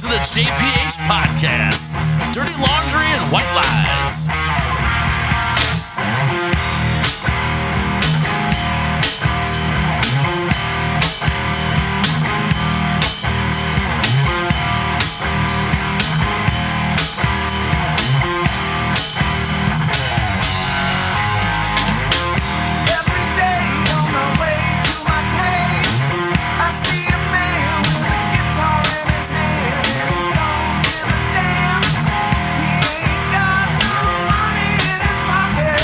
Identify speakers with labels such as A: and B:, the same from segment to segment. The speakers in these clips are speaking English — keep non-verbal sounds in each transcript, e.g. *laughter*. A: JPH Podcasts Dirty Laundry and White Lies.
B: Every day on my way to my pay, I see a man with a guitar in his hand, and he don't give a damn. He ain't got no money in his pocket.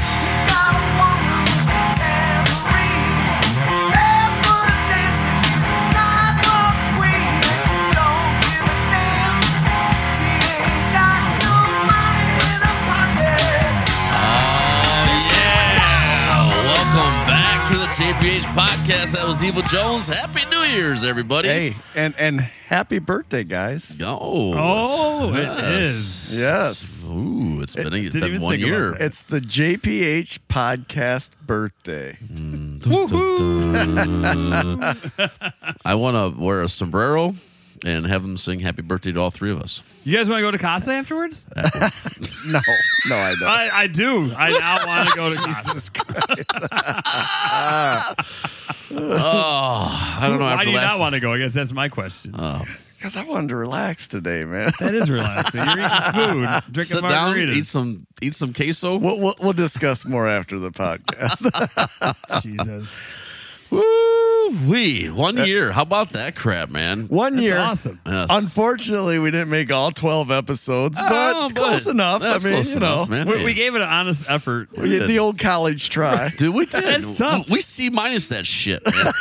B: He got a woman with a tambourine, barefoot dancing. She's a sidewalk queen, and she don't give a damn. She ain't got no money in her pocket.
A: Oh, yeah. Welcome back to the JPH Podcast. That was Evil Jones. Happy New Year's, everybody.
C: Hey, and and happy birthday, guys!
A: Oh,
D: Oh,
A: it's- yes.
D: it is.
C: Yes,
A: Ooh, it's been, it's
D: didn't
A: been
D: even
A: one
D: think about
A: year.
D: that.
C: it's the JPH podcast birthday.
A: I want to wear a sombrero and have them sing happy birthday to all three of
D: *laughs*
A: us.
D: You guys want to go to Casa afterwards?
C: No, no, I don't.
D: I, I do. I now want to go to Casa. *laughs*
A: Oh, I don't know.
D: Why
A: after
D: do you
A: last- Oh.
D: not want to go? I guess that's my question.
C: Because I wanted to relax today, man.
D: that is relaxing.
A: *laughs*
D: You're eating food, drinking
A: Sit down,
D: margaritas.
A: eat some, eat some queso.
C: We'll, we'll, we'll discuss more after the
A: *laughs*
C: podcast.
D: Jesus,
A: Woo wee! One
C: Uh,
A: year. How about that crap, man?
C: One
D: that's
C: year,
D: awesome.
A: Yes.
C: unfortunately, we didn't make all twelve episodes, but
A: Oh,
C: close enough.
A: That's
C: I mean,
A: close
C: you know,
A: enough, man.
D: We, we
A: Hey,
D: gave it an honest effort.
C: we did the old college
A: *laughs*
C: try.
A: dude, we did.
D: That's tough.
A: We C minus that shit. man.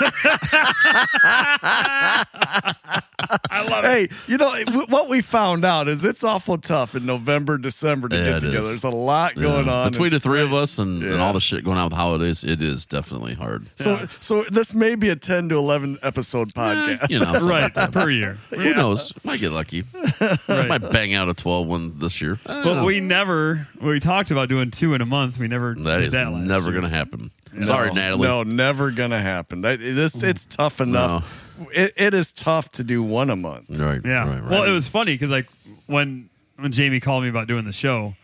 D: I love it.
C: Hey, you know w- what we found out is it's awful tough in November, December to
A: Yeah, it
C: get
A: is.
C: together. There's a lot going
A: Yeah.
C: on.
A: between the three of us and, and
C: Yeah.
A: all the shit going on with holidays. It is definitely hard.
C: *laughs* So,
D: Yeah.
C: so this may be a ten to eleven episode podcast.
A: Eh, You know, something
D: *laughs* Right
A: like that.
D: per year.
A: *laughs* Who knows? Might get lucky.
C: *laughs*
D: Right.
A: Might bang out a 12 one this year. Eh, I don't know. *laughs*
D: But we never. We talked about doing two in a month. We never
A: that
D: did
A: is
D: that last
A: never
D: year.
A: going to happen. Sorry,
C: *laughs* No,
A: Natalie.
C: No, never gonna happen. That, this it's tough enough. It, it is tough to do one a month.
A: Right.
D: Yeah.
A: Right, right.
D: Well, it was funny because like when when Jamie called me about doing the show,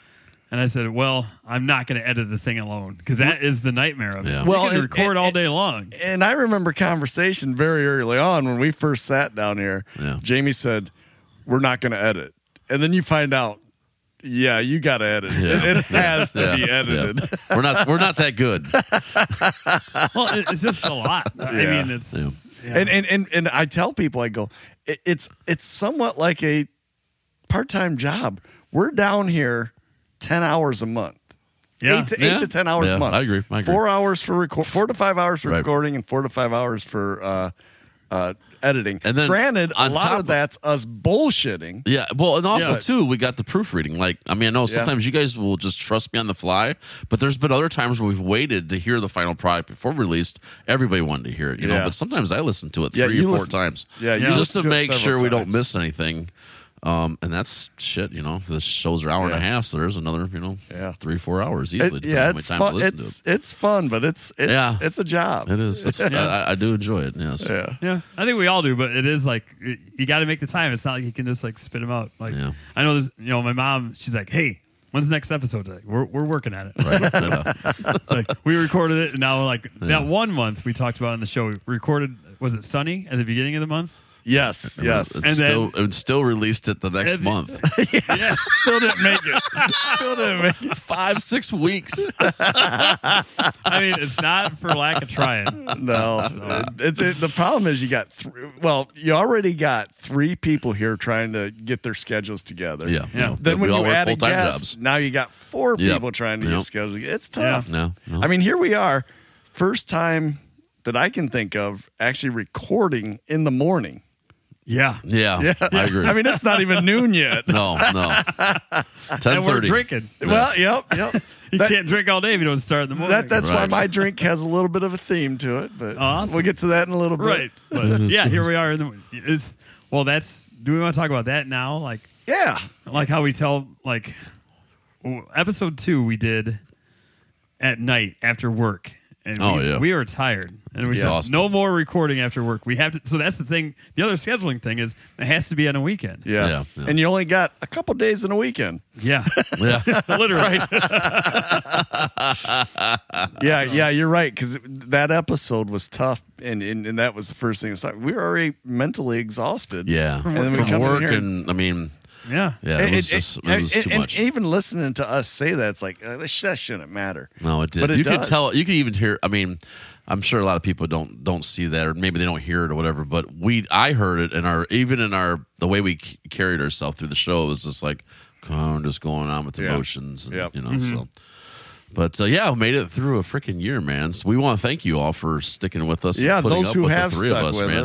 D: and I said, "Well, I'm not going to edit the thing alone because that is the nightmare of it.
A: Yeah.
D: We
C: Well,
D: can
C: and-
D: record
C: and-
D: all day *laughs* long.
C: And I remember conversation very early on when we first sat down here.
A: Yeah.
C: Jamie said, "We're not gonna edit," and then you find out, yeah, you gotta edit. It,
A: Yeah.
C: it has to
A: Yeah.
C: be
A: Yeah.
C: edited.
A: We're not we're not that
C: *laughs*
A: good.
D: well, it- it's just a lot. I
C: Yeah.
D: mean, it's
A: Yeah.
D: yeah.
C: And, and and and I tell people, I go, "It- it's it's somewhat like a part time job. We're down here ten hours a month.
D: Yeah.
C: Eight to,
A: Yeah.
C: eight to ten hours
A: Yeah,
C: a month.
A: I agree. I agree.
C: Four hours for record, four to five hours for
A: Right.
C: recording, and four to five hours for uh, uh, editing.
A: And then
C: granted, a
A: on
C: lot
A: top
C: of
A: of-
C: that's us bullshitting.
A: Yeah, well, and also
C: Yeah.
A: too, we got the proofreading. Like, I mean, I know sometimes you guys will just trust me on the fly, but there's been other times where we've waited to hear the final product before released. Everybody wanted to hear it, you know.
C: Yeah.
A: But sometimes I listen to it
C: Yeah,
A: three
C: you
A: or four
C: listen-
A: times,
C: yeah, you
A: just
C: listen
A: to,
C: to it
A: make
C: several
A: sure we don't
C: times.
A: miss anything. Um, and that's shit, you know. The shows are hour and a
C: Yeah.
A: half, so there's another, you know,
C: Yeah.
A: three four hours
C: It-
A: easily. depending
C: yeah,
A: on how
C: it's
A: much time
C: fun.
A: to listen
C: It's it's fun, but it's it's
A: Yeah.
C: it's a job.
A: to it. It is. It's, I, I do enjoy it. Yes.
C: Yeah.
D: Yeah, I think we all do, but it is like it, you got to make the time. It's not like you can just like spit them out. Like
A: Yeah.
D: I know, there's, you know, my mom. She's like, "Hey, when's the next episode?" Like, we're we're working at it. *laughs*
A: Right. Yeah.
D: It's like we recorded it, and now like that one month we talked about on the show, we recorded was it sunny at the beginning of the month?
C: Yes, yes.
A: It's
D: And then-
A: still, and still released it the next
D: And-
A: month.
D: Yeah,
C: Still didn't make
A: *laughs*
C: it. Still didn't make it.
A: Five six weeks.
D: I mean it's not for lack of trying.
A: *laughs*
C: No, it's it, the problem is you got th- well, you already got three people here trying to get their schedules together.
A: Yeah.
D: Yeah.
A: No,
C: Then
A: we
C: when
A: all
C: you
A: work
C: add a
A: full-time
C: guest,
A: jobs.
C: now you got four
A: Yep.
C: people trying to
A: Yep.
C: get schedules. It's
D: Yeah.
C: tough.
A: No, no.
C: I mean, here we are, first time that I can think of actually recording in the morning.
D: Yeah,
A: yeah, *laughs* I agree.
C: I mean, it's not even noon
A: *laughs*
C: yet.
A: no, no. Ten
D: and we're
A: thirty.
D: drinking.
C: *laughs* Well, yep, yep.
D: *laughs* You
C: That-
D: can't drink all day if you don't start in the morning.
C: that, that's
A: Right.
C: why my drink has a little bit of a theme to it, but
D: Awesome.
C: we'll get to that in a little bit.
D: right. But yeah, here we are. In the, it's well, that's. Do we want to talk about that now? Like
C: Yeah.
D: like how we tell like w- episode two we did at night after work and
A: Oh,
D: we,
A: yeah.
D: we are tired, and we said
A: Exhausted.
D: no more recording after work. We have to. So that's the thing. The other scheduling thing is it has to be on a weekend.
C: Yeah.
A: Yeah, yeah.
C: And you only got a couple days in a weekend.
D: Yeah,
A: Yeah.
D: literally.
C: Yeah, yeah, you're right. Because that episode was tough, and, and and that was the first thing. It's like we were already mentally exhausted.
A: Yeah.
C: *laughs* and then we
A: From
C: come
A: work
C: in here.
A: and I mean,
D: Yeah.
A: yeah, it, was just it, was too
C: and-
A: much.
C: and even listening to us say that, it's like uh, this- that shouldn't matter.
A: no, it did.
C: but it
A: you
C: does.
A: could tell. You could even hear. I mean, I'm sure a lot of people don't don't see that, or maybe they don't hear it or whatever. But we, I heard it in our even in our the way we c- carried ourselves through the show it was just like, kind of just going on with
C: Yeah.
A: emotions, and,
C: Yep.
A: you know. So, but uh, yeah, we made it through a freaking year, man. So we want to thank you all for sticking with us. and
C: Yeah,
A: putting
C: those
A: up
C: who
A: with the
C: have
A: three
C: stuck
A: of us,
C: with
A: man.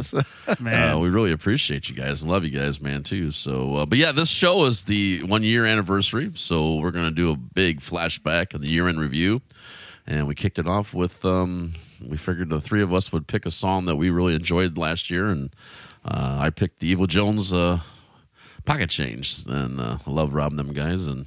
C: us. *laughs*
D: man.
A: Uh, we really appreciate you guys and love you guys, man, too. So, uh, but yeah, this show is the one year anniversary. So, we're going to do a big flashback and the year in review. And we kicked it off with, um, we figured the three of us would pick a song that we really enjoyed last year. And uh, I picked the Evil Jones uh, Pocket Change. And uh, I love robbing them guys. And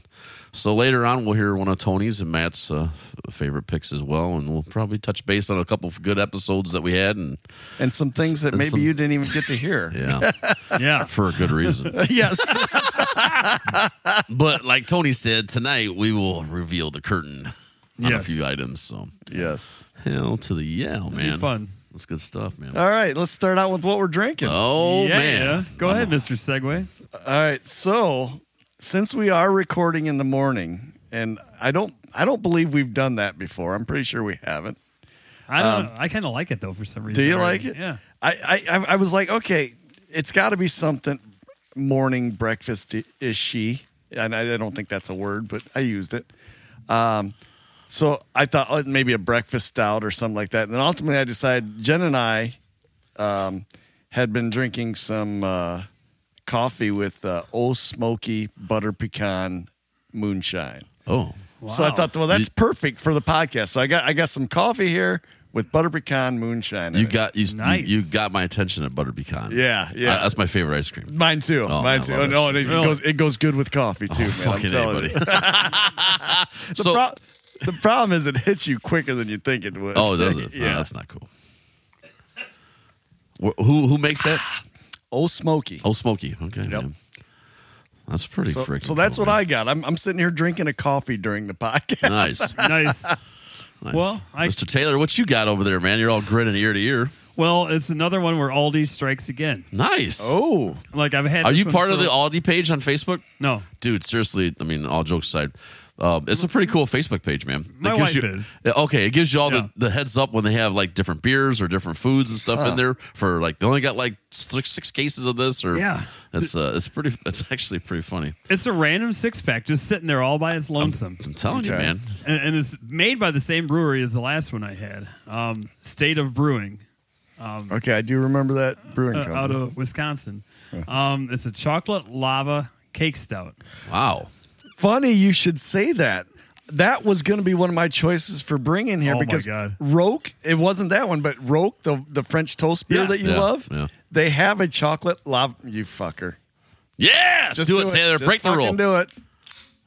A: so later on, we'll hear one of Tony's and Matt's uh, f- favorite picks as well. And we'll probably touch base on a couple of good episodes that we had. And
C: and some things that
A: And
C: maybe
A: some-
C: you didn't even get to hear.
A: *laughs* yeah.
D: yeah.
A: for a good reason.
C: *laughs* yes.
A: but like Tony said, tonight we will reveal the curtain on a
D: Yes.
A: few items. So
C: yes.
A: hell to the yeah, man.
D: be fun.
A: That's good stuff, man.
C: All right. Let's start out with what we're drinking.
A: Oh
D: yeah,
A: man.
D: yeah. Go ahead, Mr. Segway.
C: All right. So, since we are recording in the morning, and I don't, I don't believe we've done that before. I'm pretty sure we haven't.
D: I
A: Um,
D: don't know. I kind of like it though for some reason.
C: Do you
D: already.
C: like it?
D: Yeah.
C: I I, I, I was like, okay, it's got to be something morning breakfast is she, and I, I don't think that's a word, but I used it. Um, so I thought oh, maybe a breakfast stout or something like that, and then ultimately I decided Jen and I um, had been drinking some uh, coffee with uh, Old Smoky Butter Pecan Moonshine.
A: Oh.
C: So I
D: Wow.
C: thought, well, that's perfect for the podcast. So I got I got some coffee here with butter pecan moonshine. in
A: You
C: it.
A: got you,
D: Nice.
A: you you got my attention at butter pecan.
C: Yeah, yeah.
A: Uh, that's my favorite ice cream.
C: Mine too.
A: Oh,
C: Mine
A: I
C: too.
A: love
C: No, it,
A: that Oh,
C: it
D: shit.
C: goes it goes good with coffee too, man. I'm
A: Fucking
C: telling
A: anybody. *laughs*
C: you. The,
A: so,
C: pro- the problem is it hits you quicker than you think it would.
A: oh,
C: *laughs*
A: does it? Yeah,
C: yeah.
A: that's not cool. Wh- Who who makes that?
C: oh, smoky.
A: Oh, Smoky. Okay. man. That's pretty
C: so,
A: freaking.
C: so that's
A: cool,
C: what
A: man.
C: I got. I'm I'm sitting here drinking a coffee during
A: *laughs*
C: the podcast. *laughs*
A: Nice. *laughs*
D: Nice.
A: nice.
D: Well, I-
A: Mr. Taylor, what you got over there, man? You're all grinning ear to ear.
D: well, it's another one where Aldi strikes again.
A: Nice.
C: Oh,
D: Like I've had.
A: Are
D: this
A: you
D: one
A: part of
D: for-
A: the Aldi page on Facebook?
D: No.
A: Dude, seriously, I mean, all jokes aside, um, it's a pretty cool Facebook page, man. It
D: My wife
A: you,
D: is.
A: Yeah, Okay, it gives you all
D: Yeah.
A: the, the heads up when they have like different beers or different foods and stuff in there for like they only got like six, six cases of this or
D: Yeah.
A: It's uh, it's pretty. It's actually pretty funny.
D: It's a random six pack just sitting there all by its
A: Um, *clears throat*
D: lonesome,
A: I'm telling you,
C: Okay.
A: man.
D: and, and it's made by the same brewery as the last one I had, um, State of Brewing,
C: okay. I do remember that brewing
D: uh,
C: company.
D: out of Wisconsin. Um, it's a chocolate lava cake stout.
A: Wow.
C: Funny you should say that. That was going to be one of my choices for bringing here
D: Oh, my
C: because
D: God.
C: Roque, it wasn't that one, but Roque, the, the French toast beer
D: Yeah.
C: that you
A: Yeah,
C: love,
A: yeah.
C: they have a chocolate lava. You fucker.
A: Yeah, do, it, Taylor.
C: Just
A: Break the
C: fucking
A: rule.
C: Do it.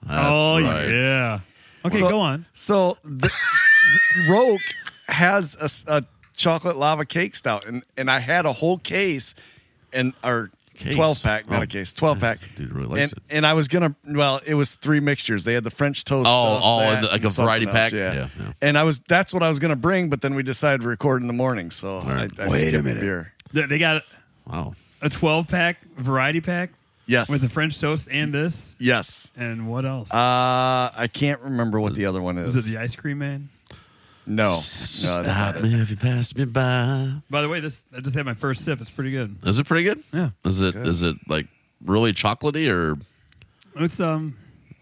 A: That's
D: oh
A: right.
D: yeah. Okay,
C: So-
D: go on.
C: So the, the Roke has a s- a, chocolate lava cake stout, and, and I had a whole case and or
A: Case?
C: twelve pack, not
A: Oh.
C: a case,
A: *laughs*
C: twelve pack.
A: Dude really likes
C: and,
A: it.
C: And I was gonna, well, it was three mixtures. They had the French toast.
A: Oh,
C: stuff,
A: oh,
C: that,
A: and the- like a
C: something
A: variety
C: else,
A: pack?
C: Yeah.
A: Yeah, yeah.
C: And I was that's what I was gonna bring, but then we decided to record in the morning, so
A: right.
C: I, I
D: Wait a
C: skipped the
D: minute.
C: Beer.
D: They, they got
A: Wow.
D: a twelve pack variety pack
C: Yes.
D: with the French toast and this.
C: yes.
D: And what else?
C: Uh, I can't remember what the other one is.
D: is it the ice cream man?
C: no, no, it's not
A: Stop
C: it.
A: me if you pass me by.
D: By the way, this I just had my first sip. It's pretty good.
A: Is it pretty good?
D: Yeah.
A: Is it is it like really chocolatey or
D: It's um,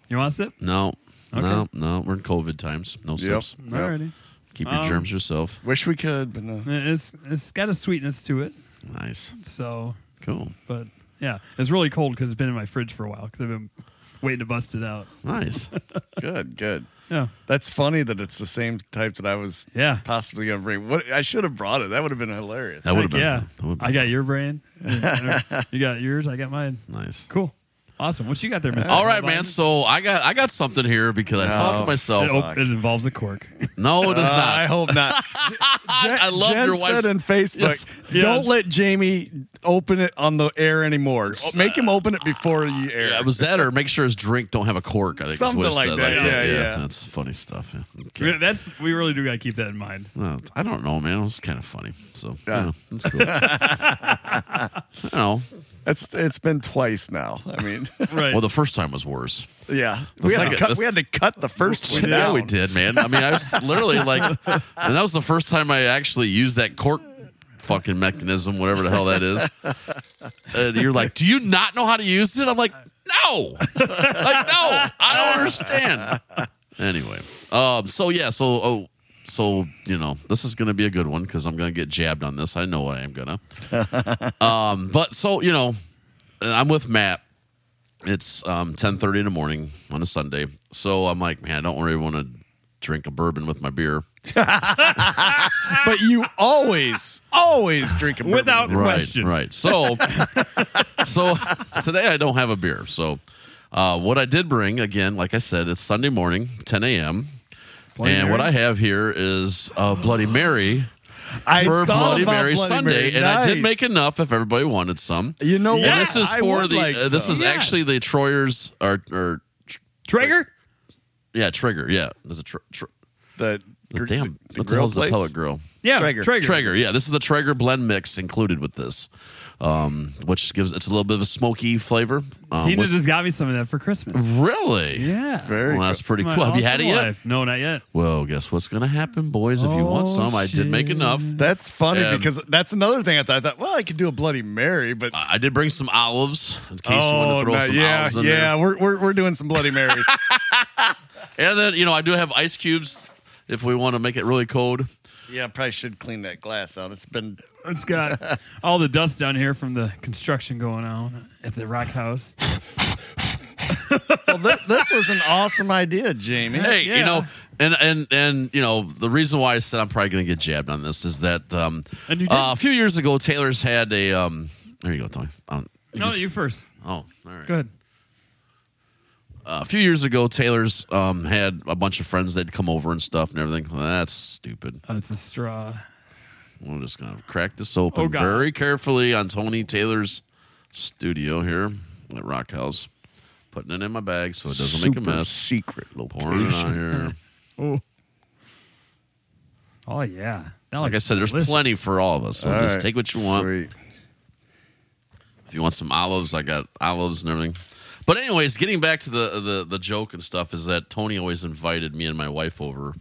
D: you want a sip?
A: no? No,
D: Okay.
A: no. We're in COVID times. No
C: Yep.
A: sips.
C: Yep.
D: Alrighty.
A: Keep your
D: Um,
A: germs yourself.
C: Wish we could, but no.
D: It's it's got a sweetness to it.
A: Nice.
D: So,
A: Cool.
D: but yeah, it's really cold because it's been in my fridge for a while because I've been waiting to bust it out.
C: *laughs*
A: Nice.
C: Good, good.
D: Yeah.
C: That's funny that it's the same type that I was
D: Yeah.
C: possibly going to bring. What I should have brought it. That would have been hilarious.
A: That would have
D: Heck
A: been. *laughs* fun. That
D: yeah.
A: would've
D: I got your brand. you got yours. I got mine.
A: been nice.
D: Cool. Awesome. What you got there, Mr.
A: All right,
D: Hellbot?
A: man. Oh, So I got I got something here because I thought to
C: No.
D: It,
A: myself,
D: op- it involves a cork.
A: no, it does
C: Uh,
A: not.
C: I hope not. Jen,
A: *laughs* I love
C: Jen
A: your wife's-
C: said in Facebook,
A: Yes,
D: yes.
C: don't let Jamie open it on the air anymore. Make him open it before you air.
A: uh, Yeah,
C: it.
A: it was that, or make sure his drink don't have a cork. I think is what it
C: Something like
A: said,
C: that. Yeah, yeah.
A: That's funny stuff. yeah. Okay.
D: Yeah, *laughs* That's we really do got to keep that in mind.
A: Well, I don't know, man. It was kind of funny. So,
C: Yeah.
A: you know, it's
C: *laughs*
A: cool. I don't know.
C: It's it's been twice now. I mean, *laughs*
D: Right.
A: Well, the first time was worse.
C: yeah, we had,
A: second-
C: to cut,
A: this-
C: we had to cut
A: *laughs*
C: the first one.
A: Yeah,
C: down.
A: we did, man. I mean, I was literally like, and that was the first time I actually used that cork fucking mechanism, whatever the hell that is. And you're like, do you not know how to use it? I'm like, no, like no, I don't understand. Anyway, um, so yeah, so oh, so you know, this is gonna be a good one because I'm gonna get jabbed on this. I know what I am gonna. um, but so you know, I'm with Matt. It's um, ten thirty in the morning on a Sunday, so I'm like, man, I don't really want to drink a bourbon with my beer.
C: But you always, always drink a bourbon.
D: Without question.
A: Right. So, *laughs* so today I don't have a beer. So, uh, what I did bring again, like I said, it's Sunday morning, 10 a.m.
D: Bloody
A: and what I
D: Mary?
A: have here is a Bloody Mary
C: I
A: for
C: thought
A: Bloody
C: about
A: Mary
C: Bloody
A: Sunday,
C: Mary.
A: and I did
C: Nice.
A: make enough if everybody wanted some.
C: You know,
D: Yeah,
A: and
C: what?
A: this is
C: I
A: for
C: would
A: the
C: like
A: uh, this
C: some.
A: is
D: Yeah.
A: actually the Troyers or or tr-
D: Traeger.
A: yeah Trigger yeah there's a tr- tr-
C: the,
A: the
C: gr-
A: damn
C: the
A: what the
C: grill
A: hell's the
C: place?
A: pellet grill
D: Yeah.
C: Traeger.
D: Traeger.
A: Traeger, yeah. This is the Traeger blend mix included with this, um, which gives it's a little bit of a smoky flavor. Um,
D: Tina
A: which-
D: just got me some of that for Christmas.
A: really?
D: Yeah.
A: Well, that's pretty
D: My
A: cool. Have you had it
D: awesome
A: yet?
D: life. No, not yet.
A: Well, guess what's going to happen, boys? If you want
D: Oh,
A: some, I did make
D: shit.
A: enough.
C: That's funny
A: Um,
C: because that's another thing I thought. I thought, well, I could do a Bloody Mary, but
A: I I did bring some olives in case you want
C: oh,
A: to throw
C: no,
A: some
C: yeah,
A: olives in
C: yeah, we're, we're we're doing some Bloody
A: *laughs*
C: Marys.
A: there. And then you know I do have ice cubes if we want to make it really cold.
C: yeah, I probably should clean that glass out. It's been
A: *laughs*
D: It's got all the dust down here from the construction going on at the rock house.
C: well. Th- this was an awesome idea, Jamie.
A: Hey, you
D: Yeah.
A: know, and and and you know, the reason why I said I'm probably going to get jabbed on this is that um,
D: And you did.
A: uh, a few years ago, Taylor's had a um. There you go, Tony. Um, you
D: No,
A: just-
D: you first.
A: oh, all right.
D: Go ahead.
A: Uh, a few years ago, Taylor's um, had a bunch of friends that'd come over and stuff and everything. Well, that's stupid.
D: Oh, it's a straw.
A: We're just gonna crack this open
D: Oh, God.
A: very carefully on Tony Taylor's studio here at Rock House. Putting it in my bag so it doesn't make a mess.
C: secret
A: Pouring it on here.
D: *laughs* Oh. Oh yeah. That
A: Like I
D: looks
A: said, there's
D: delicious.
A: plenty for all of us. So
C: All
A: just
C: right,
A: take what you want.
C: Sweet.
A: If you want some olives, I got olives and everything. But anyways, getting back to the the the joke and stuff is that Tony always invited me and my wife over,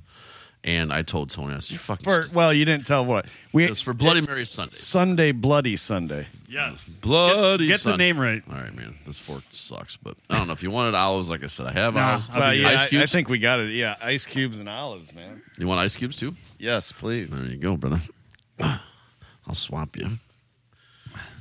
A: and I told Tony, I said, "You fucking
C: For,
A: st-
C: well, you didn't tell what we
A: it was for Bloody Mary Sunday."
C: Sunday Bloody Sunday.
D: Yes.
A: Bloody
D: Get the
A: Sunday.
D: name right.
A: All right, man. This fork sucks, but I don't know if you wanted olives. Like I said, I have
D: Nah.
A: olives.
D: I'll be
C: Well,
D: good.
C: yeah,
A: Ice
C: I- I,
A: cubes?
C: think we got it. Yeah, ice cubes and olives, man.
A: You want ice cubes too?
C: Yes, please.
A: There you go, brother. *coughs* I'll swap you.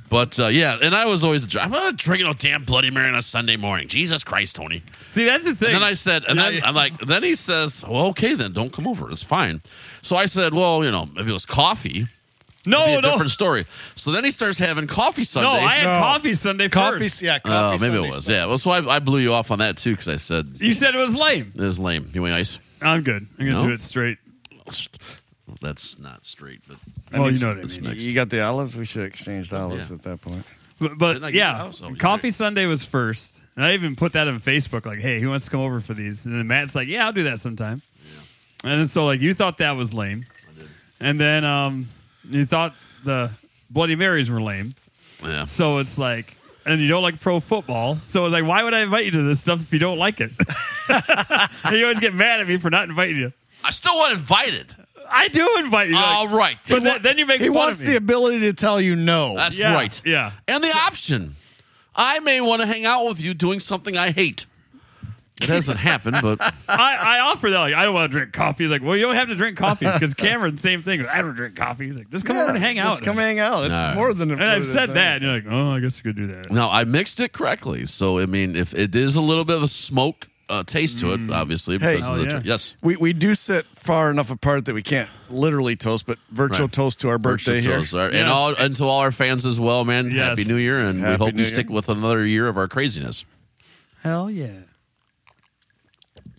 A: But uh, yeah, and I was always I'm not drinking a damn Bloody Mary on a Sunday morning. Jesus Christ, Tony.
D: See, that's the thing.
A: And then I said, and then
C: Yeah.
A: I'm like, then he says, well, okay, then don't come over. It's fine. So I said, well, you know, if it was coffee, it'd be
D: Oh, no,
A: a
D: no,
A: different story. So then he starts having coffee Sunday.
D: no. I had
C: No.
D: coffee Sunday
C: Coffee,
D: first.
C: yeah, coffee.
A: Oh, maybe
C: Sunday
A: it was.
C: stuff.
A: Yeah, well, so I, I blew you off on that too because I said
D: You said it was lame.
A: it was lame. You want ice?
D: I'm good. I'm gonna
A: No?
D: do it straight.
A: Well, that's not straight, but
D: well, you know what I
A: it's
D: mean.
A: next.
C: You got the olives. We should exchange olives
A: Yeah.
C: at that point.
D: But,
A: Didn't I
D: but
A: get
D: yeah,
A: those? Oh, you
D: Coffee
A: did.
D: Sunday was first. And I even put that on Facebook, like, hey, who wants to come over for these? And then Matt's like, yeah, I'll do that sometime. And then so, like, you thought that was lame. And then um, you thought the Bloody Marys were lame.
A: yeah.
D: So it's like, and you don't like pro football. So it's like, why would I invite you to this stuff if you don't like it? *laughs* and you always get mad at me for not inviting you.
A: I still wasn't invited.
D: I do invite you. You're like,
A: All right,
D: But then, then you make
C: He
D: fun
C: wants
D: of me.
C: the ability to tell you no.
A: that's
D: yeah,
A: right.
D: Yeah.
A: And the option, I may want to hang out with you doing something I hate. It hasn't happened, but
D: I, I offer that. Like, I don't want to drink coffee. He's like, well, you don't have to drink coffee because Cameron, same thing. I don't drink coffee. He's like, just come
C: Yeah,
D: over and hang
C: just
D: out.
C: Come hang eh? out. It's
A: No.
C: more than.
D: and I've said that. And you're like, oh, I guess you could do that.
A: no, I mixed it correctly. So I mean, if it is a little bit of a smoke uh, taste to it, obviously
C: Mm. Hey.
A: because
D: Oh,
A: of the
D: yeah.
A: yes.
C: We we do sit far enough apart that we can't literally toast, but virtual
A: Right.
C: toast to our birthday
A: Virtual
C: here.
A: toast, all right. And
D: Yes.
A: all and to all our fans as well, man.
D: Yes.
A: Happy New Year, and we
C: Happy
A: hope
C: New
A: you stick
C: Year.
A: with another year of our craziness.
D: Hell yeah.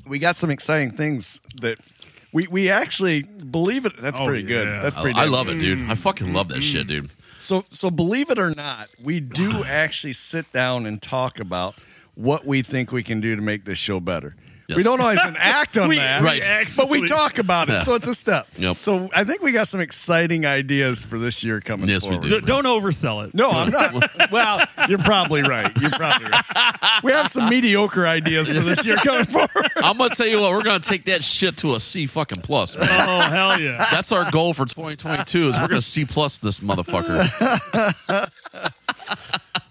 C: we got some exciting things that we we actually believe it. That's
D: Oh,
C: pretty good.
D: yeah.
C: That's
A: I,
C: pretty.
A: I
C: damn
A: love
C: good.
A: it, dude. I fucking love that shit, dude.
C: So so believe it or not,
A: *sighs*
C: we do actually sit down and talk about what we think we can do to make this show better.
A: Yes.
C: We don't always
A: *laughs*
C: act on
D: We-
C: that,
A: Right.
C: But we
D: actually-
C: talk about it,
A: Yeah.
C: so
A: *laughs*
C: it's a step.
A: Yep.
C: So I think we got some exciting ideas for this year coming.
A: Yes, we
C: forward.
A: do.
D: D- don't oversell it.
C: No, I'm
A: *laughs*
C: not. well, you're probably right. You're probably right. We have some mediocre ideas for this year coming forward.
A: I'm gonna tell you what, we're gonna take that shit to a C fucking plus, man.
D: *laughs* Oh hell yeah.
A: That's our goal for 2022 is we're gonna C plus this
C: *laughs*
A: motherfucker.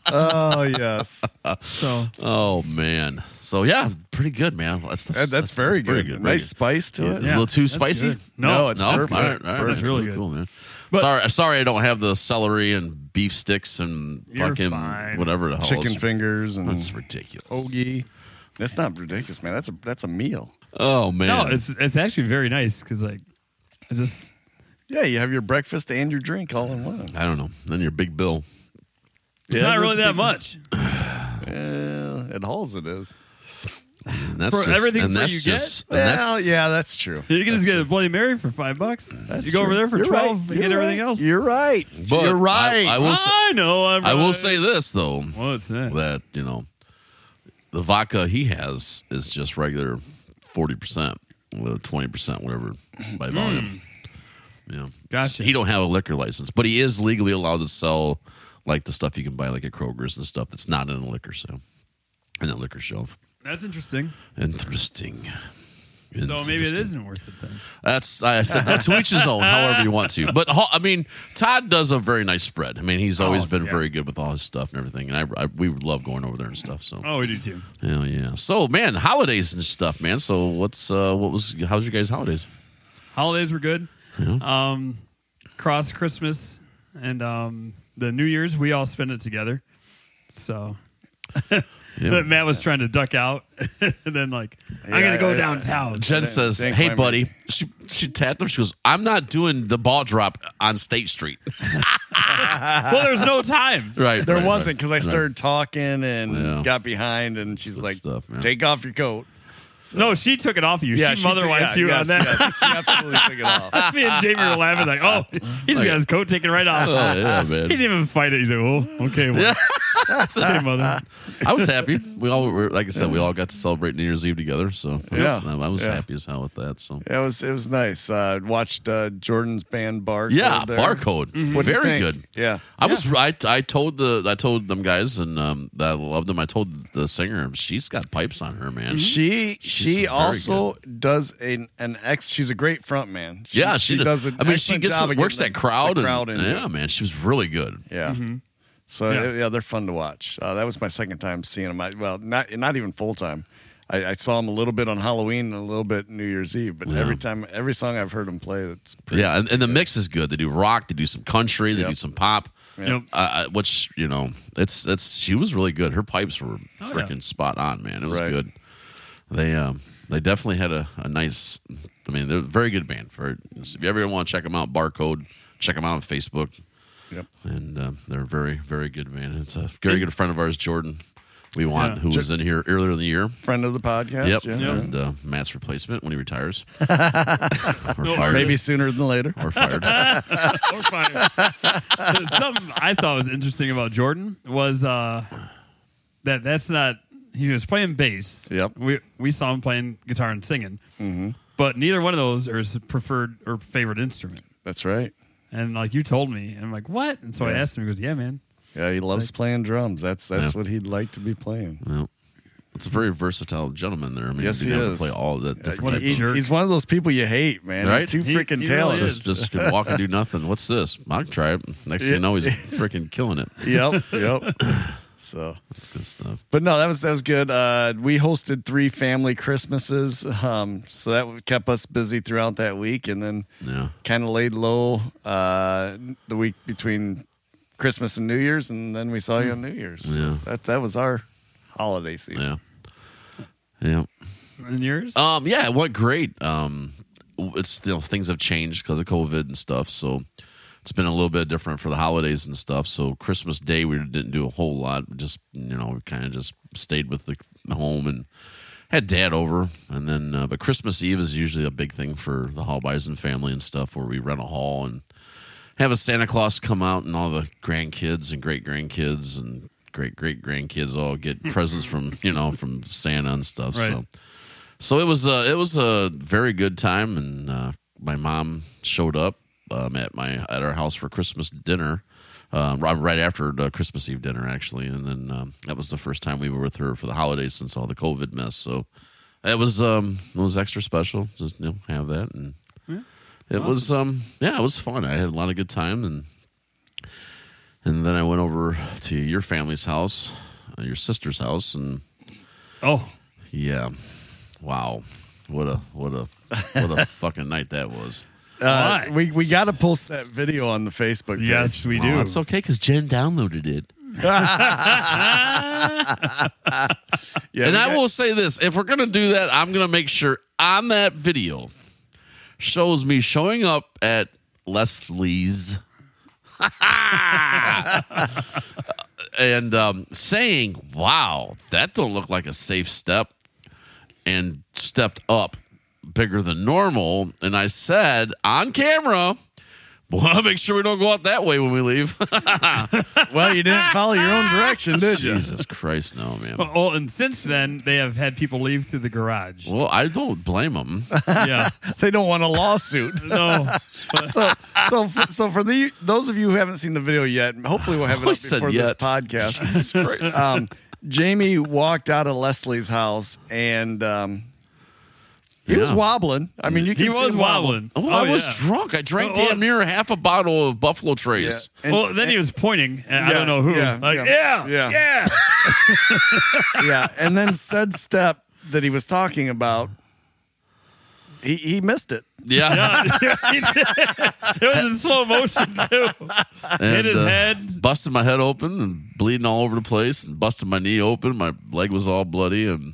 C: Oh yes,
D: So
A: Oh man. So yeah, pretty good, man. That's that's,
C: That- that's, very
A: pretty
C: good.
A: very
C: Nice spice to
A: Yeah.
C: it.
A: It's a little too
D: that's
A: spicy?
D: good.
C: No,
D: No,
C: it's
D: it's
A: No,
C: perfect.
A: all right, all right.
D: That's
A: Cool,
D: really good.
A: cool, man.
C: But-
A: sorry, sorry, I don't have the celery and beef sticks and
D: You're
A: fucking
D: fine.
A: whatever the hell.
C: Chicken
A: else.
C: fingers and
A: That's ridiculous. Oh,
C: hoagie. That's not ridiculous, man. That's a that's a meal.
A: Oh, man.
D: no, it's it's actually very nice because like I just
C: Yeah, you have your breakfast and your drink all in
A: *laughs*
C: one.
A: I don't know. Then your big bill.
D: it's
C: Yeah,
D: not really
C: that's
D: that
C: big-
D: much.
C: Yeah, at Halls it is.
A: And that's
D: For
A: just,
D: everything
A: and
D: for
A: that's
D: you get?
A: just, and
C: Well,
A: that's,
C: yeah, that's true.
D: You can just get a Bloody Mary for five bucks.
C: That's
D: you go over
C: true.
D: there for
C: You're
D: twelve
C: right.
D: and get
C: You're
D: everything
C: right.
D: else.
C: You're right.
A: But
C: You're right.
A: I- I will-
D: I know. I'm
A: I will
D: right.
A: say this though.
D: What's that?
A: that you know the vodka he has is just regular 40% with 20% whatever by volume yeah
D: Hmm. Gotcha.
A: he don't have a liquor license but he is legally allowed to sell like the stuff you can buy like at kroger's and stuff that's not in a liquor sale in a liquor shelf
D: That's interesting.
A: interesting
D: So maybe it
A: Interesting.
D: isn't worth it then.
A: That's I
D: *laughs*
A: said that to each his own, however you want to. But ho- I mean, Todd does a very nice spread. I mean, he's always
D: Oh,
A: been
D: yeah.
A: very good with all his stuff and everything, and I, I we love going over there and stuff. So
D: Oh, we do too.
A: Hell yeah! So man, holidays and stuff, man. So what's uh what was how's your guys' holidays?
D: Holidays were good.
A: Yeah.
D: Um, cross Christmas and um, the New Year's, we all spent it together. So
A: Yeah.
D: but *laughs* Matt was trying to duck out, *laughs* and then like I'm
C: Yeah,
D: gonna go
C: I-
D: downtown.
A: Jen
C: Didn't-
A: says,
C: didn't
A: "Hey,
C: claim
A: buddy." She she tapped him. She goes, "I'm not doing the ball drop on State
C: *laughs*
A: Street."
D: well, there's no time.
A: right.
C: There
A: right,
C: wasn't
A: right,
C: because I
A: right.
C: started talking and
A: Yeah.
C: got behind, and she's like,
A: stuff, man.
C: "Take off your coat."
D: No, she took it off of you. she,
C: took-
D: mother wife
C: yeah,
D: you
C: yes,
D: on that.
C: yes, she absolutely took
A: *laughs*
C: it off.
D: *laughs* Me and Jamie were laughing like, oh, he's got his coat taken right
A: *laughs* *laughs*
D: off.
A: Oh
C: *laughs*
A: yeah,
D: he
A: man.
D: didn't even fight it. He's like, oh, okay,
A: *laughs*
D: well, okay, mother.
A: I was happy. We all were like I said, we all got to celebrate New Year's Eve together. So I was-
C: Yeah.
A: I was
C: Yeah.
A: happy as hell with that. So
C: It was it was nice. Uh, watched uh, Jordan's band Barcode.
A: yeah,
C: there.
A: barcode,
C: What'd you
A: very
C: think?
A: good. Mm-hmm.
C: Yeah,
A: I was I, I told the I told them guys and um, that I loved them. I told the singer she's got pipes on her man.
C: Mm-hmm. She
A: very
C: she also does an an ex. She's a great front man. She,
A: yeah, she,
C: does. An
A: I mean, she
C: excellent
A: gets
C: job of
A: works
C: getting
A: that
C: the-
A: crowd.
C: the
A: and-
C: crowd in.
A: yeah, man, she was really good.
C: yeah. So
D: Mm-hmm. Yeah.
C: yeah. yeah, they're fun to watch. Uh, that was my second time seeing them. I, well, not not even full time. I, I saw them a little bit on Halloween and a little bit New Year's Eve. But
A: Yeah.
C: every time, every song I've heard them play, it's pretty.
A: Yeah, and, and the mix is good. They do rock, they do some country, they
C: Yep.
A: do some pop.
D: Yep.
A: Uh, uh, which you know, it's it's she was really good. Her pipes were
D: Oh, yeah.
A: freaking spot on, man. It was
C: Right.
A: good. They um they definitely had a, a nice. I mean, they're a very good band. For if you ever want to check them out, barcode, check them out on Facebook.
C: Yep.
A: and uh, they're a very very good man. It's a very good friend of ours, Jordan. We want
D: Yeah.
A: who was in here earlier in the year.
C: Friend of the podcast.
A: Yep,
C: yeah.
D: Yep.
A: and uh, Matt's replacement when he
C: *laughs*
A: retires. *laughs* or fired.
C: Maybe sooner than later.
A: or
C: *laughs*
A: fired.
D: We're fine. Something I thought was interesting about Jordan was uh, that that's not he was playing bass.
C: Yep. Mm-hmm.
D: We we saw him playing guitar and singing, but neither one of those are his preferred or favorite instrument.
C: That's right.
D: And like you told me, and I'm like, what? And so I
C: Yeah.
D: asked him. He goes, Yeah, man.
C: Yeah, he loves playing drums. That's that's
A: Yeah.
C: what he'd like to be playing.
A: Well, it's a very versatile gentleman there. I mean,
C: Yes,
A: he's
C: he
A: able to
C: is. Uh,
A: play all the different
D: what a
A: types.
C: He-
A: of-
D: jerk.
C: he's one of those people you hate, man.
A: Right?
C: He's too
D: He-
C: freaking
D: he really
C: talented.
D: is.
A: Just, just can walk and do nothing. What's this? I can try it. Next thing you
C: Yeah. *laughs*
A: know, he's freaking killing it.
C: yep, yep.
A: *laughs*
C: So,
A: That's good stuff.
C: but no, that was that was good. Uh, we hosted three family Christmases, um, so that kept us busy throughout that week, and then
A: Yeah.
C: kind of laid low uh, the week between Christmas and New Year's, and then we saw you on New Year's. So
A: Yeah.
C: that that was our holiday season.
A: Yeah. Yeah.
D: And yours?
C: Uh,
A: Um, yeah, it went great. Um, it's you know things have changed because of COVID and stuff, so it's been a little bit different for the holidays and stuff. So Christmas Day we didn't do a whole lot. We Just you know, we kind of just stayed with the home and had dad over, and then uh, but Christmas Eve is usually a big thing for the Hall Bison family and stuff, where we rent a hall and have a Santa Claus come out, and all the grandkids and great grandkids and great great grandkids all get presents from you know from Santa and stuff. So
D: Right.
A: so it was a it was a very good time, and uh, my mom showed up um, at my at our house for Christmas dinner, um, right right after the Christmas Eve dinner actually, and then um, that was the first time we were with her for the holidays since all the COVID mess. So it was um it was extra special. Just you know have that, and it was um yeah it was fun. I had a lot of good time, and and then I went over to your family's house, uh, your sister's house, and.
D: Oh,
A: Yeah. Wow. What a what a what a fucking night that was.
C: Uh,
D: Why?
C: we we got to post that video on the Facebook page.
D: yes, we
A: Well,
D: do.
A: That's okay because Jen downloaded it.
C: Yeah,
A: and
C: we
A: I
C: got-
A: will say this: if we're gonna do that, I'm gonna make sure on that video shows me showing up at Leslie's *laughs* and um, saying, "Wow, that don't look like a safe step," and stepped up bigger than normal. And I said on camera. *laughs* Well, make sure we don't go out that way when we leave. *laughs*
C: Well, you didn't follow your own direction, did you?
A: Jesus Christ, no, man.
D: Oh, and since then they have had people leave through the garage.
A: Well, I don't blame them.
C: *laughs*
D: yeah.
C: They don't want a
D: *laughs*
C: lawsuit.
D: No.
C: so so f- so for the those of you who haven't seen the video yet, hopefully we'll have it
A: I
C: up
A: said
C: before
A: yet.
C: this podcast. *laughs*
A: Christ.
C: um, Jamie walked out of Leslie's house and um, he was
A: Yeah.
C: wobbling. I mean, you can
D: He
C: see
D: was
C: him wobble.
D: wobbling.
A: Well, I
D: Oh,
A: was
D: yeah. Oh,
A: drunk. I drank
D: Well,
A: damn near half a bottle of Buffalo Trace.
C: Yeah. And-
D: well, *laughs* then he was pointing. and I
C: Yeah,
D: don't know who.
C: yeah,
D: like,
C: yeah,
D: yeah,
C: yeah.
D: yeah,
C: *laughs* yeah, and then said step that he was talking about, he he missed it.
A: Yeah.
D: He did. *laughs* it was in slow motion too.
A: *laughs* And,
D: Hit his
A: uh,
D: head.
A: Busted my head open and bleeding all over the place, and busted my knee open. My leg was all bloody, and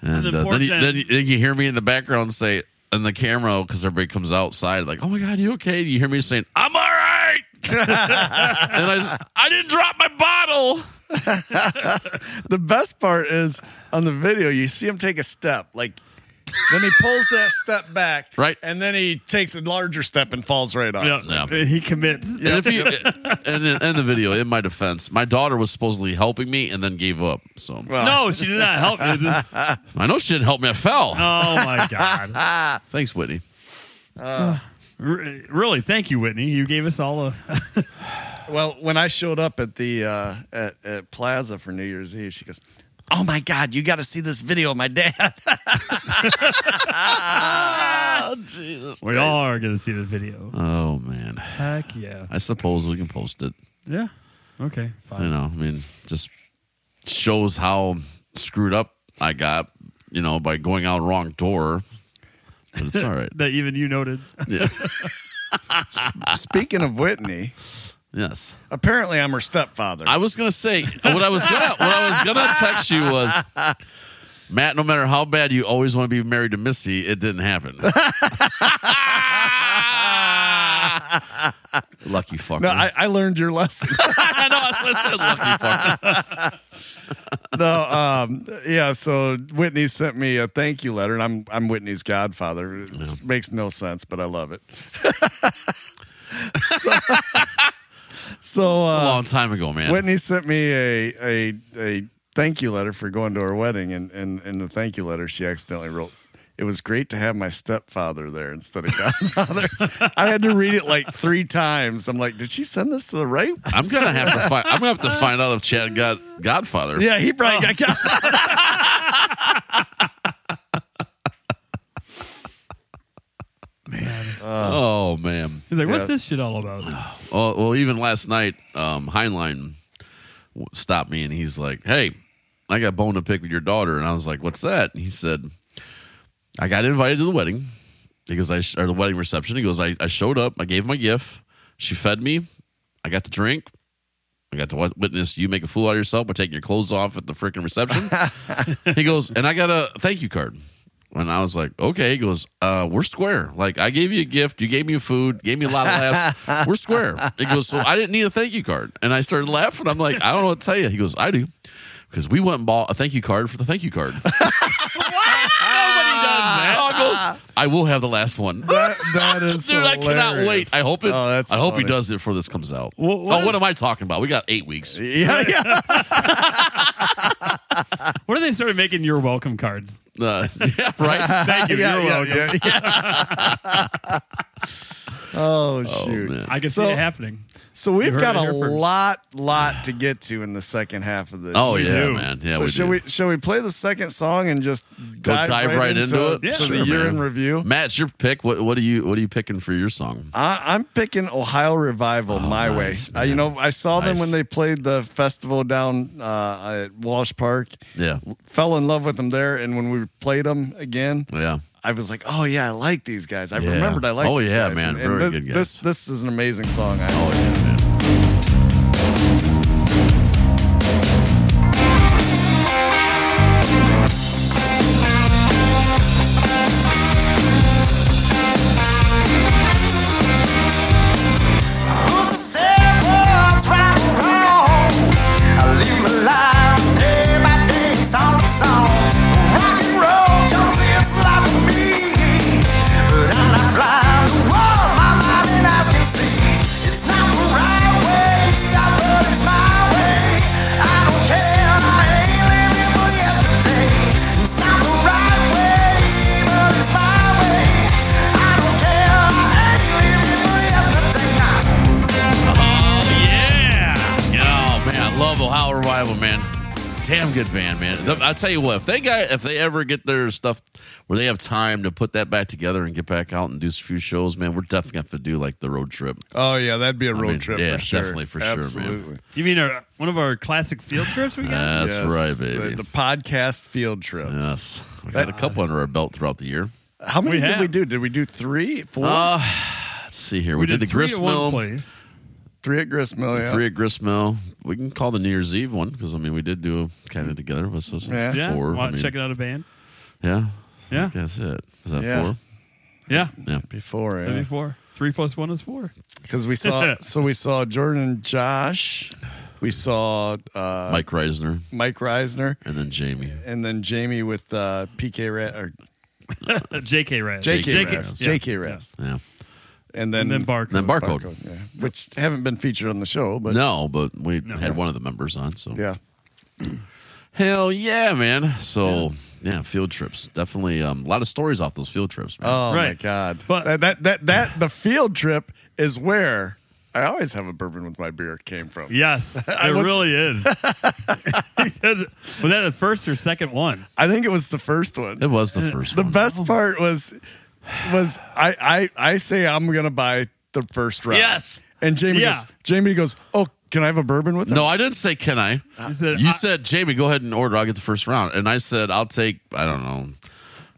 A: and,
D: And then
A: uh,
D: poor
A: then, you,
D: Jen-
A: then, you, then you hear me in the background say, and the camera because everybody comes outside like, "Oh my God, you okay?" You hear me saying, "I'm all
D: *laughs*
A: right," and I s- I didn't drop my bottle.
C: The best part is on the video, you see him take a step like. then he pulls that step back,
A: Right.
C: and then he takes a larger step and falls right off.
D: Yeah.
A: Yeah.
D: uh, He commits.
A: And if you and in, in the video, in my defense, my daughter was supposedly helping me and then gave up. So
C: Well,
D: No, she did not help.
C: *laughs*
D: It just, oh
A: I know she didn't help me. I fell.
D: my god!
A: Thanks, Whitney.
D: Re- really, thank you, Whitney. You gave us all a. *laughs*
C: Well, when I showed up at the uh, at, at Plaza for New Year's Eve, she goes, "Oh my God, you got to see this video of my dad." *laughs*
A: Oh, Jesus.
D: We all are going to see the video.
A: Oh man.
D: Heck yeah!
A: I suppose we can post it.
D: Yeah. Okay. Fine.
A: You know, I mean, just shows how screwed up I got. You know, by going out wrong door. But it's all
D: *laughs*
A: right.
D: That even you noted.
A: Yeah.
C: Speaking of Whitney,
A: Yes.
C: apparently I'm her stepfather.
A: I was gonna say what I was gonna what I was gonna text you was Matt. No matter how bad you always want to be married to Missy, it didn't happen. lucky fucker.
C: no, I, I learned your lesson.
A: *laughs* I know. That's what I said. Lucky fucker.
C: no, um, yeah. So Whitney sent me a thank you letter, and I'm I'm Whitney's godfather. It Makes no sense, but I love it. *laughs* so, *laughs* so
A: A
C: uh,
A: long time ago, man.
C: Whitney sent me a a a thank you letter for going to her wedding, and and in the thank you letter, she accidentally wrote. It was great to have my stepfather there instead of *laughs* godfather. I had to read it like three times. I'm like, did she send this to the right?
A: I'm gonna have to find. I'm gonna
C: *laughs*
A: have to find out if Chad got Godfather.
C: Yeah, he probably
A: *laughs*
C: got godfather.
A: Oh man.
D: He's like,
C: Yeah.
D: "What's this shit all
A: *sighs*
D: about?"
A: Oh, well, even last night, um, Heinlein w- stopped me and he's like, "Hey, I got a bone to pick with your daughter." And I was like, "What's that?" And he said, "I got invited to the wedding." He goes, "I sh- or the wedding reception." He goes, I, "I showed up. I gave my gift. She fed me. I got to drink. I got to wit- witness you make a fool out of yourself by taking your clothes off at the freaking reception." he goes, "And I got a thank you card." And I was like, okay. He goes, uh, we're square. Like, I gave you a gift. You gave me food. Gave me a lot of laughs. We're square. He goes, so I didn't need a thank you card. And I started laughing. I'm like, I don't know what to tell you. He goes, I do. because we went and bought a thank you card for the thank you
C: *laughs*
A: card.
D: Nobody does that.
A: Sean goes, I will have the last one.
C: That, that
A: *laughs*
C: is
A: Dude, I cannot wait.
C: hilarious.
A: I hope it.
C: Oh, that's
A: I hope he
C: funny.
A: does it before this comes out.
D: Wha- what
A: oh, what
D: is-
A: am I talking about? We got eight weeks.
C: *laughs* Yeah, yeah.
D: What if they started making your welcome cards?
A: Uh, *laughs* yeah, right.
D: Thank
C: *laughs*
D: you.
C: Yeah,
D: you're
C: yeah,
D: welcome.
C: yeah, yeah.
A: *laughs*
C: oh
A: Oh,
C: shoot.
A: man.
D: I can
C: So-
D: see it happening.
C: so
D: You
C: we've
D: heard
C: got
D: it
C: a
D: here first.
C: lot, lot to get to in the second half of this.
A: Oh
D: We
A: yeah,
D: do.
A: man. Yeah,
C: so
A: we
C: should
A: do.
C: we shall we play the second song and just
A: Go dive, right into, it.
D: Yeah.
C: to
A: Sure,
C: the year
A: man.
C: in review?
A: Matt, it's your pick. What what are you what are you picking for your song?
C: I, I'm picking Ohio Revival my
A: Oh, nice,
C: way. Uh, you
A: man.
C: know, I saw them
A: Nice.
C: when they played the festival down uh, at Walsh Park.
A: Yeah,
C: Fell in love with them there, and when we played them again,
A: yeah.
C: I was like, "Oh yeah, I like these guys." I
A: Yeah.
C: remembered I like.
A: Oh,
C: these
A: yeah,
C: guys.
A: man.
C: And- and
A: Very
C: thi-
A: good
C: This
A: guys.
C: this is an amazing song. I
A: Oh yeah, man.
B: Yeah.
A: Oh yeah. Oh man, I love Ohio Revival, man. Damn good band, man. The- I'll tell you what, if they got if they ever get their stuff where they have time to put that back together and get back out and do a few shows, man, we're definitely gonna have to do like the road trip.
C: Oh yeah, that'd be a road
A: mean,
C: trip
A: yeah,
C: for sure.
A: definitely for sure, man.
C: Absolutely.
D: You mean our, one of our classic field trips we got?
A: That's
C: Yes,
A: right,
C: the-
A: baby.
C: The, podcast field trips.
A: yes. We got a couple under our belt throughout the year.
C: How many
D: We
C: did
D: have.
C: we do? Did we do three, four,
A: Uh let's see here. We, did, the
D: three at
A: grist
D: one
A: mill.
D: place.
C: three at Gristmill? Yeah.
A: Three at grist mill. We can call the New Year's Eve one because I mean we did do a kind of together. What's this?
C: Yeah.
D: Yeah,
A: Four.
D: want
A: I mean,
D: to check it out a band?
A: Yeah.
D: Yeah,
A: That's it. Is that
C: Yeah.
A: four?
D: yeah.
A: Yeah.
C: before,
D: That'd be
C: *laughs*
D: four. Three plus one is four.
C: because we saw. so we saw Jordan and Josh. We saw uh,
A: Mike Reisner
C: Mike Reisner,
A: and then Jamie.
C: and then Jamie with uh, PK Rat or
D: J.K. Uh, Rad.
C: JK
A: JK,
C: Rest,
D: yeah.
C: JK Rest,
A: Yeah.
C: and then
D: And then Barcode.
A: Then Barcode.
C: yeah, which haven't been featured on the show, but
A: no, but we
D: No.
A: had one of the members on. So
C: yeah,
A: hell yeah, man. So yeah, field trips definitely. Um, a lot of stories off those field trips. Man.
C: Oh my
D: Right.
C: god!
D: But-
C: that, that that that the field trip is where I always have a bourbon with my beer came from.
D: Yes,
A: *laughs*
D: it
C: was-
D: really is. Because- was that the first or second one?
C: I think it was the first one.
A: it was the first.
C: the
A: one.
C: best part was was I I I say I'm gonna buy the first round.
D: *laughs*
A: Yes.
C: And Jamie
D: Yeah.
C: goes. Jamie goes. Oh, can I have a bourbon with it?
A: No, I didn't say. Can I?
D: You said,
A: You
D: I-
A: said Jamie, go ahead and order. I'll get the first round. And I said I'll take. I don't know.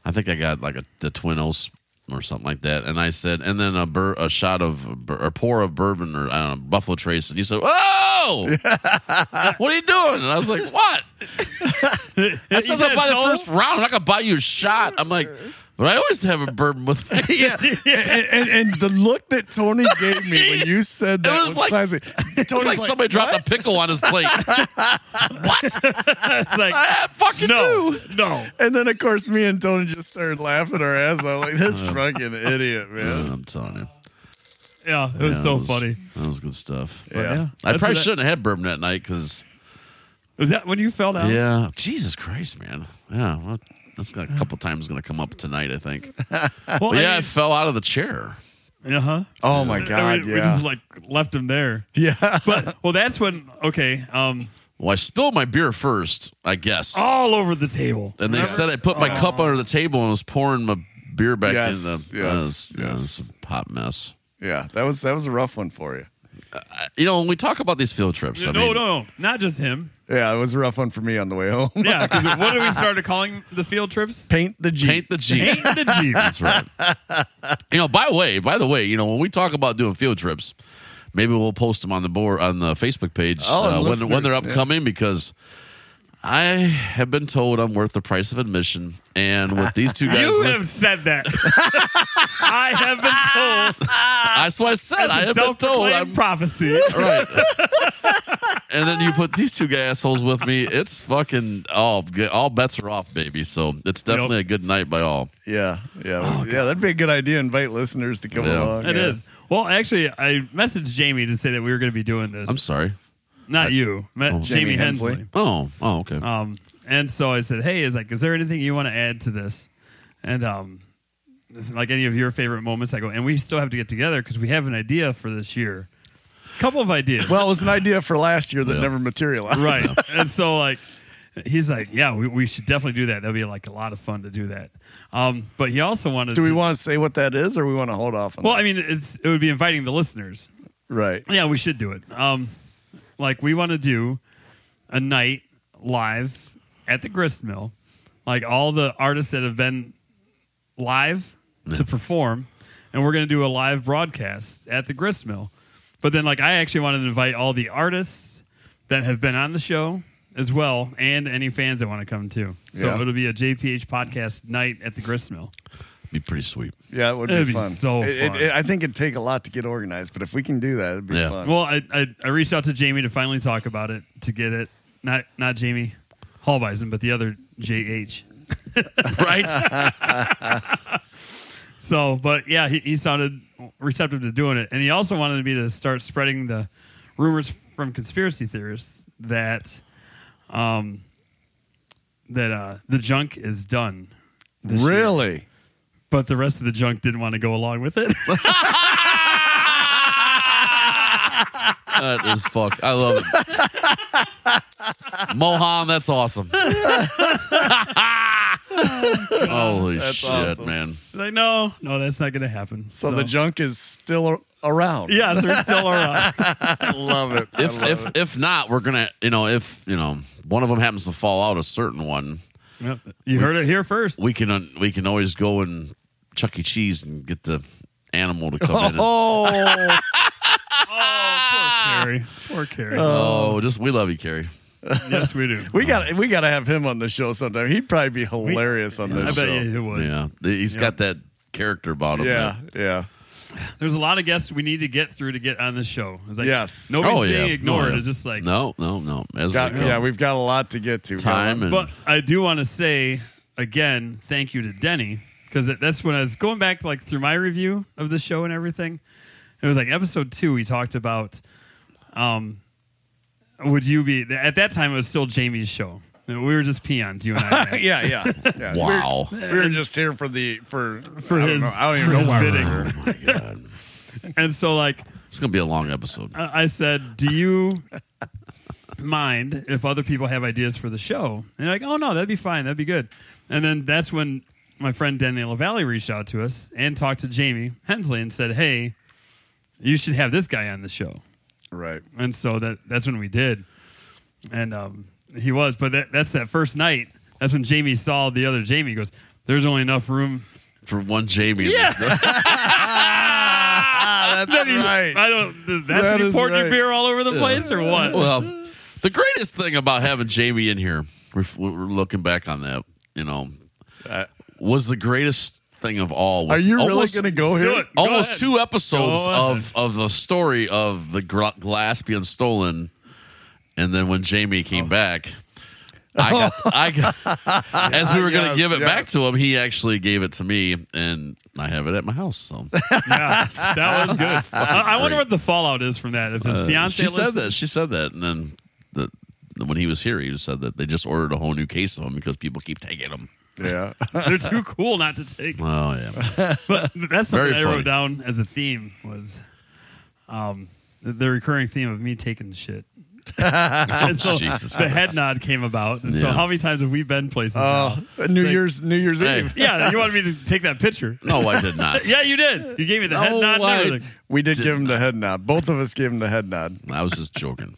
A: I think I got like a the Twin Oaks or something like that. And I said, and then a bur- a shot of bur- or pour of bourbon or I don't know, Buffalo Trace. And you said,
D: *laughs*
A: oh, what are you doing? And I was like, what? I
D: you
A: said
D: said
A: I'll buy the
D: so?
A: first round. I'm not gonna buy you a shot. I'm like, but I always have a bourbon
D: *laughs*
A: with me. *laughs*
C: Yeah, And, and, and the look that Tony gave me when you said that
A: was
C: was,
A: like-
C: classic.
A: It's
C: Tony's
A: like, somebody dropped a pickle on his
D: *laughs*
A: plate.
D: It's like
A: *laughs* I fucking
D: no, *laughs*
A: do.
D: no.
C: And then of course me and Tony just started laughing our ass off like this
A: Uh,
C: fucking idiot, man.
A: I'm telling you,
D: Yeah, it was
A: Yeah,
D: so
A: that was-
D: funny.
A: That was good stuff.
D: But yeah,
A: I
D: that's
A: probably
D: what that-
A: shouldn't have had bourbon that night because
D: Was that when you fell down?
A: yeah, Jesus Christ, man. Yeah, well, that's got a couple times going to come up tonight. I think.
D: *laughs* Well,
A: But yeah, I fell out of the chair.
D: uh huh.
C: Oh my
D: we,
C: god,
D: we
C: yeah,
D: just like left him there.
C: yeah.
D: But well, that's when okay, um,
A: Well, I spilled my beer first, I guess.
D: all over the table.
A: and they said I put my cup
D: oh.
A: under the table and was pouring my beer back
C: Yes,
A: in the.
C: yes,
A: uh, it's- yeah,
C: yes.
A: it's a hot mess.
C: Yeah, that was that was a rough one for you.
A: You know, when we talk about these field trips, I
D: no,
A: mean,
D: no, no, not just him.
C: Yeah, it was a rough one for me on the way home.
D: Yeah, 'cause what did we started calling the field
C: *laughs*
D: trips?
C: Paint the Jeep.
A: paint the Jeep.
D: Paint the
A: *laughs*
D: Jeep.
A: That's right. you know, by the way, by the way, you know, when we talk about doing field trips, maybe we'll post them on the board on the Facebook page
C: Oh, and
A: uh, when when they're
C: listeners, yeah.
A: upcoming because I have been told I'm worth the price of admission, and with these
D: *laughs*
A: two guys,
D: You
A: with-
D: have
A: *laughs*
D: said that. I have been told.
A: that's what I said. I have been told *laughs*
D: self-proclaimed
A: I'm
D: prophecy.
A: right. and then you put these two guy assholes with me. It's fucking all good. All bets are off, baby. So it's definitely a good night by all.
C: Yeah, yeah, yeah. That'd be a good idea. Invite listeners to come
A: Oh, Yeah.
C: along.
D: It
C: yeah.
D: is. Well, actually, I messaged Jamie to say that we were going to be doing this.
A: I'm sorry.
D: Not you, Me- Jamie,
C: Jamie
D: Hensley.
C: Hensley.
A: Oh, oh, okay.
D: Um, and so I said, "Hey, is like, is there anything you want to add to this?" And um, like any of your favorite moments, I go, and we still have to get together because we have an idea for this year. Couple of ideas,
C: Well, it was an idea for last year that
A: Yeah.
C: never materialized.
D: right? and so like, he's like, "Yeah, we, we should definitely do that. That'd be like a lot of fun to do that." Um, but he also
C: *laughs*
D: wanted.
C: Do we
D: to,
C: want to say what that is, or we want to hold off on?
D: Well,
C: that?
D: I mean, it's it would be inviting the listeners.
C: right.
D: Yeah, we should do it. Um, like we want to do a night live at the grist mill, like all the artists that have been live to perform, and we're gonna do a live broadcast at the grist mill. But then, like, I actually wanted to invite all the artists that have been on the show as well, and any fans that want to come too. So
C: Yeah.
D: it'll be a JPH podcast night at the grist mill.
A: Be pretty sweet.
C: Yeah, it would
D: It'd
C: be
D: be
C: fun.
D: so
C: It- it-
D: fun.
C: it- I think it'd take a lot to get organized, but if we can do that, it'd be
A: Yeah.
C: fun.
D: Well, I, I I reached out to Jamie to finally talk about it to get it. Not not Jamie Hallbison, but the other
C: *laughs*
D: JH.
A: Right?
D: *laughs* So, but yeah, he, he sounded receptive to doing it, and he also wanted me to start spreading the rumors from conspiracy theorists that um that uh the junk is done. this year.
C: really?
D: But the rest of the junk didn't want to go along with it. *laughs*
A: that is fuck. I love it. Mohan, that's awesome.
C: *laughs*
A: Holy
C: Oh, That's
A: shit,
C: awesome.
A: man.
D: like, no, no, that's not going to happen.
C: So, the junk is still a- around.
D: yeah, they're
A: *laughs*
D: still around.
C: I love it. I
A: If
C: love
A: if
C: it.
A: if not, we're gonna you know if you know one of them happens to fall out, a certain one,
D: Yep. You heard it here first.
A: we can uh, we can always go and Chuck E. Cheese and get the animal to come in. And,
C: *laughs* oh,
D: Carrie.
A: Uh,
D: Poor Carrie.
A: oh, just we love you, Carrie.
D: yes, we do.
C: we got we got to have him on the show sometime. He'd probably be hilarious on
D: I
C: this
D: bet
C: show.
D: you it would.
A: Yeah, he's got that character about him.
C: yeah,
A: man.
C: yeah.
D: There's a lot of guests we need to get through to get on the show. It's like,
C: Yes.
D: Nobody's
A: oh yeah,
D: being ignored.
A: No, yeah.
D: It's just like,
A: no, no, no. As
C: Got-
A: we go.
C: yeah, we've got a lot to get to.
A: time and
D: But I do want to say again, thank you to Denny because that's when I was going back like through my review of the show and everything. It was like episode two. We talked about, um, would you be at that time? It was still Jamie's show. We were just peons, you and
C: *laughs*
D: I.
C: yeah, yeah,
D: *laughs*
C: yeah.
A: wow.
C: We were just here for the for
D: For
C: I don't
D: his-
C: know. I don't even
D: for
C: know
D: his
C: why. we're
D: bidding.
C: here.
A: Oh my god,
D: and so like
A: it's gonna be a long episode.
D: I I said, "Do you mind if other people have ideas for the show?" And they're like, "Oh no, that'd be fine. That'd be good." And then that's when my friend Daniel Valley reached out to us and talked to Jamie Hensley and said, "Hey, you should have this guy on the show."
C: Right.
D: And so that that's when we did, and um, he was. But that, that's that first night. That's when Jamie saw the other Jamie. He goes, "There's only enough room."
A: For one Jamie.
D: Yeah.
C: Ah, that's right.
D: I don't. That's
C: That
D: when he
C: is
D: poured your
C: right.
D: beer all over the place, or what?
A: *laughs* well, the greatest thing about having Jamie in here, we're, we're looking back on that, you know,
C: Uh,
A: was the greatest thing of all.
C: Are you really
A: Almost-
C: going to go
D: Do
C: here?
D: it. Go
A: almost
D: ahead.
A: two episodes
D: Go ahead.
A: of of the story of the gr- glass being stolen, and then when Jamie came back, I got, I got as we were going to
C: Yes,
A: give it
C: yes.
A: back to him, he actually gave it to me, and I have it at my house. So
D: Yeah, that was good. I, I
A: great.
D: wonder
A: Uh,
D: what the fallout is from that. If his fiance
A: she said
D: listens-
A: that she said that, and then the, when he was here, he said that they just ordered a whole new case of them because people keep taking them.
C: Yeah.
D: they're too cool not to take.
A: Oh yeah,
D: But that's something
A: Very
D: I
A: funny.
D: wrote down as a theme was, um, the, the recurring theme of me taking shit. *laughs* and so
A: *laughs* Jesus
D: the head
A: Christ.
D: nod came about. And so
A: Yeah.
D: how many times have we been
C: *laughs*
D: places
C: Uh, *laughs*
D: now?
C: New
D: Like-
C: Year's New Year's
A: Hey.
C: Eve.
D: Yeah, you wanted me to take that picture.
A: no, I did not.
D: *laughs* Yeah, you did. You gave me the head
A: No,
D: nod. and
A: I-
D: everything.
C: We did give him the head nod. Both of us gave him the head nod,
A: I was just joking.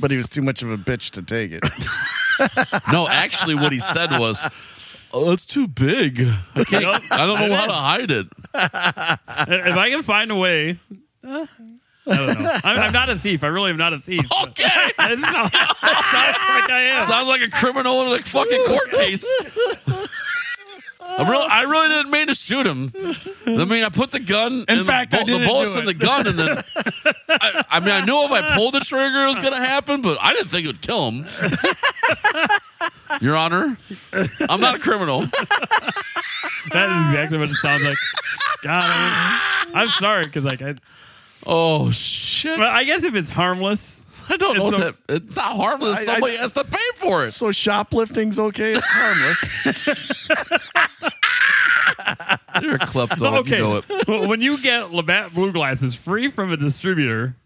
C: but he was too much of a bitch to
A: *laughs*
C: take it.
A: No, actually, what he said was, "Oh, it's too big. I can't.
D: Yep. *laughs*
A: I don't know
D: It
A: how to
D: is.
A: hide it."
D: if I can find a way, uh, I don't know. I'm, I'm not a thief. I really am not a thief.
A: Oh,
D: but-
A: Okay.
D: That's *laughs* not, that's not like I am.
A: Sounds like a criminal in a fucking court case. I'm real, I really didn't mean to shoot him. I mean, I put the gun.
C: In
A: and
C: fact,
A: the,
C: I
A: bu- the
C: didn't
A: bullets
C: do
A: in the
C: it.
A: gun, and then I, I mean, I knew if I pulled the trigger, it was going to happen, but I didn't think it would kill him. Your Honor, I'm not a criminal.
D: That is exactly what it sounds like. God, I, am sorry because like I,
A: Oh shit!
D: but I guess if it's harmless,
A: I don't know
D: it's
A: that it's not harmless.
C: I- I-
A: Somebody has to pay for it.
C: So shoplifting's okay. It's harmless.
A: You're a klepto.
D: okay.
A: You know it.
D: *laughs* Well, when you get Labatt Blue glasses free from a distributor,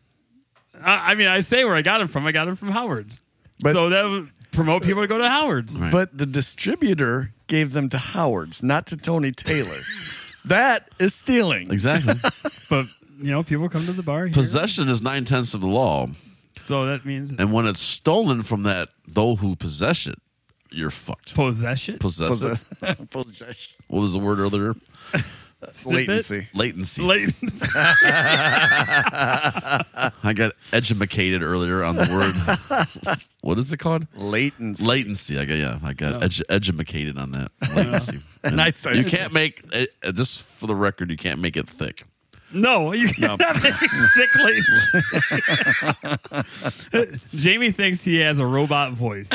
D: I, I mean, I say where I got them from. I got them from Howard's.
C: But-
D: so that would promote people to go to Howard's.
A: Right.
C: *laughs* but the distributor gave them to Howard's, not to Tony Taylor. that is stealing. *laughs*
A: Exactly.
D: But you know, people come to the bar here,
A: Possession is nine tenths of the law.
D: so that means it's
A: And when it's stolen from that though who possess it, you're fucked.
D: possession,
A: Possess it.
C: Possession.
A: What was the word earlier?
D: Snippet?
C: Latency.
A: Latency.
D: Latency. *laughs*
A: I got edumacated earlier on the word. what is it called?
C: Latency.
A: Latency. I got yeah. I got edu- edumacated on that latency. And
C: I said-
A: you can't make eh, eh, just for the record. You can't make it thick.
D: No, *laughs* you cannot make thick labels. Jamie thinks he has a robot voice,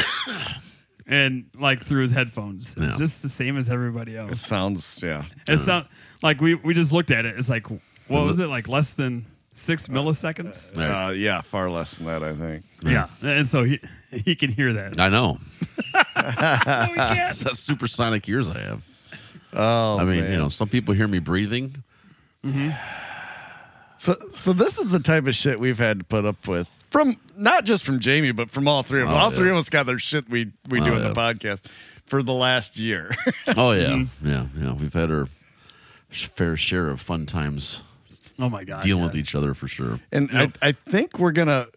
D: *coughs* and like through his headphones,
A: Yeah. uh,
D: it's just the same as everybody else.
C: Sounds yeah.
D: It's not like we we just looked at it. It's like what
A: It
D: was
A: lo-
D: it like less than six milliseconds?
A: All right.
C: Uh, yeah, far less than that, I think.
D: yeah, and so he he can hear
A: *laughs*
D: that.
A: I know.
D: No, he
A: It's
D: can't.
A: that supersonic ears I have.
C: Oh,
A: I mean,
C: man.
A: you know, some people hear me breathing.
C: So, so this is the type of shit we've had to put up with from not just from Jamie, but from all three of them.
A: Oh,
C: all
A: yeah.
C: three of us got their shit we we do
A: Oh,
C: in
A: yeah.
C: the podcast for the last year. *laughs*
A: Oh yeah, yeah, yeah. We've had our fair share of fun times
D: Oh my god,
A: dealing with
D: yes.
A: each other for sure.
C: and
D: Yep.
C: I, I think we're gonna,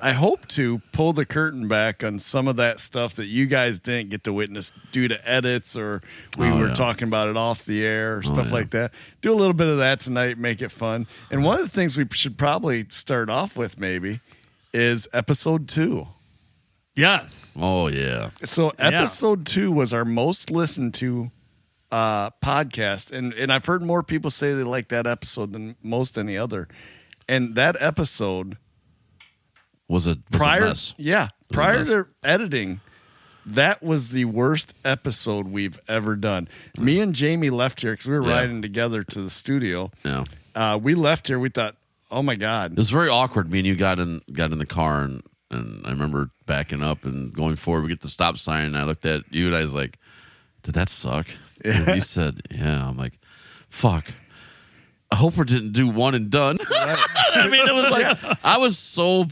C: I hope to pull the curtain back on some of that stuff that you guys didn't get to witness due to edits or we
A: Oh,
C: were
A: yeah. Oh,
C: talking about it off the air or stuff
A: yeah.
C: like that. Do a little bit of that tonight, make it fun. And one of the things we should probably start off with maybe is episode two.
D: Yes,
A: Oh yeah.
C: So
D: Yeah.
C: episode two was our most listened to uh, podcast, and and I've heard more people say they like that episode than most any other. And that episode
A: Was a was
C: prior,
A: a mess.
C: yeah,
A: a
C: prior
A: mess.
C: to editing, that was the worst episode we've ever done. Me and Jamie left here because we were
A: Yeah.
C: riding together to the studio.
A: Yeah.
C: Uh, we left here. We thought, oh my
A: It
C: god,
A: was very awkward. Me and you got in got in the car and and I remember backing up and going forward. We get the stop sign and I looked at you and I was like, "Did that suck?" And you said, "Yeah." I'm like, "Fuck." I hope we didn't do one and done.
C: *laughs*
A: *laughs* I mean, it was like I was so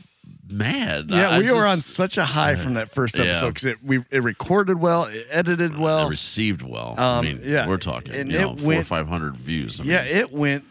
A: mad.
C: yeah,
A: I- I
C: we were on
A: just-
C: such a high from that first
A: Yeah.
C: episode because it we it recorded well, it edited
A: I
C: well,
A: received well. I
C: um,
A: mean,
C: yeah,
A: we're talking
C: and
A: you
C: it
A: know, four or
C: went-
A: five hundred views. I
C: yeah,
A: mean,
C: it went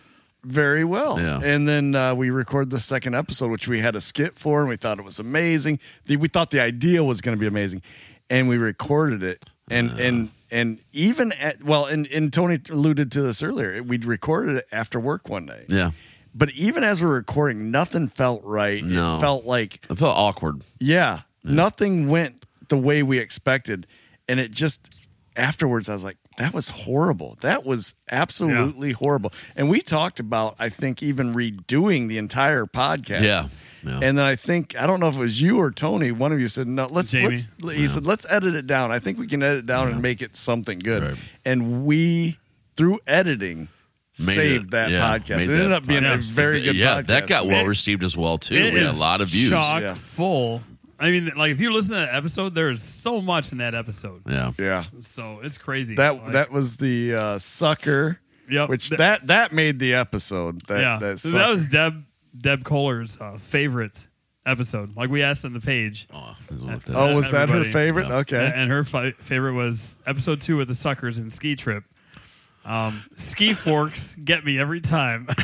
C: very well.
A: Yeah.
C: And then uh, we recorded the second episode, which we had a skit for, and we thought it was amazing. The, we thought the idea was going to be amazing, and we recorded it. And
A: Ah.
C: and and even at well, and and Tony alluded to this earlier. We'd recorded it after work one day.
A: yeah.
C: But even as we were recording, nothing felt right.
A: No.
C: It felt like
A: It felt awkward.
C: yeah, nothing went the way we expected. And it just afterwards, I was like, that was horrible. That was absolutely horrible. And we talked about, I think, even redoing the entire podcast.
A: Yeah. yeah.
C: And then I think I don't know if it was you or Tony. One of you said, "No, let's."
D: Jamie.
C: let's he said, "Let's edit it down. I think we can edit it down and make it something good."
A: Right.
C: And we, through editing,
A: Made
C: saved
A: it-
C: that
A: yeah,
C: podcast.
A: made
C: It
A: that
C: ended up being a
D: podcast.
C: very good.
A: yeah,
C: podcast.
A: that got well
D: It-
A: received as well too.
D: It
A: we had a
D: is
A: lot of views.
D: Chock
C: Yeah.
D: full. I mean, like if you listen to that episode, there is so much in that episode.
A: Yeah.
C: yeah.
D: So it's crazy.
C: That
D: Like-
C: that was the uh, sucker.
D: Yep.
C: Which
D: Th-
C: that that made the episode. That,
D: yeah.
C: That,
D: So
C: sucker.
D: that was Deb Deb Kohler's uh, favorite episode. Like we asked on the page,
A: Oh, I just looked at
C: oh,
A: it.
C: was that her
D: everybody.
C: favorite?
A: Yeah.
C: Okay.
D: and her fi- favorite was episode two with the suckers and ski trip. Um, ski forks get me every time. *laughs*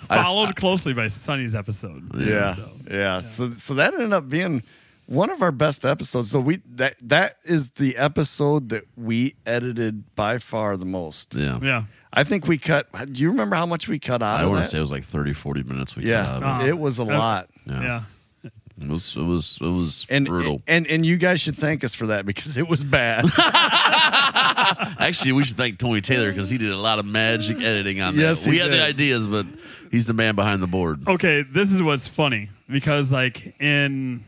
D: Followed closely by Sunny's episode.
C: yeah.
D: So,
C: yeah. So so that ended up being one of our best episodes. So we that that is the episode that we edited by far the most.
A: Yeah.
D: yeah.
C: I think we cut. Do you remember how much we cut out?
A: I
C: of
A: want to
C: that?
A: say it was like 30, 40 minutes we
C: yeah,
A: cut out.
D: Ah.
C: it was a
D: Uh,
C: lot.
A: Yeah.
D: Yeah.
A: It was it was it was
C: And,
A: brutal.
C: and and you guys should thank us for that because it was bad.
A: *laughs* Actually, we should thank Tony Taylor because he did a lot of magic editing on
C: Yes,
A: that.
C: he
A: We had
C: did. Oh.
A: the ideas, but he's the man behind the board.
D: Okay, this is what's funny because like in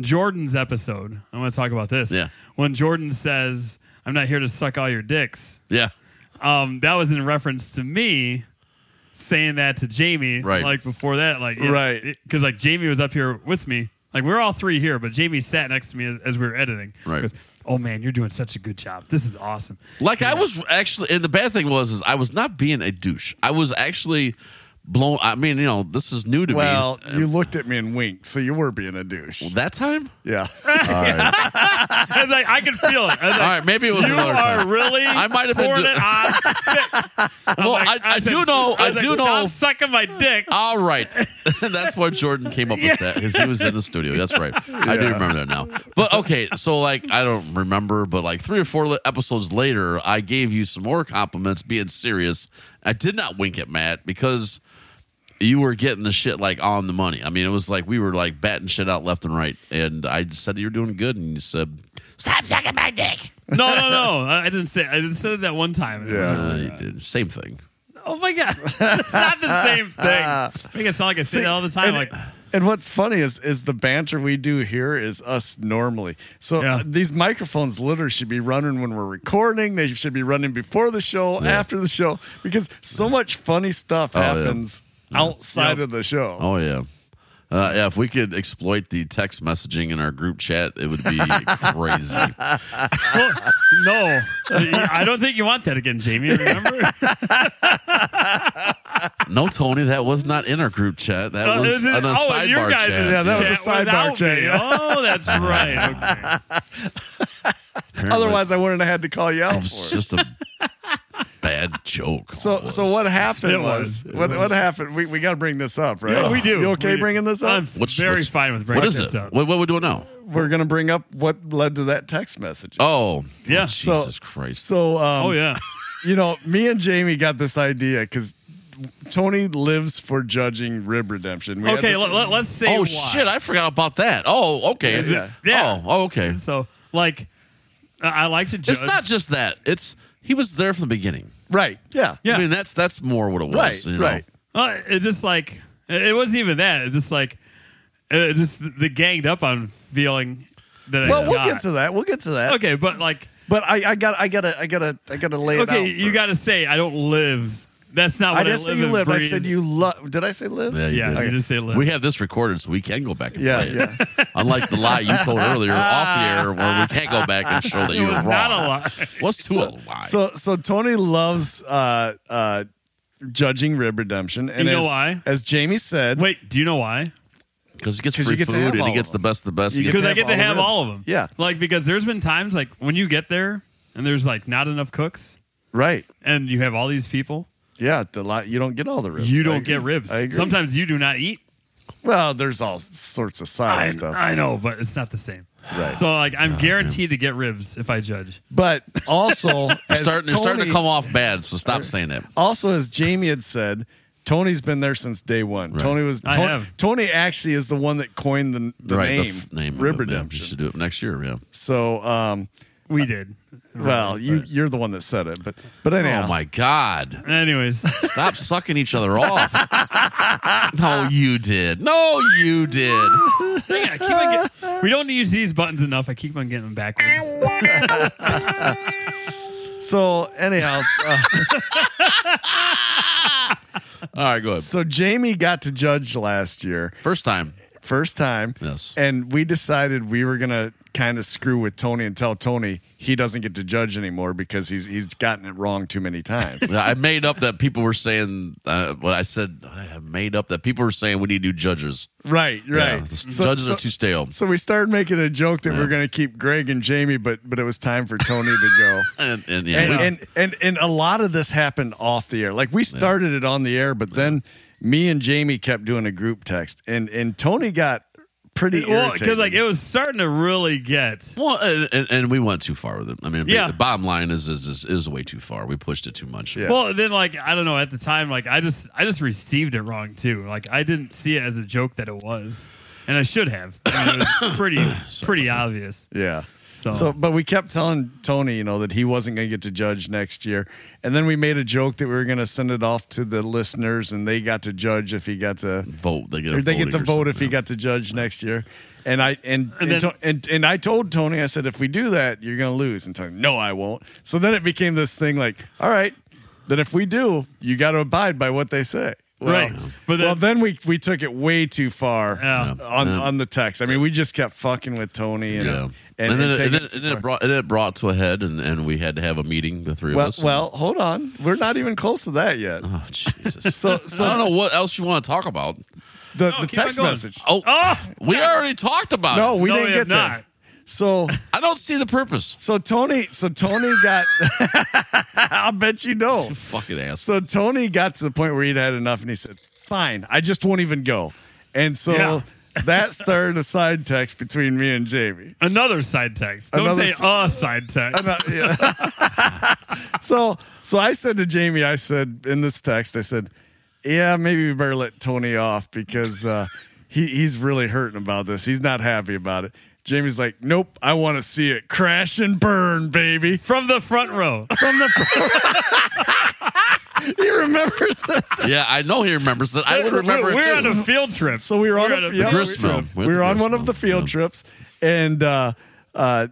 D: Jordan's episode, I'm going to talk about this.
A: Yeah.
D: When Jordan says, "I'm not here to suck all your dicks,"
A: Yeah,
D: um, that was in reference to me saying that to Jamie.
A: Right.
D: Like before that, like
C: Right.
D: because like Jamie was up here with me. Like we are all three here, but Jamie sat next to me as, as we were editing.
A: Right.
D: He goes, oh man, you're doing such a good job. This is
A: *laughs*
D: awesome.
A: like I was actually, and the bad thing was is I was not being a douche. I was actually blown. I mean, you know, this is new to
C: well,
A: me.
C: you looked at me and winked, so you were being a douche.
A: that time. *laughs*
C: Yeah,
D: I was like, I can feel it. I was like,
A: All right, maybe it was
D: You
A: another
D: are
A: time.
D: really I
A: might have been
D: pouring
A: do-
D: it on.
A: *laughs* Well,
D: Like,
A: I, I,
D: said,
A: do know. I,
D: was
A: do
D: like,
A: know. Uh,
D: Stop sucking my dick.
A: All right. *laughs* That's why Jordan came up with that because he was in the studio. That's right. I do
C: Yeah.
A: remember that now. But okay, so like I don't remember, but like three or four li- episodes later, I gave you some more compliments being serious. I did not wink at Matt because you were getting the shit like on the money. I mean, it was like we were like batting shit out left and right. And I just said you're doing good, and you said, "Stop sucking my dick."
D: No, no, no. I I didn't say. I just said it that one time.
C: Yeah.
A: Uh, you did. Same thing.
D: Oh my god, *laughs* it's not the
C: *laughs*
D: same thing. Make it sound like I say that all the time.
C: And,
D: Like
C: and what's funny is is the banter we do here is us normally. So
D: Yeah.
C: these microphones literally should be running when we're recording. They should be running before the show,
A: Yeah.
C: after the show, because so much funny stuff
A: Oh, yeah.
C: happens outside
D: Yep.
C: of the show.
A: Oh yeah. Uh, yeah, if we could exploit the text messaging in our group chat, it would be crazy.
D: well, no, I don't think you want that
A: *laughs*
D: again, Jamie. Remember?
A: No, Tony, that was not in our group chat. That
D: Uh,
A: was
D: is it-
A: on a
D: oh,
A: sidebar
D: in your guys'
A: chat.
C: Yeah, that was a
D: chat
C: sidebar
D: without
C: chat,
D: me.
C: yeah.
A: *laughs*
D: Oh, that's right. Okay.
A: Apparently,
C: Otherwise, I wouldn't have had to call you out
A: it
C: for
A: was
C: it.
A: just a
D: *laughs*
A: bad joke.
C: So
A: almost.
C: so what happened
D: It
C: was,
D: was. It
C: what,
D: was.
C: what happened? We, we got to bring this up, right?
D: Yeah, we do.
C: You okay
D: We do.
C: bringing this up?
D: I'm
A: What's-
D: very
A: what's-
D: fine with bringing
A: What is
D: this
A: it?
D: up.
A: What, what are we doing now?
C: We're gonna bring up what led to that text message.
A: Oh,
D: Yeah.
A: oh,
C: So-
A: Jesus Christ.
C: So um,
D: Oh yeah.
C: you know, me and Jamie got this idea because Tony lives for judging rib redemption. We had
D: Okay,
C: the-
D: let, let, us say.
A: Oh,
D: why.
A: shit. I forgot about that. Oh, okay.
C: Yeah.
D: Yeah.
A: Oh, oh, okay.
D: So like, I I like to judge.
A: It's not just that. It's He was there from the beginning.
C: right, yeah,
D: Yeah.
A: I mean, that's that's more what it was.
C: right,
A: you know.
C: right.
D: Uh, it just like it it wasn't even that. It's just like it just the ganged up on feeling that. I
C: Well, we'll
D: got.
C: get to that. We'll get to that.
D: Okay, but like,
C: But I, I got, I gotta, I gotta, I gotta lay it out.
D: okay, you
C: first.
D: got to say I don't live. That's not
C: I
D: what I,
C: didn't say
D: live.
C: you
D: and
C: live. I
D: breathe.
C: said you love. Did I say live?
A: Yeah, you
D: Yeah,
A: did.
D: you just say live.
A: We have this recorded, so we can go back and
C: Yeah,
A: play it.
C: yeah.
A: Unlike the lie you told earlier off the air, where we can't go back and show that
D: It
A: you were
D: was
A: wrong.
D: not a lie.
A: What's to a lie?
C: So so Tony loves uh uh judging rib redemption. And
D: You know
C: as,
D: why?
C: As Jamie said,
D: Wait, do you know why?
A: Because he gets
C: 'Cause you
A: free
C: get to have
A: food and
C: all
A: he
C: of
A: gets the
C: them.
A: best, of the best.
C: You
A: He
C: get
A: gets
D: Because
C: to
D: I get to
C: have
D: have
C: all
D: all
C: the
D: of them.
C: ribs. Yeah.
D: like because there's been times like when you get there and there's like not enough cooks
C: right.
D: and you have all these people,
C: Yeah, the lot you don't get all the ribs.
D: you
C: I
D: don't
C: agree.
D: get ribs.
C: I agree.
D: Sometimes you do not eat.
C: well, there's all sorts of side
D: I,
C: stuff.
D: I know, but it's not the same.
C: Right.
D: So like
A: Oh,
D: I'm guaranteed to get ribs if I judge.
C: but
A: *laughs*
C: also as
A: You're starting, you're starting to
C: Tony-
A: come off bad, so stop saying that.
C: Also, as Jamie had said, Tony's been there since day one. Tony was
D: I
C: Tony,
D: have.
C: Tony actually is the one that coined the, the
A: right,
C: name,
A: the f- name of
C: Rib
A: it, yeah. You
C: Redemption.
A: should do it next year. Yeah.
C: So, um,
D: We did.
C: well, you you're the one that said it, but but anyhow,
A: Oh my God!
D: Anyways, *laughs*
A: Stop sucking each other
C: *laughs*
A: off. no, you did. No, you did.
D: Hang on, I keep on get- we don't use these buttons enough. I keep on getting them backwards.
C: so anyhow, *laughs* uh,
A: All right, go ahead.
C: so Jamie got to judge last year,
A: First time.
C: first time.
A: Yes.
C: And we decided we were gonna kind of screw with Tony and tell Tony he doesn't get to judge anymore because he's he's gotten it wrong too
A: *laughs*
C: many times.
A: Yeah, I made up that people were saying. Uh, what I said, I made up that people were saying we need new judges.
C: right, right.
A: Yeah, the
C: So-
A: judges
C: so-
A: are too stale.
C: So we started making a joke that we are
A: Yeah.
C: going to keep Greg and Jamie, but but it was time for Tony to go.
A: And, and *laughs* yeah,
C: And,
A: we-
C: and and and a lot of this happened off the air. Like we started it on the air, but then me and Jamie kept doing a group text, and and Tony got pretty
D: Well, because
C: irritating.
D: like it was starting to really get.
A: Well, and, and, and we went too far with it. I mean,
D: Yeah.
A: the bottom line is is, is is way too far. We pushed it too much.
C: Yeah.
D: Well, then like I don't know. At the time, like I just I just received it wrong too. Like I didn't see it as a joke that it was, and I should have. I mean, it
C: *coughs*
D: was pretty pretty obvious.
C: yeah.
D: So,
C: So, but we kept telling Tony, you know, that he wasn't going to get to judge next year, and then we made a joke that we were going to send it off to the listeners, and they got to judge if he got to
A: Vote. They get,
C: or
A: a
C: they get to
A: voting or
C: vote if he
A: something.
C: got to judge next year. And I and and,
D: And then-
C: To- and and I told Tony, I said, if we do that, you're gonna lose. And Tony, no, I won't. So then it became this thing like, all right, then if we do, you got to abide by what they say. Well,
D: Right. But then-
C: well, then we we took it way too far
D: Yeah.
C: on
A: Yeah.
C: on the text. I mean, we just kept fucking with Tony and
A: Yeah.
C: and,
A: And, then,
C: and
A: it,
C: taking-
A: and, then, and then it brought and then it brought to a head, and, and we had to have a meeting, the three of
C: well,
A: us.
C: well, hold on, we're not even close to that yet.
A: oh
C: *laughs*
A: Jesus!
C: So
A: I
D: *laughs*
C: so
A: don't know what else you want to talk about.
C: the,
D: No,
C: the
D: keep on
C: text
D: going.
C: message.
A: Oh,
D: oh
A: we already talked about
C: No,
A: it.
C: we
D: no,
C: didn't
D: I
C: get
D: have
C: that.
D: not.
C: So.
A: I don't see the purpose.
C: So Tony, so Tony got. *laughs* I bet you know.
A: Fucking ass.
C: *laughs* So Tony got to the point where he'd had enough, and he said, "Fine, I just won't even go." And so
D: Yeah.
C: that started a side text between me and Jamie. *laughs*
D: Another side text. Don't
C: Another
D: say
C: s-
D: a side text.
C: And I- yeah. so so I said to Jamie, I said in this text, I said, "Yeah, maybe we better let Tony off because uh, he he's really hurting about this. He's not happy about it." Jamie's like, "Nope, I want to see it crash and burn, baby." *laughs*
D: From the front row.
C: From the he remembers that.
A: yeah, I know he remembers it. I would
D: We're-
A: remember
D: We're
A: it
D: on
A: too.
D: a field trip.
C: So we were on
D: We're
C: a,
D: at a-
C: yeah,
D: the
A: grist
C: we were-
A: mill. We
C: We
A: had
C: were
A: the
C: on
A: grist
C: one of
A: mill,
C: the field
A: yeah.
C: trips, and uh, uh,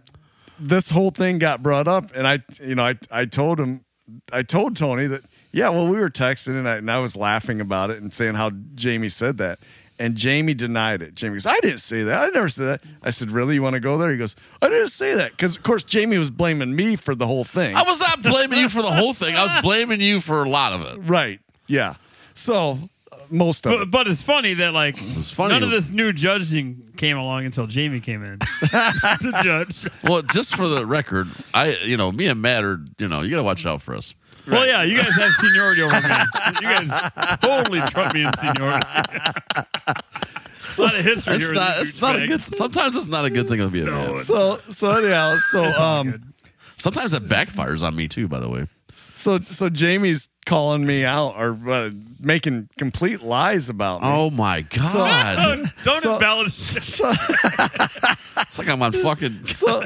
C: this whole thing got brought up, and I, you know, I, I told him, I told Tony that, yeah, well, we were texting, and I, and I was laughing about it and saying how Jamie said that. And Jamie denied it. Jamie goes, I didn't say that. I never said that. I said, Really? You want to go there? He goes, I didn't say that. Because, of course, Jamie was blaming me for the whole thing.
A: I was not blaming you for the whole thing. I was blaming you for a lot of it.
C: right. Yeah. So, uh, most of it.
D: But, but it's funny that like
A: was funny.
D: none of this new judging came along until Jamie came
C: *laughs*
D: in *laughs* to judge.
A: Well, just for the record, I you know me and Matt are you know you got to watch out for us.
D: Well, yeah, you guys
A: *laughs*
D: have seniority over me. You guys totally trump me in seniority. it's not a history.
A: It's
D: here,
A: not.
D: you
A: It's not a
D: douchebag.
A: good. Sometimes it's not a good thing to be a man.
D: it's-
C: So, so, anyhow, so, um,
D: good.
A: Sometimes it backfires on me too. By the way,
C: So so Jamie's calling me out or uh, making complete lies about me.
A: oh my god,
D: Don't, don't
C: So-
D: embellish. *laughs*
A: it's like I'm on fucking.
C: So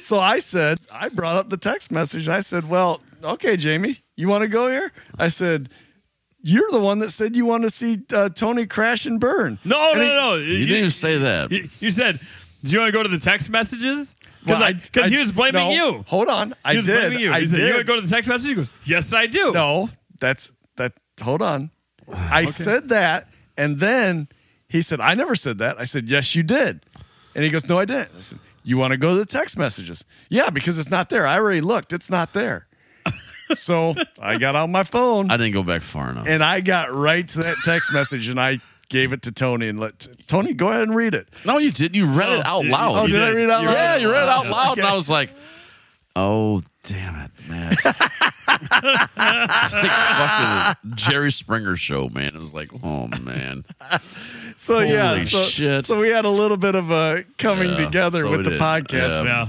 C: so I said I brought up the text message. and I said, "Well, okay, Jamie, you want to go here?" I said, "You're the one that said you want to see uh, Tony crash and burn."
D: No,
C: And
D: no,
C: he-
D: no.
A: You didn't even say that.
D: you- you said, "Do you want to go to the text messages?"
C: Well,
D: Because
C: I- I-
D: he was blaming
C: no,
D: you.
C: Hold on, I
D: He was
C: did.
D: blaming you.
C: I
D: he
C: did.
D: said, "You want to go to the text messages?" He goes, "Yes, I do."
C: no, that's that. Hold on, I said that, and then he said, "I never said that." I said, "Yes, you did," and he goes, "No, I didn't." I said, "You want to go to the text messages?" Yeah, because it's not there. I already looked; it's not there. so I got out my phone
A: I didn't go back far enough.
C: and I got right to that text message, and I gave it to Tony and let Tony go ahead and read it.
A: no, you did. You read
D: No,
A: it out
D: you-
A: loud.
C: Oh,
D: You
C: did, I
D: did.
C: read it out
D: You
C: loud?
A: yeah, you read it out loud, and
C: Okay.
A: I was like, "Oh, damn it, man!" it's like fucking Jerry Springer show, man. It was like, "Oh man."
C: So yeah,
A: Holy
C: so,
A: shit.
C: so we had a little bit of a coming
A: Yeah,
C: together
A: so
C: with
A: we
C: the
A: did.
C: podcast.
A: Yeah.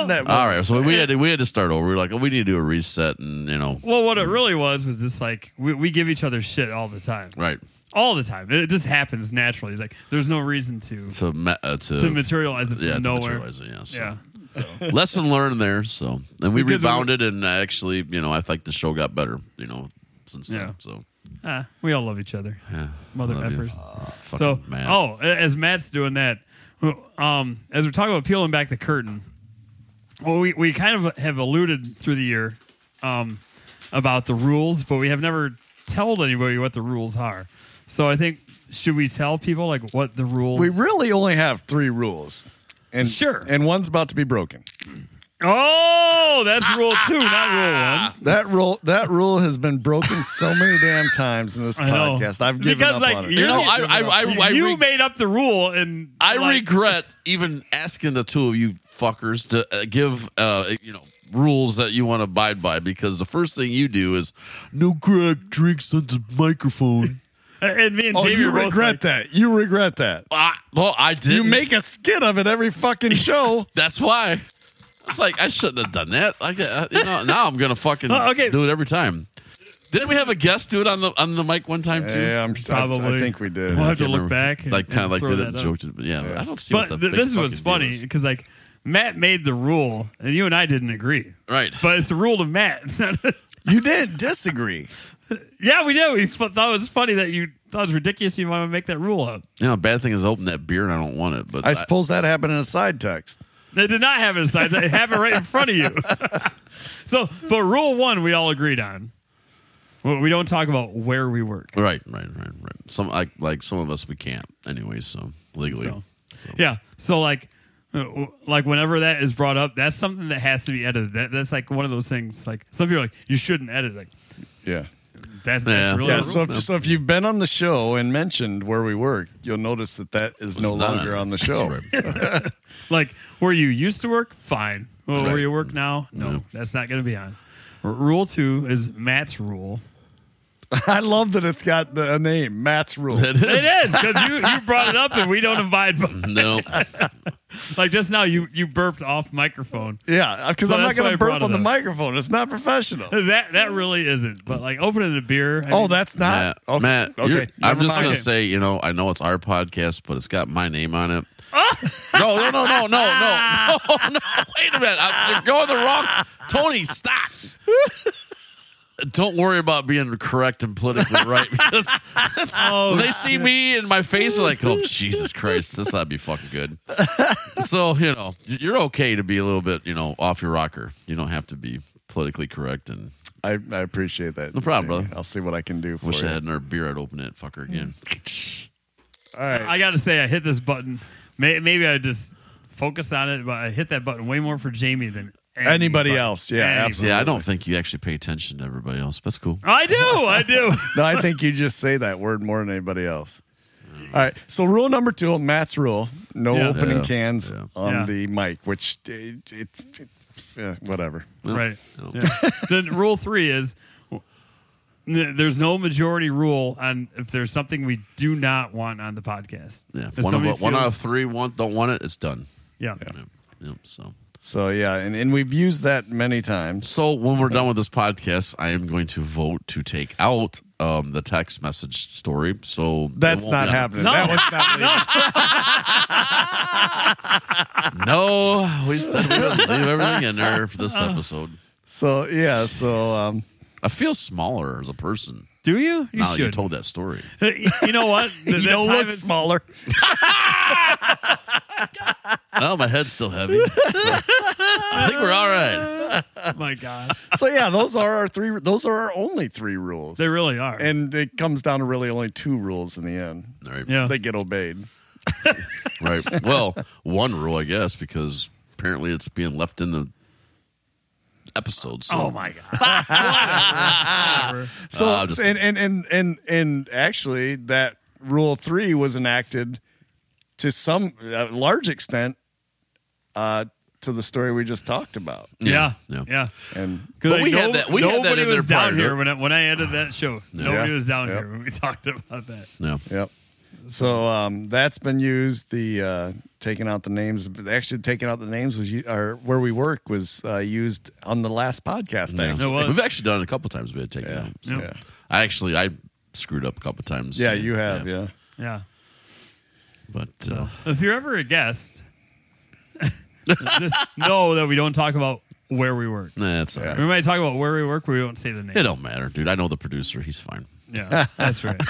C: *laughs* in that
A: All right, so we had to, we had to start over. We were like, "Oh, we need to do a reset," and you know,
D: Well, what it really was was just like we, we give each other shit all the time,
A: right
D: all the time. It just happens naturally. It's like there's no reason to
A: to ma- uh, to,
D: to materialize it from
A: yeah to
D: nowhere.
A: materialize it, yeah, so.
D: yeah,
A: *laughs* lesson learned there. So, and we
D: Because we-
A: rebounded, and actually, you know, I think the show got better. You know, since
D: Yeah.
A: then. So,
D: Ah, we all love each other,
A: yeah,
D: mother
A: Love you.
D: effers.
A: Fucking
D: So,
A: Matt.
D: oh, a- as Matt's doing that, um, as we're talking about peeling back the curtain, well, we, we kind of have alluded through the year um, about the rules, but we have never told anybody what the rules are. So I think should we tell people like what the rules?
C: We really only have three rules. And
D: Sure.
C: And one's about to be broken.
D: oh, that's rule two, not rule
A: *laughs*
D: one.
C: That rule that rule has been broken so many damn times in this
D: I know.
C: podcast. I've given
D: Because,
C: up
D: like,
C: on it.
A: you
D: you're
A: know,
D: the-
A: I I I, I,
D: you
A: re-
D: made up the rule, and
A: I
D: like,
A: regret even asking the two of you fuckers to uh, give uh, you know rules that you want to
D: *laughs*
A: abide by because the first thing you do is no crack drinks on the microphone.
D: and me and
C: Oh,
D: Jamie
C: you
D: were both
C: regret
D: like, Oh,
C: that. You regret that.
A: I, Ah, well, I did.
C: You make a skit of it every fucking
D: *laughs*
C: show.
A: That's why. It's like I shouldn't have done that. Like uh, you know, now I'm gonna fucking
D: Oh, *laughs* okay.
A: do it every time. Didn't we have a guest do it on the on the mic one time too?
C: Yeah, I'm
D: Probably.
C: I, I think we did.
D: We'll have
A: I
D: to
A: can't
D: look
A: remember.
D: back and-
A: like kind of
D: and
A: like
D: throw
A: did
D: that
A: it,
D: up.
A: joked it, but yeah, I don't see. what
D: But
A: the
D: th-
A: big
D: this is what's
A: fucking deal
D: funny
A: is.
D: because like Matt made the rule, and you and I didn't agree.
A: right?
D: But it's the rule of Matt. *laughs* It's not-
C: You didn't disagree.
D: yeah, we did. We f- thought it was funny that you thought it was ridiculous. You want to make that rule up.
A: you know, bad thing is I opened that beer and I don't want it. But
C: I
D: Uh,
C: suppose that happened in a side text.
D: They did not have it aside. They have it right in front of you. *laughs* so, but rule one, we all agreed on. Well, we don't talk about where we work.
A: right, right, right, right. Some I, like some of us we can't anyway. So legally,
D: So, yeah. So like, uh, like whenever that is brought up, that's something that has to be edited. That, that's like one of those things. Like some people are like, you shouldn't edit. Like
C: Yeah.
D: that's,
A: Yeah.
D: that's really
C: Yeah,
D: a
C: so
D: rule.
C: if, so if you've been on the show and mentioned where we work, you'll notice that that is no
A: It's not
C: longer on the show.
A: *laughs* That's right.
D: like where you used to work, fine. Well,
C: Right.
D: Where you work now, no,
A: No.
D: that's not going to be on. R- rule two is Matt's rule.
C: *laughs* I love that it's got the a name, Matt's
A: *laughs*
C: Rule.
A: It is.
D: It is because you, you brought it up and we don't abide by. *laughs*
A: No,
D: Like just now, you you burped off microphone.
C: Yeah, because
D: So
C: I'm not
D: that's why
C: going
D: I
C: to
D: brought
C: burp
D: it
C: on the
D: up.
C: microphone. It's not
D: *laughs*
C: professional.
D: That that really isn't. But like opening the beer. I
C: oh,
D: mean,
C: that's not.
A: Matt.
C: okay.
A: Matt
C: okay.
A: you're- I'm
C: never
A: just
C: mind.
A: gonna say, you know, I know it's our podcast, but it's got my name on it. *laughs* no, no, no, *laughs* no, no, no, no, no. Wait a minute, I, you're going the wrong. Tony, stop. *laughs* Don't worry about being correct and politically right *laughs* because
D: oh,
A: when they see me and my face, they're like, "Oh, Jesus Christ, this ought to be fucking
C: *laughs*
A: good." So you know, you're okay to be a little bit, you know, off your rocker. You don't have to be politically correct and
C: I, I appreciate that.
A: No problem,
C: Jamie.
A: brother.
C: I'll see what I can do for
A: wish
C: you.
A: I had another beer. I'd open it, fucker,
C: *laughs*
A: again.
C: All right.
D: I gotta say, I hit this button. May, maybe I just focused on it, but I hit that button way more for Jamie than anybody,
C: Anybody else, yeah, absolutely.
A: Yeah, I don't think you actually pay attention to everybody else. That's cool.
D: I do, I do.
C: no, I think you just say that word more than anybody else. All right. So rule number two, Matt's rule: no
D: Yeah.
C: opening
A: Mm. Yeah.
C: cans
A: Yeah.
C: on
D: Yeah.
C: the mic. Which, eh, it, it, it- yeah, whatever.
D: right.
A: No.
D: Yeah. then rule three is n- there's no majority rule on if there's something we do not want on the podcast.
A: Yeah,
D: If
A: one of
D: somebody
A: one out of
D: feels-
A: three want don't want it. It's done.
D: Yeah.
A: Yeah. Yep, so,
C: So yeah, and, and we've used that many times.
A: so when we're done with this podcast, I am going to vote to take out um, the text message story. So it
C: That's
A: won't
C: not
A: be on-
C: happening.
D: No.
C: That was
D: *laughs*
C: not. legal.
A: No, we said we're gonna leave everything in there for this episode.
C: So yeah. So um,
A: I feel smaller as a person
D: Do you? You
A: now that you
D: should.
A: told that story.
D: *laughs* you, know what?
C: *laughs*
D: Th-
C: you
D: that
C: don't
D: time
C: look
D: it's-
C: smaller.
A: Oh, my head's still
D: *laughs*
A: heavy. So, I think we're all right.
D: Oh my God,
C: So yeah, those are our three. Those are our only three rules.
D: they really are.
C: And it comes down to really only two rules in the end.
A: All right.
D: yeah.
C: They get obeyed.
A: Right. Well, one rule, I guess, because apparently it's being left in the episode. So.
D: oh my God. *laughs* Whatever.
C: So
A: Uh, just-
C: and, and and and and actually, that rule three was enacted to some uh, large extent uh, to the story we just talked about.
D: Yeah.
A: *laughs* Yeah.
D: Yeah.
C: And
D: Because
A: But
D: like,
A: we had
D: no-
A: that- we had that
D: nobody
A: in there
D: was
A: prior
D: down
A: to
D: here
A: it.
D: when I, when I edited that show. Nobody
C: Yeah.
D: was down
C: Yep.
D: here when we *laughs* talked about that.
A: Yeah.
C: yep. So um, that's been used. The uh, taking out the names, actually taking out the names was u- or where we work was uh, used on the last podcast.
A: Yeah.
D: It
C: Actually.
D: was.
A: We've actually done it a couple times. We had taken
C: Yeah.
A: out.
C: Yeah.
A: So.
C: yeah.
A: I actually I screwed up a couple times. so,
C: you have. Yeah.
D: Yeah.
A: But
D: So
A: uh,
D: if you're ever a guest, *laughs* just know that we don't talk about where we work.
A: nah, it's all
C: Yeah.
A: right.
D: We might talk about where we work, but we don't say the
A: It *laughs*
D: name.
A: don't matter, dude. I know the producer. He's fine.
D: Yeah, that's right.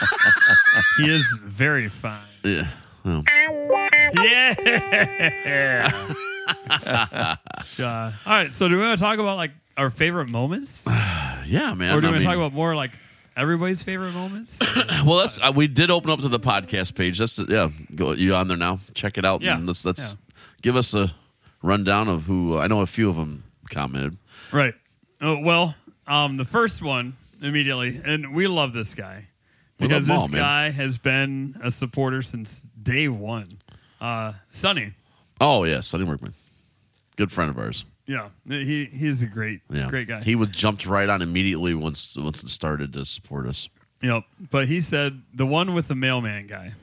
D: he is very fine.
A: Yeah. Well,
D: Yeah. *laughs* Yeah. Uh, all right. So do we want to talk about like our favorite moments, or
A: yeah, man.
D: do we
A: I
D: want to talk
A: mean-
D: about more like everybody's favorite moments?
A: Well, that's uh, we did open up to the podcast page. That's yeah. Go you on there now? Check it out.
D: Yeah.
A: And let's let's
D: Yeah.
A: give us a rundown of who I know. A few of them commented.
D: Right. Oh, well, um, the first one immediately, and we love this guy
A: We
D: because
A: love 'em all,
D: this
A: man.
D: guy has been a supporter since day one. Uh, Sonny,
A: Oh yeah, Sonny Workman, good friend of ours.
D: yeah, he he's a great
A: Yeah,
D: great guy.
A: He was jumped right on immediately once once it started to support us.
D: Yep. But he said the one with the mailman guy.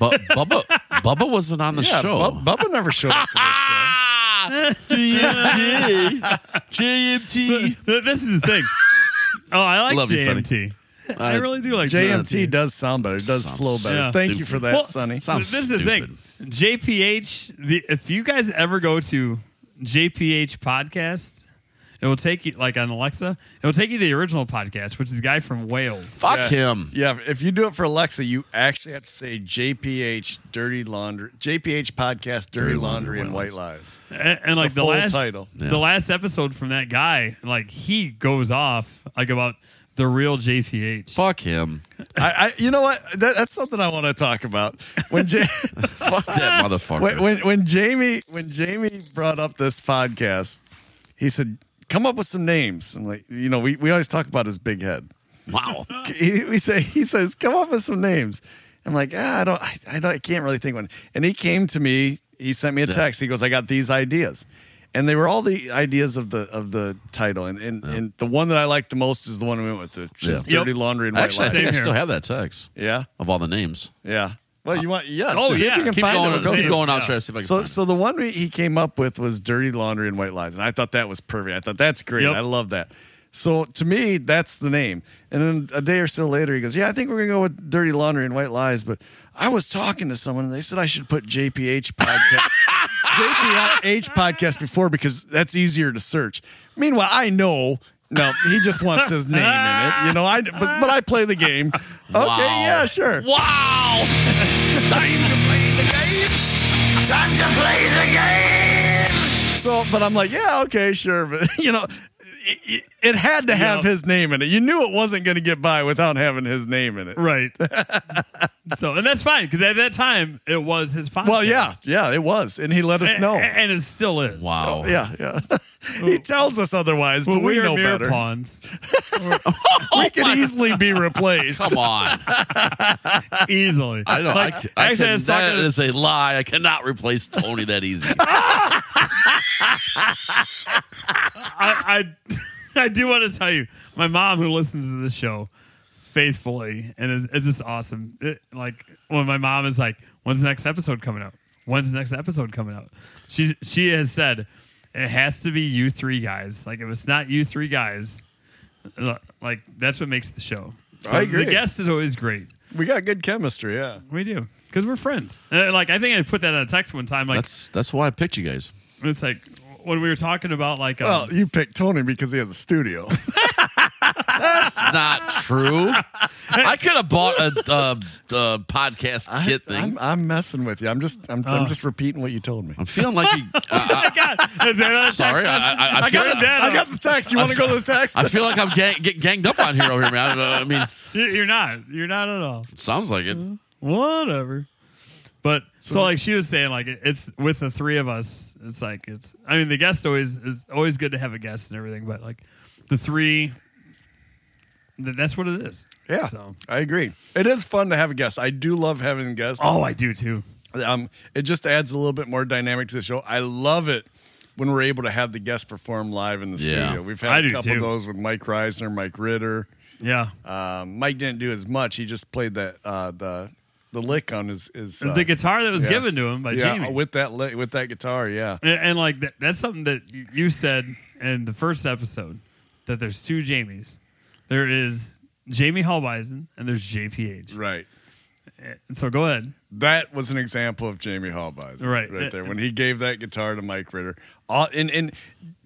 A: But Bubba, Bubba wasn't on the
C: yeah,
A: show.
C: Bub- Bubba never showed up for this show. *laughs*
A: JMT. JMT.
D: Th- *laughs* This
A: *laughs*
D: is the thing. Oh, I like
A: Love you, Sonny.
D: JMT. I
A: Uh,
D: really do like
C: JMT does sound better. It does
A: Sounds
C: flow better.
D: Yeah.
C: Thank you for that,
D: Well,
C: Sonny.
A: Sounds
D: this is the
A: stupid.
D: thing. JPH. The if you guys ever go to JPH podcast, it will take you like on Alexa. It will take you to the original podcast, which is the guy from Wales.
A: Fuck
C: Yeah.
A: him.
C: Yeah, if you do it for Alexa, you actually have to say JPH Dirty Laundry, JPH Podcast Dirty,
A: Dirty Laundry
C: Laundry and White
A: Wales.
C: Lies.
D: and, and, like
C: The
D: the,
C: full
D: last
C: title.
A: Yeah.
D: the last episode from that guy, like he goes off like about the real JPH.
A: Fuck him.
C: I, I, you know what? That, that's something I want to talk about. When *laughs* J-
A: Fuck that motherfucker.
C: when, when when Jamie when Jamie brought up this podcast, he said, "Come up with some names." I'm like, you know, we, we always talk about his big head.
A: wow.
C: he, we say he says come up with some names i'm like ah, i don't I, I don't i can't really think of one and he came to me he sent me a
A: Yeah.
C: text he goes i got these ideas and they were all the ideas of the of the title and and, and the one that i liked the most is the one we went with the which is
A: Yeah.
C: dirty
D: Yep.
C: laundry and white
A: Actually, I
C: lies
A: think I
D: here.
A: still have that text
C: yeah
A: of all the names.
C: yeah well you want yeah
D: Oh,
C: see if
D: yeah.
C: you can
A: Keep
C: find
A: going.
C: it. We'll go
A: keep
C: through.
D: through.
A: going. I'll
D: Yeah.
A: try to see if I can.
C: so
A: find it.
C: so the one we, he came up with was dirty laundry and white lies and i thought that was perfect i thought that's great
D: Yep.
C: i love that so to me that's the name and then a day or so later he goes yeah i think we're gonna go with dirty laundry and white lies but i was talking to someone and they said i should put jph
A: *laughs*
C: podcast jph podcast before because that's easier to search meanwhile i know no, he just wants his name in it. You know, I but, but I play
A: *laughs*
C: the game. Okay,
A: Wow.
C: yeah, sure.
A: Wow. Time to play the game.
B: Time to play the game.
C: So, but I'm like, yeah, okay, sure, but *laughs* you know, it, it- it had to have
D: Yeah.
C: his name in it. You knew it wasn't going to get by without having his name in it. *laughs*
D: Right. so, and that's fine because at that time it was his podcast.
C: Well, yeah, yeah, it was, and he let us
D: A-
C: know.
D: a- and it still is.
A: Wow.
C: Yeah, yeah. *laughs* he tells us otherwise,
D: But
C: but we,
D: we, are
C: know
D: mere
C: better.
D: pawns.
C: *laughs* We could easily be replaced.
A: Come on.
D: Easily.
A: *laughs* I don't.
D: Like,
A: I, c- I
D: actually, I
A: can,
D: was
A: that
D: talking to-
A: is a lie. I cannot replace Tony that easy.
D: I, I, *laughs* I do want to tell you, my mom who listens to this show faithfully, and it's, it's just awesome. It- like when my mom is like, "When's the next episode coming out? When's the next episode coming out?" She she has said, "It has to be you three guys. Like if it's not you three guys, uh, like that's what makes the show." So
C: I agree.
D: The guest is always great.
C: We got good chemistry. Yeah.
D: We do because we're friends. Uh, like I think I put that in a text one time. Like
A: That's that's why I picked you guys.
D: it's like when we were talking about like um, *laughs*
C: Well, you picked Tony because he has a *laughs* studio.
A: Not true. I could have bought a, uh uh podcast kit thing. I'm,
C: I'm, I'm messing with you. I'm just I'm, I'm just repeating what you told me.
A: feeling like you. Uh,
D: Oh
A: *laughs*
D: God, is there another
A: sorry,
D: text
A: I, I, I,
D: I
A: feel,
D: got it down.
C: I got the text. You want to go to the text?
A: I feel like I'm gang, getting ganged up on here over here, man. I, I mean,
D: You- You're not. You're not at all.
A: sounds like it.
D: Whatever. But so like she was saying, like it- it's with the three of us. It's like it's. I mean, the guest always is always good to have a guest and everything, but like the three. th- That's what it is.
C: Yeah,
D: So.
C: I agree. It is fun to have a guest. I do love having guests.
D: Oh, I do too.
C: Um, it just adds a little bit more dynamic to the show. I love it when we're able to have the guests perform live in the
A: Yeah.
C: studio. We've had
D: I
C: a
D: do
C: couple of
D: too.
C: those with Mike Reisner, Mike Ritter.
D: Yeah.
C: Um, Mike didn't do as much. He just played that uh, the the lick on his his uh,
D: the guitar that was
C: yeah.
D: given to him by
C: yeah,
D: Jamie.
C: with that li- with that guitar. Yeah,
D: And, and, like that, that's something that y- you said in the first episode that there's two Jamies. There is Jamie Hallbison and there's JPH.
C: right.
D: So go ahead.
C: That was an example of Jamie Hallbison,
D: Right.
C: right there when he gave that guitar to Mike Ritter. All, and and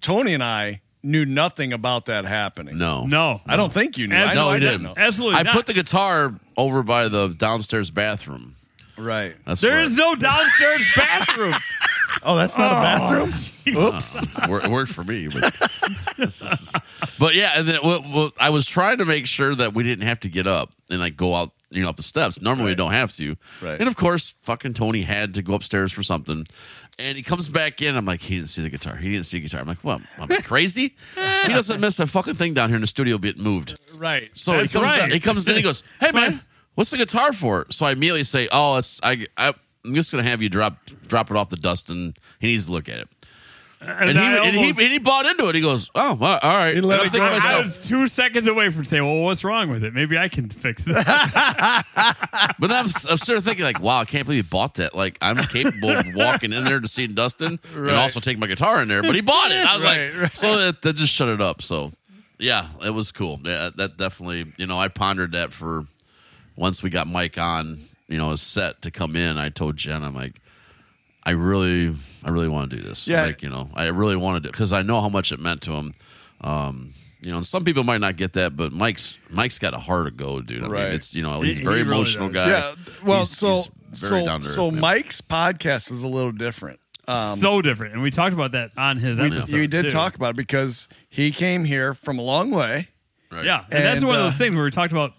C: Tony and I knew nothing about that happening.
A: No,
D: No.
C: I don't think you knew. I,
D: Absolutely
C: know
A: no,
C: I
A: he
C: didn't.
A: didn't.
C: know.
D: Absolutely
A: I
D: not.
A: put the guitar over by the downstairs bathroom.
C: Right.
A: That's
D: There
A: where-
D: is no downstairs bathroom.
C: Oh, that's not a
A: *laughs*
C: bathroom. Oops.
A: Wor- it worked for me. But, *laughs* but yeah, and then well, well, I was trying to make sure that we didn't have to get up and like go out, you know, up the steps. Normally we
C: Right.
A: don't have to.
C: Right.
A: And of course, fucking Tony had to go upstairs for something. And he comes back in. I'm like, he didn't see the guitar. He didn't see the guitar. I'm like, what? I'm I crazy. he doesn't miss a fucking thing down here in the studio getting moved.
C: Right.
A: So he
D: That's
A: comes,
D: *laughs* right.
A: down- he comes in.
D: *laughs*
A: He goes, "Hey man,
D: Fine.
A: what's the guitar for?" So I immediately say, "Oh, it's I, I I'm just gonna have you drop drop it off to Dustin. He needs to look at it." And, he,
D: I
A: and, he, and
D: almost-
A: he bought into it. He goes, "Oh, all all right."
E: He let
A: And I'm
E: it
A: thinking
E: go.
A: to
D: I
A: myself,
D: was two seconds away from saying, "Well, what's wrong with it? Maybe I can
A: *laughs*
D: fix it."
A: But I'm, I'm sort of thinking, like, wow, I can't believe he bought that. Like, I'm capable of walking in there to see Dustin and also take my guitar in there, but he bought it. I was like,
C: Right, right.
A: so that, that just shut it up. So, yeah, it was cool. Yeah, that definitely, you know, I pondered that for once we got Mike on, you know, his set to come in. I told Jen, I'm like, I really, I really want to do this.
C: Yeah.
A: Like, you know, I really want to do because I know how much it meant to him. Um, you know, and some people might not get that, but Mike's Mike's got a heart of gold, dude. I mean,
C: Right.
A: it's you know,
D: He-
A: he's a very
D: he really
A: emotional
D: does.
A: guy.
C: Yeah. Well,
A: Uh, He's-
C: so
A: he's very
C: so
A: down to earth,
C: so
A: man.
C: Mike's podcast was a little different. Um,
D: so different, and we talked about that on his episode.
C: you did
D: too.
C: talk about it because he came here from a long way.
A: Right.
D: yeah, and, that's
C: And,
D: one of
C: uh,
D: those things where we talked about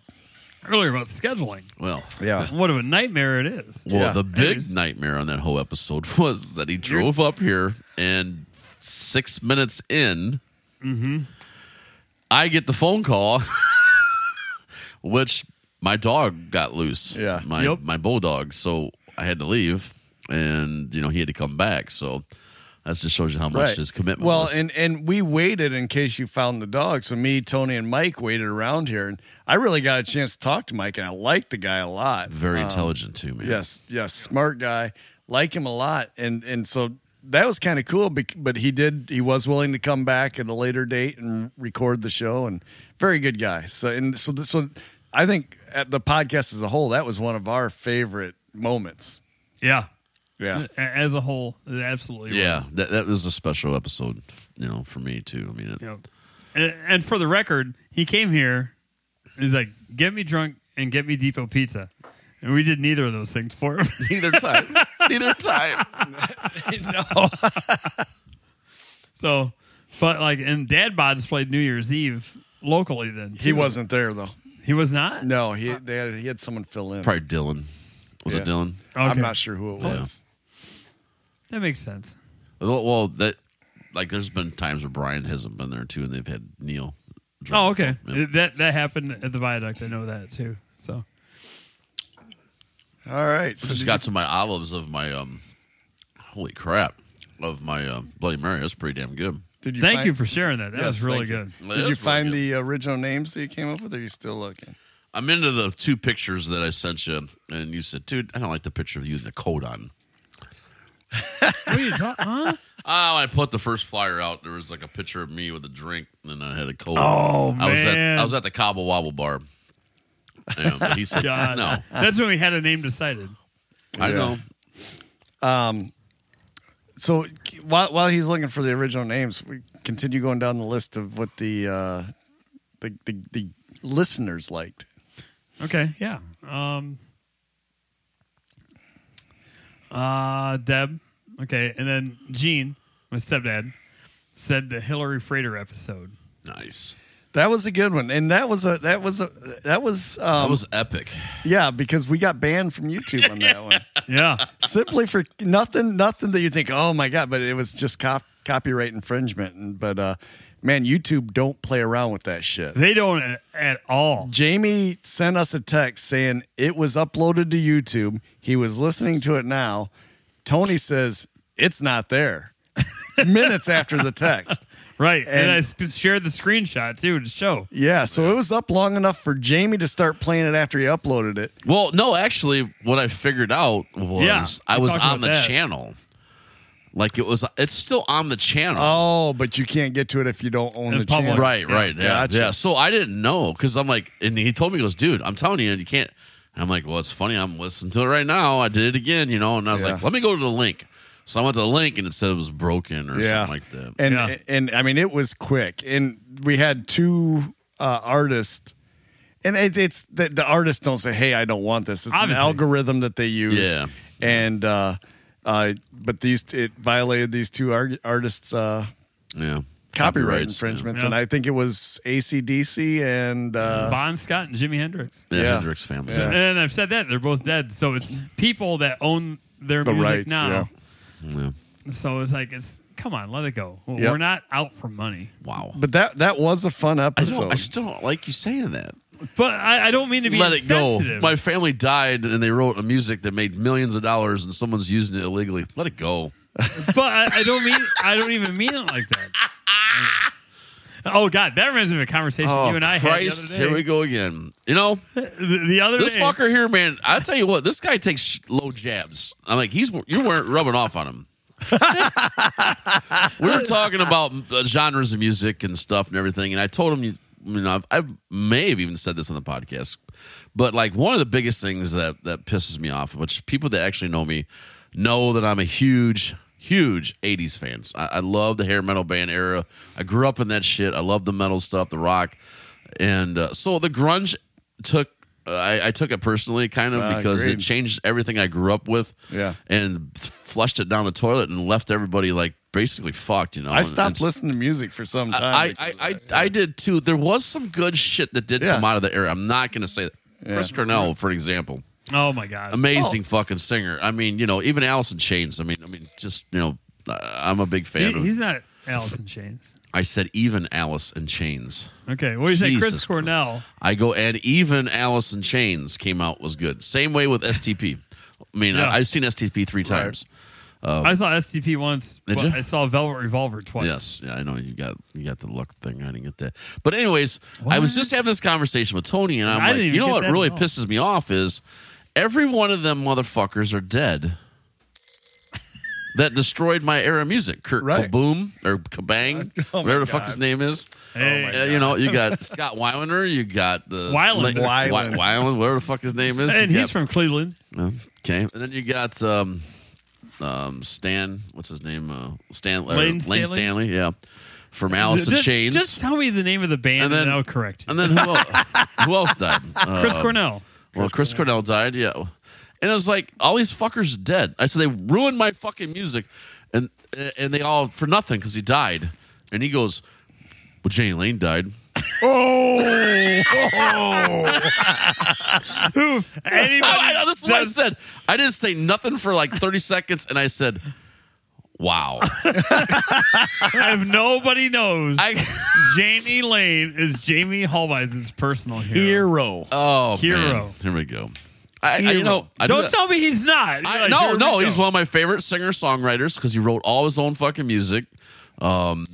D: earlier about scheduling.
A: Well,
C: Yeah.
D: What of a nightmare it is.
A: well,
C: Yeah.
A: the big
D: Anyways.
A: nightmare on that whole episode *laughs* was that he drove up here and six minutes in,
D: Mm-hmm.
A: I get the phone call, *laughs* which my dog got loose.
C: Yeah.
A: my
D: Yep.
A: my bulldog. So I had to leave, and you know he had to come back. So that just shows you how much his commitment.
C: Well,
A: was.
C: and and we waited in case you found the dog. So me, Tony, and Mike waited around here, and I really got a chance to talk to Mike, and I liked the guy a lot.
A: very
C: Um,
A: intelligent too, man.
C: Yes, yes, smart guy. Like him a lot, and and so that was kind of cool. bec- But he did, he was willing to come back at a later date and record the show, and very good guy. So and so th- so, I think at the podcast as a whole, that was one of our favorite moments.
D: Yeah,
C: Yeah,
D: A- as a whole, it absolutely.
A: yeah,
D: was.
A: that that was a special episode, you know, for me too. I mean, it,
D: Yep. And, and for the record, he came here. He's like, "Get me drunk and get me Depot pizza," and we did neither of those things for him. *laughs*
A: neither time, neither time.
D: so, but like, and Dad Bods played New Year's Eve locally. Then
C: he
D: too.
C: wasn't there though.
D: He was not.
C: No, he they had, he had someone fill in.
A: Probably Dylan. Was
C: Yeah.
A: it Dylan?
C: I'm
D: Okay.
C: not sure who it was.
D: That makes sense.
A: Well, well, that like there's been times where Brian hasn't been there too, and they've had Neil. drive.
D: Oh, okay.
A: Yeah.
D: That that happened at the viaduct. I know that too. So
C: All right, so
A: Just
C: did
A: got to my olives of my um. Holy crap! Of my uh, Bloody Mary, that's pretty damn good.
C: you- did you
D: thank
C: find-
D: you for sharing that. That
C: Yes,
D: was really
C: thank you.
D: good.
A: That
C: Did you
A: is
C: find
A: really good.
C: the original names that you came up with? Or are you still looking?
A: I'm into the two pictures that I sent you, and you said, "Dude, I don't like the picture of you in the coat on."
D: What are you ta- huh?
A: Oh, I put the first flyer out. There was like a picture of me with a drink, and I had a cold.
D: Oh
A: I was
D: man,
A: at I was at the Cobble Wobble Bar. Yeah, but he said, *laughs*
D: God.
A: "No,
D: That's when we had a name decided.
A: I
C: Yeah.
A: know."
C: So while while he's looking for the original names, we continue going down the list of what the uh, the, the the listeners liked.
D: Okay, yeah. Um, uh, Deb. Okay, and then Gene, my stepdad, said the Hillary Freighter episode.
A: Nice.
C: That was a good one, and that was a that was a that was um,
A: That was epic.
C: yeah because we got banned from YouTube on
A: *laughs*
C: that one
D: Yeah, *laughs*
C: simply for nothing nothing that you think oh my god, but it was just cop- copyright infringement. And but uh, man, YouTube don't play around with that shit.
D: they don't at, at all.
C: Jamie sent us a text saying it was uploaded to YouTube. He was listening to it now. Tony says it's not there. *laughs* Minutes after the text.
D: Right, and,
C: And-
D: I s- shared the screenshot too to show.
C: Yeah, so it was up long enough for Jamie to start playing it after he uploaded it.
A: Well, no, actually, what I figured out was
D: Yeah,
A: I
D: we
A: was
D: talked
A: on
D: about
A: the
D: that.
A: channel. Like it was, it's still on the channel.
C: Oh, but you can't get to it if you don't own
D: In
C: the
D: public.
C: channel.
A: right,
D: yeah,
A: right, yeah,
C: gotcha.
A: yeah. So I didn't know because I'm like, and he told me, he goes, dude, I'm telling you, you can't. And I'm like, well, it's funny, I'm listening to it right now. I did it again, you know, and I was
C: Yeah.
A: like, let me go to the link. So I went to the link and it said it was broken or
C: Yeah.
A: something like that.
C: And
D: Yeah.
C: and I mean it was quick. And we had two uh, artists and it, it's the, the artists don't say, "Hey, I don't want this." It's
D: Obviously.
C: an algorithm that they use.
A: Yeah.
C: And uh, uh, but these it violated these two ar- artists' uh,
A: yeah,
C: copyright
A: Copyrights,
C: infringements,
D: Yeah.
C: and I think it was ACDC and
A: Mm-hmm.
C: uh,
D: Bon Scott and Jimi Hendrix.
A: Yeah, yeah.
C: Yeah.
A: Hendrix family.
C: Yeah.
D: And I've said that they're both dead. So it's people that own their
C: The
D: music
C: rights,
D: now.
A: Yeah.
D: So it's like it's come on, let it go. We're
C: Yep.
D: not out for money.
A: Wow.
C: but that that was a fun
A: I, don't,
C: episode.
A: I still don't like you saying that.
D: But I, I don't mean to be
A: Let it go.
D: insensitive.
A: My family died and they wrote a music that made millions of dollars and someone's using it illegally. Let it go.
D: but I, I don't mean I don't even mean it like
A: *laughs*
D: that. Oh God, that reminds me of a conversation you and I
A: Oh, Christ,
D: had the other day.
A: here we go again. You know,
D: The, the other
A: this
D: day,
A: fucker here, man. I tell you what, this guy takes sh- low jabs. I'm like, he's you're wearing, rubbing off on him. we were talking about uh, genres of music and stuff and everything, and I told him, you, you know, I've, I may have even said this on the podcast, but like one of the biggest things that that pisses me off, which people that actually know me know that I'm a huge, huge '80s fans. I, I love the hair metal band era. I grew up in that shit. I love the metal stuff, the rock, and uh, so the grunge took. I, I took it personally, kind of,
C: Uh,
A: because it
C: agreed.
A: changed everything I grew up with
C: Yeah.
A: and flushed it down the toilet and left everybody like basically fucked. You know,
C: I
A: And-
C: stopped
A: and-
C: listening to music for some time.
A: I, I,
C: because
A: I,
C: of that.
A: I did too. There was some good shit that did
C: Yeah.
A: come out of the era. I'm not going to say that. Chris Cornell, for example,
D: oh my God,
A: amazing fucking singer. I mean, you know, even Alice in Chains. I mean, I mean, just you know, uh, I'm a big fan.
D: He-
A: of,
D: he's not Alice in Chains.
A: I said even Alice in Chains.
D: Okay, what do you say,
A: Jesus
D: Chris
A: Christ.
D: Cornell?
A: I go and even Alice in Chains came out was good. Same way with STP. I mean,
D: Yeah.
A: I, I've seen STP three times.
D: I saw STP once.
A: Oh. Did
D: but
A: you?
D: I saw Velvet Revolver twice.
A: Yes, yeah, I know you got you got the luck thing. I didn't get that, but anyways, I was just having this conversation with Tony, and I'm
D: I
A: like,
D: didn't even
A: you know
D: get
A: what
D: that
A: really
D: at all.
A: pisses me off is every one of them motherfuckers are
D: *laughs*
A: dead. that destroyed my era music. Kurt
C: Right.
A: Kaboom or
D: *laughs*
A: Kabang,
C: Oh my
A: whatever the fuck his
C: God.
A: name is.
D: Hey,
A: Uh, you know, you
D: *laughs*
A: got Scott Weilander, you got the
D: Weiland.
A: Wi-
C: Weiland.
A: Weiland, whatever the fuck his name is.
D: and
A: You
D: he's
A: got-
D: from Cleveland.
A: okay, and then you got um, um, Stan. What's his name? Uh, Stan or
D: Lane
A: Lane,
D: Stanley?
A: Stanley. Yeah, from Alice in
D: just,
A: Chains.
D: just tell me the name of the band, and
A: And
D: then,
A: then-
D: I'll correct you.
A: and then who
D: *laughs*
A: else? who else died?
D: Chris
A: Uh,
D: Cornell.
A: Well, Chris Cornell died. Yeah, and it was like all these fuckers are dead. I said they ruined my fucking music, and and they all for nothing because he died. And he goes, "Well, Jane Lane died."
D: Who?
A: *laughs* Oh,
D: Anybody?
A: I know, this is what I
D: does-
A: said. I didn't say nothing for like thirty seconds, and I said,
D: *laughs*
A: "Wow."
D: if nobody knows,
A: I.
D: Jamie Lane is Jamie Hallbison's personal hero.
C: hero.
A: Oh,
D: Hero.
A: man. Here we go. I, I you know, I
D: Don't
A: do-
D: tell me he's not.
A: I,
D: You're like,
A: no,
D: here
A: no,
D: we
A: he's
D: go.
A: one of my favorite singer songwriters because he wrote all his own fucking music. Um,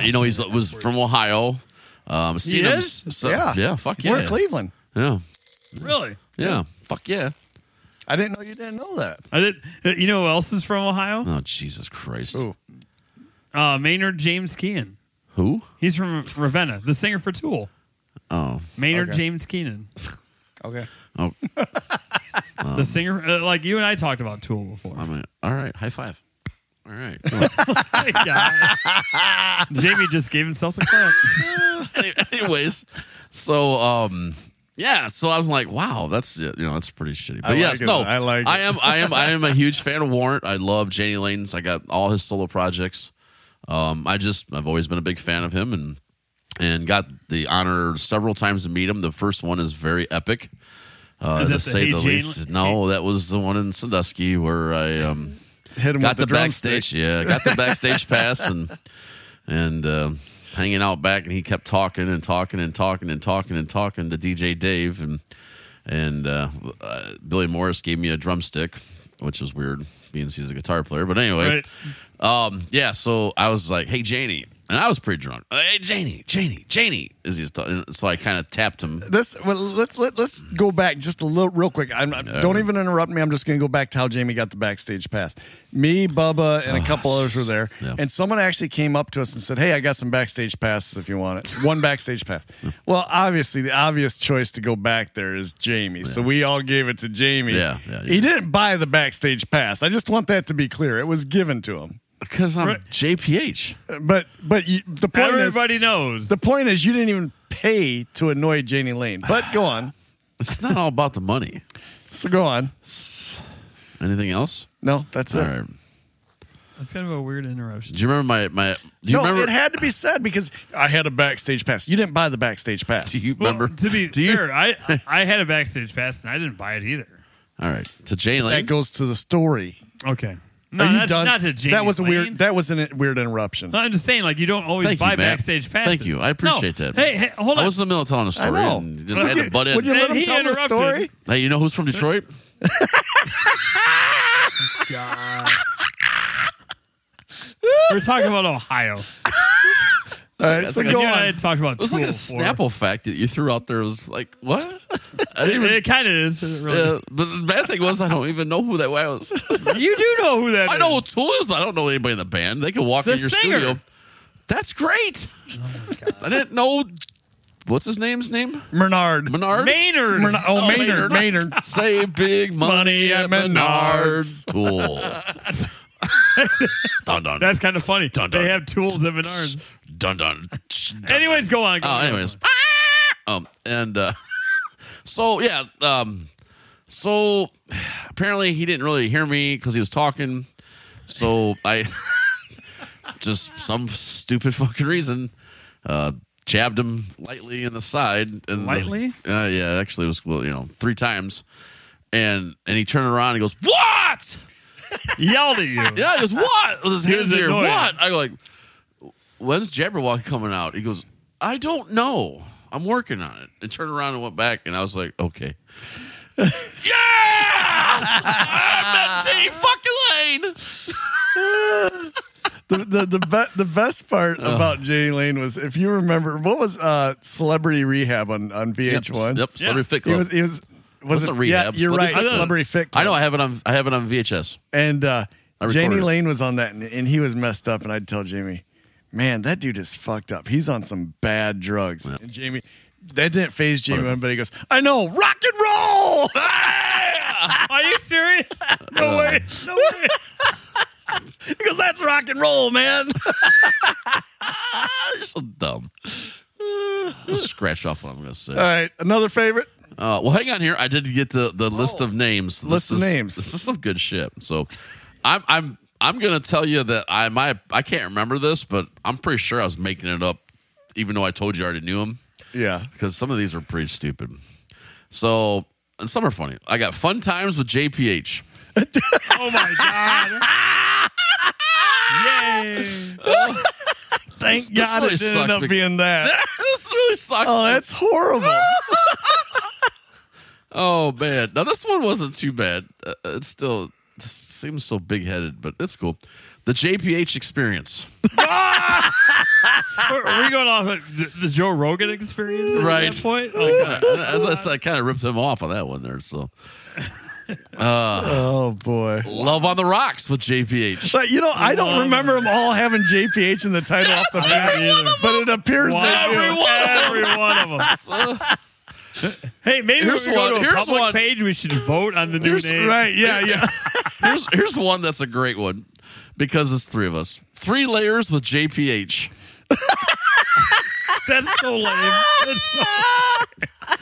A: you know, he's was from Ohio. Um, seen him
D: is?
A: s- so-
C: Yeah.
A: yeah, fuck
C: We're
A: yeah,
C: Cleveland.
A: yeah,
D: Really?
A: yeah, fuck yeah.
C: I didn't know you didn't know that.
D: I did. uh, You know who else is from Ohio?
A: Oh Jesus Christ,
C: Who?
D: Uh, Maynard James Keenan.
A: who?
D: He's from Ravenna, the singer for Tool.
A: Oh,
D: Maynard
C: Okay.
D: James Keenan,
C: Okay.
A: oh, Um,
D: the singer. Uh, like you and I talked about Tool before. *laughs*
A: I mean, all right, high five. All right, come on. *laughs*
D: Yeah. Jamie just gave himself the clap.
A: Any- anyways, so um, yeah, so I was like, wow, that's you know, that's pretty shitty. But
C: like
A: yes,
C: it.
A: no,
C: I like
A: I
C: it.
A: am, I am, I am a huge fan of Warrant. I love Janie Lane's. I got all his solo projects. Um, I just, I've always been a big fan of him, and and got the honor several times to meet him. The first one is very epic. Uh,
D: Is
A: to
D: that the
A: say
D: Hey
A: the
D: Jane-
A: least. No, that was the one in Sandusky where I um
C: Hit him
A: got
C: with
A: the,
C: drumstick.
A: backstage. Yeah, got the backstage pass and and uh, hanging out back, and he kept talking and talking and talking and talking and talking to DJ Dave and and uh, uh, Billy Morris gave me a drumstick, which was weird, being he's a guitar player. But anyway,
D: Right.
A: um, yeah. So I was like, "Hey, Janie," and I was pretty drunk. Hey, Janie, Janie, Janie. Is he's ta- so I kind of tapped him.
C: This well, let's let, let's go back just a little real quick. I'm not, don't even interrupt me. I'm just going to go back to how Jamie got the backstage pass. Me, Bubba, and a couple others were there,
A: Ah, Yeah.
C: and someone actually came up to us and said, "Hey, I got some backstage passes if you want it. One backstage pass." Well, obviously, the obvious choice to go back there is Jamie, so we all gave it to Jamie.
A: Yeah, yeah,
C: he
A: yeah.
C: didn't buy the backstage pass. I just want that to be clear. It was given to him,
A: Because I'm
D: Right.
A: JPH.
C: but but you, the point is.
D: Everybody knows.
C: The point is, you didn't even pay to annoy Janie Lane. But go on.
A: It's not all about the money.
C: So go on.
A: Anything else?
C: No, that's
A: All
C: it.
A: right.
D: That's kind of a weird interruption.
A: Do you remember my my? Do you
C: No,
A: remember?
C: it had to be said because I had a backstage pass. You didn't buy the backstage pass.
A: do you
D: Well,
A: remember?
D: to be
A: do you,
D: fair, I
A: *laughs*
D: I had a backstage pass and I didn't buy it either.
A: All right. To Jane Lane.
C: that goes to the story.
D: Okay. No,
C: Are you
D: not,
C: done?
D: not to Jamie
C: that was a
D: Lane.
C: weird. That was a weird interruption.
D: No, I'm just saying, like you don't always
A: Thank you,
D: buy
A: Matt.
D: backstage passes.
A: Thank you. I appreciate
D: No.
A: that.
D: Hey, hey, hold
A: I
D: on.
A: was in the middle of telling a
C: I
A: story
C: know.
A: and you just
C: Would
A: had
C: you-
A: to butt
C: Would you
A: in.
C: let him
D: And he
C: tell the
D: interrupted.
C: story?
A: Hey, you know who's from Detroit?
D: We're talking about Ohio.
A: *laughs*
C: All right,
A: That's
C: so
A: like a-
C: go
D: you and I
C: on.
D: had talked about
A: It was like a
D: Tool
A: Snapple fact that you threw out there. It was like,
D: *laughs*
A: what? I
D: before.
A: didn't
D: It,
A: even.
D: kind of is. It really-
A: Yeah, but the bad thing was I don't even know who that was.
D: *laughs* You do know who that is.
A: Uh, I know who Tool is, but I don't know anybody in the band. They could walk
D: The
A: in your
D: singer. Oh
A: studio. That's great. *laughs* I didn't know. What's his name's name?
C: Menard.
A: Menard.
D: Maynard.
C: Mena- oh,
A: Oh, Maynard.
C: Maynard. Maynard.
A: Say big money,
C: Money
A: at
C: at
A: Menards.
C: Menards.
A: Tool.
D: *laughs*
A: dun dun.
D: That's kind of funny.
A: Dun, dun.
D: They have tools at Menards.
A: dun dun.
D: Anyways, go on. Go
A: Oh,
D: on.
A: anyways. Um, and uh, *laughs* so yeah, um, so apparently he didn't really hear me because he was talking. So I *laughs* just some stupid fucking reason uh, jabbed him lightly in the side. And
D: Lightly?
A: uh, yeah, actually, it was well, you know three times. And and he turned around and he goes, "What?"
D: *laughs* Yelled at you.
A: *laughs* Yeah, he goes, what? With his
D: He
A: hands
D: was
A: in the air,
D: annoyed.
A: what? I go like, when's Jabberwock coming out? He goes, I don't know. I'm working on it. And turned around and went back, and I was like, okay. yeah! I'm at City fucking lane.
C: the the the, be- the best part about Jenny Lane was if you remember what was uh Celebrity Rehab on on
A: Yep,
C: VH1.
A: yep Celebrity Fit
C: He
A: Club.
C: was he was was
A: Wasn't
C: it,
A: it Rehab?
C: Yeah, you're
A: Celebrity
C: right.
A: Fit
D: Club.
C: Celebrity Fit.
A: I
C: Club.
A: know I have it on I have it on *laughs* VHS.
C: And uh,
A: I recorded
C: Janie
A: it.
C: Lane was on that, and, and he was messed up. And I'd tell Jamie, "Man, that dude is fucked up. He's on some bad drugs." And Jamie, that didn't phase Jamie one, but he goes, "I know, rock and roll." *laughs*
D: Are
A: *laughs*
D: you serious? No way. No way.
C: he goes, "That's rock and roll, man." *laughs*
A: You're so dumb. I'll scratch off what I'm gonna say.
C: All right, another favorite.
A: Uh, well, hang on here. I did get the, the list of names. This
C: Oh. List of
A: is-
C: names.
A: This is some good shit. So, I'm I'm I'm gonna tell you that I my I can't remember this, but I'm pretty sure I was making it up, even though I told you I already knew them
C: Yeah,
A: because some of these are pretty stupid. So, and some are funny. I got fun times with JPH.
D: Oh my god.
A: *laughs*
D: Yay.
C: thank
A: this
C: God
A: really
C: it didn't
A: sucks
C: end up
A: bec-
C: being that.
A: *laughs* *laughs* this really sucks.
C: Oh,
A: *laughs*
C: that's horrible.
A: Oh man! Now this one wasn't too bad. Uh, it still seems so big-headed, but it's cool. The JPH experience,
D: Are *laughs* are we going off of the, the Joe Rogan experience at
A: Right.
D: that point? Oh, God.
A: as I said, I kind of ripped him off on that one there. So,
C: oh boy.
A: Love on the Rocks with
D: *laughs*
A: JPH.
C: But you know, I
D: Love
C: don't remember them all having JPH in the title off the bat, but it appears
D: Wow.
C: they
A: Every
C: do.
A: one of them.
D: Every one of them.
A: So,
D: Hey, maybe
A: Here's
D: if we go
A: one-
D: to
A: here's
D: a public
A: one.
D: page, we should vote on the new
A: Here's-
D: name.
C: Right? Yeah,
A: *laughs*
C: yeah.
A: here's here's one that's a great one because it's three of us. Three layers with JPH.
D: That's
C: *laughs*
D: so lame. That's so-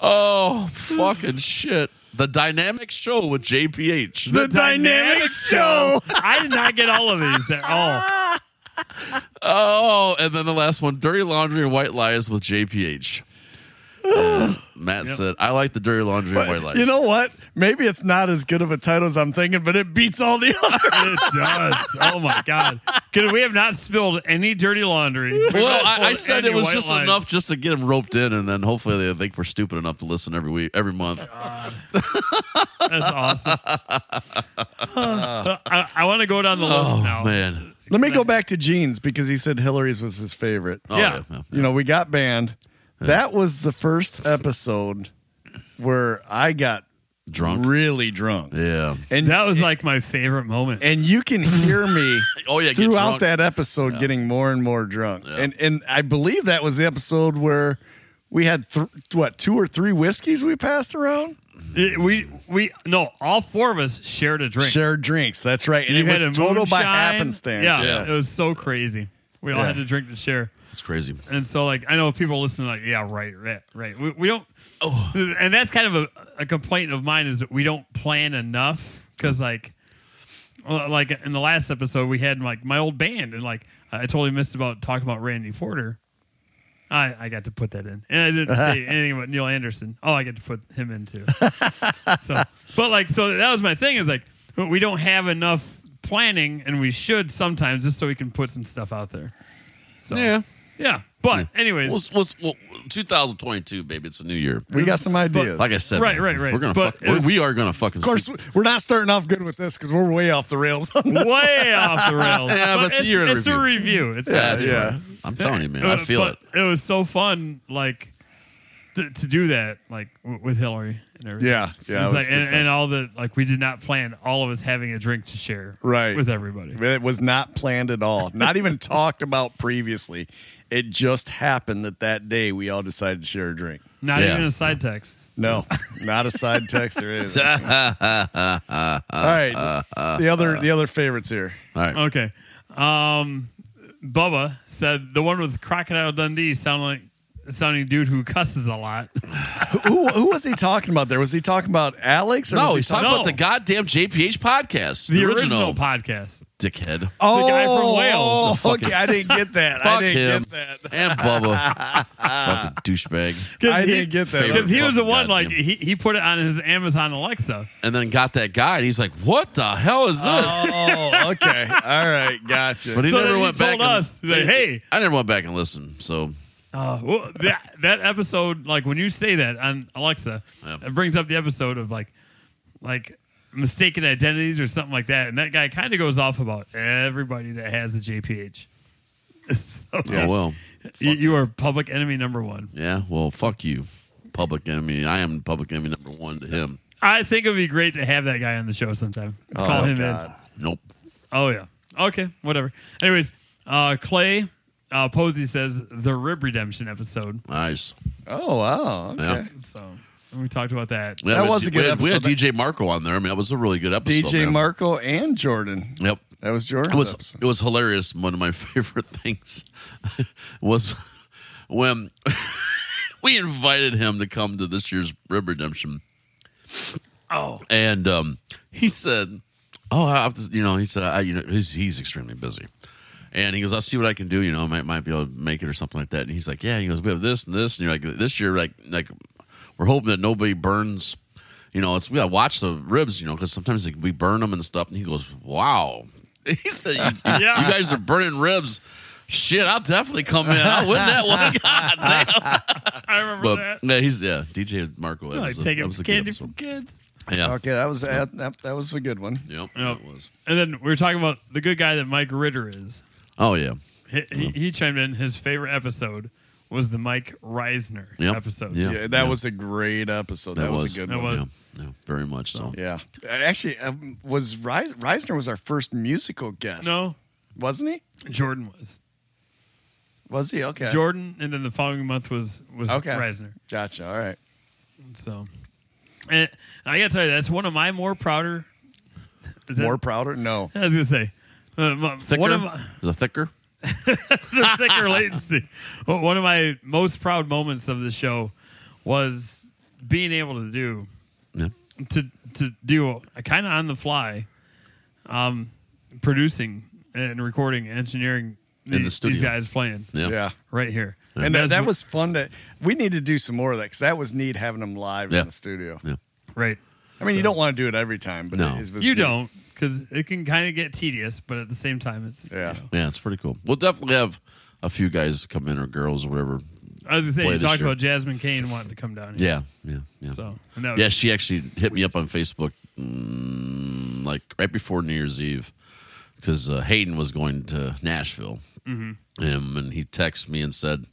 A: Oh fucking shit! The dynamic show with JPH.
C: the dynamic show.
D: I did not get all of these at all.
A: Oh, and then the last one, Dirty Laundry and White Lies with JPH. And Matt
D: Yep.
A: said, I like the Dirty Laundry and White Lies.
C: You know what? Maybe it's not as good of a title as I'm thinking, but it beats all the *laughs* other.
D: It does. Oh my god. Good. We have not spilled any dirty laundry. We've
A: well,
D: not
A: I, I
D: spilled
A: said
D: any
A: it was
D: white
A: just
D: lies.
A: enough just to get them roped in, and then hopefully they think we're stupid enough to listen every week, every month.
D: That's
A: *laughs*
D: awesome. I, I want to go down the list
A: Oh
D: now.
A: man,
C: Let me go back to jeans because he said Hillary's was his favorite.
A: Oh,
D: Yeah.
C: You know, we got banned. That was the first episode where I got
A: drunk.
C: really drunk,
A: yeah.
C: and
D: That was like my favorite moment.
C: and you can hear
D: *laughs*
C: me
A: Oh yeah. Get
C: throughout
A: drunk.
C: that episode getting more and more drunk,
A: Yeah.
C: and and I believe that was the episode where we had th- what two or three whiskeys we passed around.
D: It- we we no, all four of us shared a drink.
C: Shared drinks. That's right. And
D: you
C: it was
D: had a
C: total by
D: moonshine.
C: happenstance.
D: Yeah,
A: Yeah.
D: it was so crazy. We all
C: Yeah.
D: had to drink to share.
A: It's crazy.
D: And so, like, I know people listening, like, yeah, right, right, right. We, we don't, oh. and that's kind of a, a complaint of mine is that we don't plan enough because, like, well, like in the last episode, we had like my old band, and like I totally missed about talking about Randy Porter. I, I got to put that in, and I didn't say anything about Neil Anderson. Oh, I got to put him in too. so, but like, so that was my thing is like we don't have enough planning, and we should sometimes just so we can put some stuff out there. So
A: Yeah.
D: yeah, but anyways,
A: We'll, we'll, we'll, 2022, baby. It's a new year.
C: We got some ideas.
A: Like I said,
D: Right,
A: man,
D: right, right.
A: We're gonna
D: But
A: fuck, we're,
D: it's-
A: we are gonna fucking.
C: of course, we're not starting off good with this because we're way off the rails. on that.
D: way off the rails.
A: Yeah, but it's
D: it's,
A: a year in
D: it's a review. It's
A: Yeah, that's
C: Yeah.
A: right. I'm telling you, man. I
D: Uh,
A: feel
D: but
A: it.
D: it. was so fun, like to, to do that, like w- with Hillary and everything.
C: yeah, yeah.
D: It's
C: it was
D: like,
C: a good
D: and,
C: time.
D: and all the like, we did not plan all of us having a drink to share,
C: Right.
D: with everybody.
C: It was not planned at all. Not *laughs* even talked about previously. It just happened that that day we all decided to share a drink.
D: Not
A: Yeah.
D: even a side text.
C: *laughs* No, not a side text or anything.
A: *laughs*
C: all right, the other the other favorites here.
A: All right.
D: Okay, um, Bubba said the one with Crocodile Dundee sounded like. Sounding dude who cusses a lot. *laughs*
C: Who who was he talking about there? Was he talking about Alex? Or
A: No,
C: was
A: he's talking
D: No.
A: about the goddamn JPH podcast,
D: The, original, podcast.
A: dickhead.
C: Oh,
D: the guy from Wales.
C: Oh, okay, I didn't get that. I
A: Fuck
C: didn't
A: him
C: get that.
A: and Bubba,
D: *laughs*
A: fucking douchebag.
D: 'Cause
C: I
D: he-
C: didn't get that.
A: Favorite.
D: Because he was the
A: Fucking
D: one, like
A: goddamn.
D: he, he put it on his Amazon Alexa.
A: And then got that guy, and he's like, "What the hell is this?"
C: Oh, okay. All right, gotcha.
A: but he
D: Uh, So
A: never
D: then he
A: went
D: told
A: back.
D: us,
A: and,
D: he's like, "Hey."
A: I never went back and listened. So
D: Uh, well, that that episode, like when you say that on Alexa,
A: Yep.
D: it brings up the episode of like like mistaken identities or something like that. And that guy kind of goes off about everybody that has a JPH. *laughs* so,
A: oh well,
D: you, you are public enemy number one.
A: yeah, well, fuck you, public enemy. I am public enemy number one to him.
D: I think it would be great to have that guy on the show sometime.
C: Oh,
D: Call him in.
C: God.
A: Nope.
D: Oh yeah. Okay. Whatever. Anyways, uh, Clay uh, Posey says the rib redemption episode.
A: Nice.
C: Oh wow. Okay.
A: Yeah.
D: So we talked about that.
A: Yeah,
C: That
A: we-
C: was a good
A: we had, We had
C: episode.
A: DJ Marco on there. I mean, that was a really good episode.
C: DJ
A: man.
C: Marco and Jordan.
A: Yep.
C: That was Jordan's
A: It was
C: episode.
A: it was hilarious. One of my *laughs* favorite things *laughs* was when we invited him to come to this year's Rib Redemption. Oh, and um, he said, "Oh, I have to," you know. He said, "I," you know, he's he's extremely busy. And he goes, I'll see what I can do. You know, I might, might be able to make it or something like that. And he's like, Yeah. He goes, We have this and this. And you're like, This year, like, like we're hoping that nobody burns. You know, it's we gotta watch the ribs. You know, because sometimes like, we burn them and stuff. And he goes, Wow. *laughs* He said, you,
D: Yeah.
A: you guys are burning ribs. Shit, I'll definitely come in. I'll win that one. *laughs* God damn.
D: I remember
A: But
D: that.
A: yeah, he's yeah, DJ Marco. That
D: I
A: was a-
D: take
A: that
D: it
A: was a good
D: candy
A: episode.
D: from kids.
A: Yeah.
C: Okay, that was that, that, that was a good one.
A: Yep.
D: Yep.
A: That was.
D: And then we were talking about the good guy that Mike Ritter is.
A: Oh yeah.
D: He, he, he chimed in. His favorite episode was the Mike Reisner
A: Yep.
D: episode.
A: Yeah.
C: Yeah, that was a great episode. That, was, a good
D: That
C: one.
D: was.
A: Yeah, yeah, very much so.
C: Yeah, actually, um, was Reis- Reisner was our first musical guest?
D: No,
C: wasn't he?
D: Jordan was
C: Was he okay?
D: Jordan, and then the following month was was
C: Okay.
D: Reisner.
C: Gotcha. All right.
D: So, and I gotta tell you, that's one of my more prouder. Is that-
C: More prouder? No.
D: *laughs* I was gonna say, uh, my-
A: Thicker.
D: one of my, *laughs*
A: the thicker.
D: the thicker latency. Well, One of my most proud moments of the show was being able to do
A: Yeah.
D: to to do kind of on the fly, um, producing and recording, engineering
A: the
D: these,
A: studio.
D: these guys playing
A: Yeah.
C: Yeah.
D: right here.
C: And that,
D: That's
C: that
D: wh-
C: was fun. That we need to do some more of that because that was neat having them live
A: Yeah.
C: in the studio.
A: Yeah.
D: right.
C: I mean, you don't want to do it every time, but
A: No.
C: it, it was
D: You
C: neat.
D: don't because it can kind of get tedious, but at the same time, it's you
C: Yeah.
D: know.
A: Yeah, it's pretty cool. We'll definitely have a few guys come in or girls or whatever.
D: I was gonna say
A: Play
D: you
A: this
D: talked
A: year.
D: about Jasmine Kane wanting to come down here.
A: Yeah, yeah, yeah.
D: So and that was-
A: yeah, she actually hit me up on Facebook mm, like right before New Year's Eve because uh, Hayden was going to Nashville, um, and he texted me and said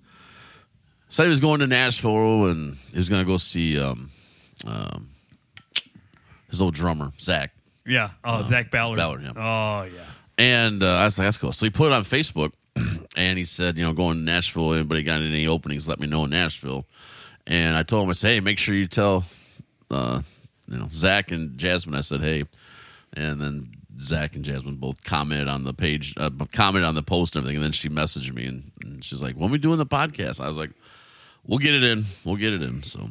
A: said he was going to Nashville and he was going to go see um, um, his old drummer Zach.
D: yeah. Oh, Zach Ballard.
A: Uh-huh. Ballard, yeah.
D: Oh yeah.
A: And uh, I was like, that's cool. So he put it on Facebook *clears throat* and he said, you know, going to Nashville, anybody got any openings, let me know in Nashville. And I told him, I said, hey, make sure you tell, uh, you know, Zach and Jasmine. I said, hey. And then Zach and Jasmine both commented on the page, uh, commented on the post and everything. And then she messaged me and, and she's like, when we doing the podcast? I was like, we'll get it in. We'll get it in. So,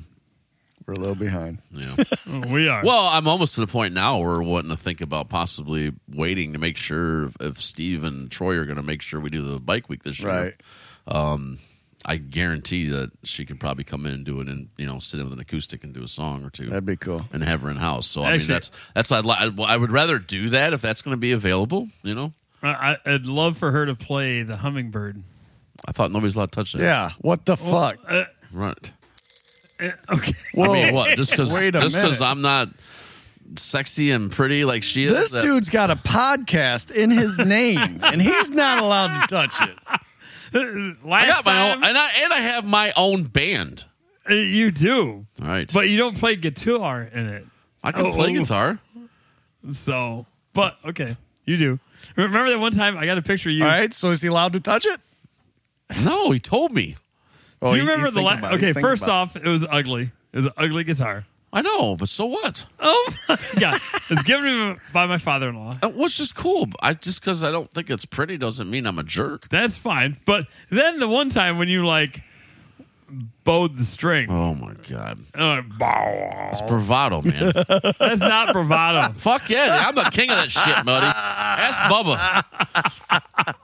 C: We're a little behind.
A: you know.
D: Oh, we are.
A: Well, I'm almost to the point now where we're wanting to think about possibly waiting to make sure if- if Steve and Troy are going to make sure we do the bike week this year.
C: Right.
A: I guarantee that she could probably come in and do it and you know sit in with an acoustic and do a song or two
C: That'd be cool.
A: and have her in house. So I mean
D: Actually-
A: that's that's what I'd like. I would rather do that if that's going to be available. You know,
D: I, I- I'd love for her to play the hummingbird. *laughs*
A: I thought nobody's allowed to touch that.
C: Yeah. What the fuck?
D: Uh,
A: Right.
D: Okay. *laughs*
C: Well,
A: I mean, what? Just because
C: Oh. Wait a minute.
A: I'm not sexy and pretty like she is.
C: this
A: that-
C: dude's got a podcast in *laughs* his name, and he's not allowed to touch it.
A: I
D: Last
A: got my
D: time,
A: own, and I and I have my own band.
D: uh, you do,
A: All right,
D: but you don't play guitar in it.
A: I can
D: Oh,
A: play
D: oh.
A: guitar.
D: So, but okay, you do. Remember that one time I got a picture of you.
C: All right, so is he allowed to touch it?
A: No, he told me.
C: Oh,
D: Do you
C: he-
D: remember
C: he's
D: the
C: thinking
D: last?
C: about it. He's
D: Okay,
C: thinking
D: first
C: about
D: off, it was ugly. It was an ugly guitar.
A: I know, but so what?
D: Oh my
C: *laughs*
D: god! it's given to me by my father-in-law.
A: That was just cool. I just because I don't think it's pretty doesn't mean I'm a jerk.
D: That's fine. But then the one time when you like bowed the string,
A: Oh my god,
D: and I'm like, "Bow."
A: it's bravado, man.
D: that's not bravado.
A: Fuck yeah, I'm the king of that shit, buddy. That's Bubba.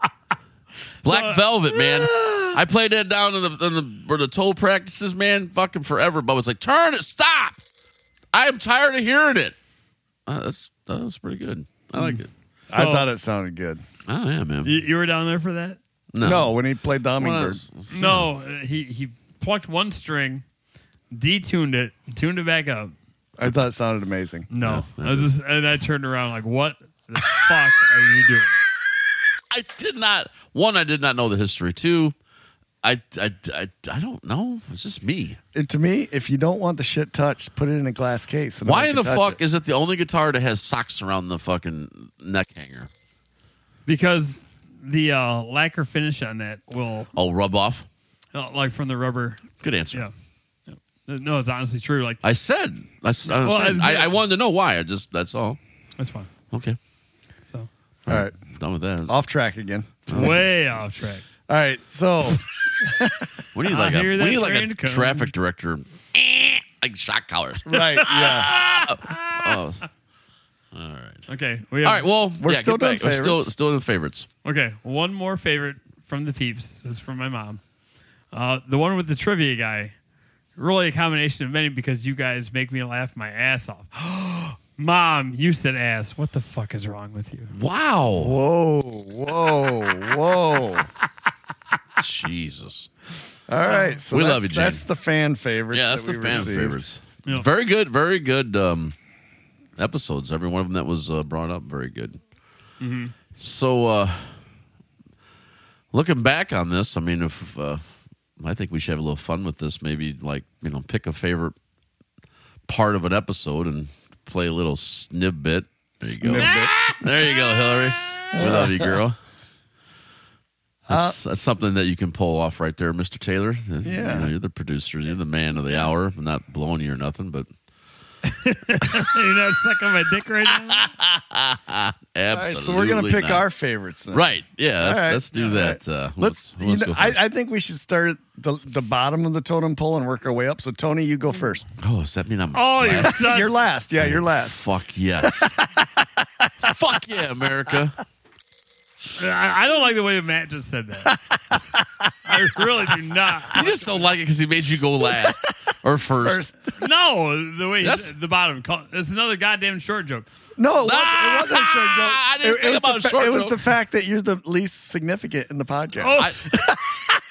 A: Black Velvet, man. I played that down in the, in the where the toll practices, man. Fucking forever. Bubba's like, turn it, stop. I am tired of hearing it. Uh, that's that was pretty good. I like it.
C: I
D: So-
C: thought it sounded good.
A: Oh yeah, man.
D: You, you were down there for that?
A: No,
C: No, when he played the
A: Well,
C: hummingbird.
A: that's-
D: No, uh, he he plucked one string, detuned it, tuned it back up.
C: I thought it sounded amazing.
D: No,
A: Yeah, that
D: I was just and I turned around like, what the fuck are you doing?
A: I did not. One, I did not know the history. Two, I I I, I don't know. It's just me.
C: And to me, if you don't want the shit touched, put it in a glass case. and no
A: Why
C: one
A: in the
C: can touch
A: fuck
C: it.
A: is it the only guitar that has socks around the fucking neck hanger?
D: Because the uh, lacquer finish on that will
A: Oh, rub off.
D: uh, like from the rubber.
A: Good answer.
D: Yeah, Yeah. no, it's honestly true. Like
A: I said. I, s- I,
D: Well,
A: said-
D: I-
A: I, I wanted to know why. I just that's all.
D: that's fine.
A: Okay,
D: So
C: All right,
A: done with that.
C: off track again.
A: Oh.
D: way off track.
C: All right, so
A: we need
D: I
A: like a
D: hear
A: we
D: that
A: need like a
D: train coming.
A: traffic director, *laughs* Eh, like shot
D: *laughs*
A: collars.
C: right, yeah,
A: Oh, s- all right.
D: Okay, we
A: All
D: have,
A: right. Well,
C: We're
A: yeah,
C: still
A: get back.
C: doing
A: We're still
C: favorites.
A: still in favorites.
D: okay, one more favorite from the peeps is from my mom. Uh, the one with the trivia guy, really a combination of many because you guys make me laugh my ass off. *gasps* mom, you said ass. What the fuck is wrong with you?
A: Wow.
C: *laughs* whoa, whoa, whoa.
A: Jesus.
C: All right, so
A: Uh, We
C: that's,
A: love you, Jen.
C: that's the fan favorites.
A: Yeah, that's
C: that
A: the
C: we
A: fan
C: received.
A: favorites.
D: Yeah.
A: Very good, very good um, episodes. Every one of them that was uh, brought up, very good.
C: Mm-hmm.
A: So, uh, looking back on this, I mean, if uh, I think we should have a little fun with this, maybe like you know, pick a favorite part of an episode and play a little snippet. There you go.
C: Snippet.
A: There you go, Hillary. We love you,
C: *laughs*
A: girl. That's, that's something that you can pull off right there, Mr. Taylor. You
C: Uh, Yeah.
A: know, you're the producer. You're the man of the hour. I'm not blowing you or nothing, but
D: *laughs* You're not sucking my dick
A: *laughs*
D: right now.
C: All right,
A: absolutely.
C: so we're gonna pick
A: not.
C: our favorites. Then.
A: right. Yeah, let's,
C: All right.
A: let's do
C: All
A: that. Uh, who
C: Let's.
A: wants- who wants
C: you
A: to
C: know,
A: go first?
C: I, I think we should start at the the bottom of the totem pole and work our way up. So Tony, you go first.
A: oh, does that mean I'm?
D: Oh, you're
A: last?
D: such.
C: You're last. Yeah, you're last.
A: Fuck
C: *laughs*
A: yes. Fuck yeah, America.
D: I, I don't like the way Matt just
A: *laughs*
D: said that. I really do not.
A: You just don't like it because he made you go last or first.
C: First. *laughs*
D: No, the way
A: Yes.
D: the bottom. Call- It's another goddamn short joke.
C: No, it wasn't,
A: Ah!
C: it wasn't a short joke.
A: I didn't
C: it,
A: think
C: it was
A: about
C: the
A: a short
C: It was
A: joke.
C: the fact that you're the least significant in the podcast.
D: Oh,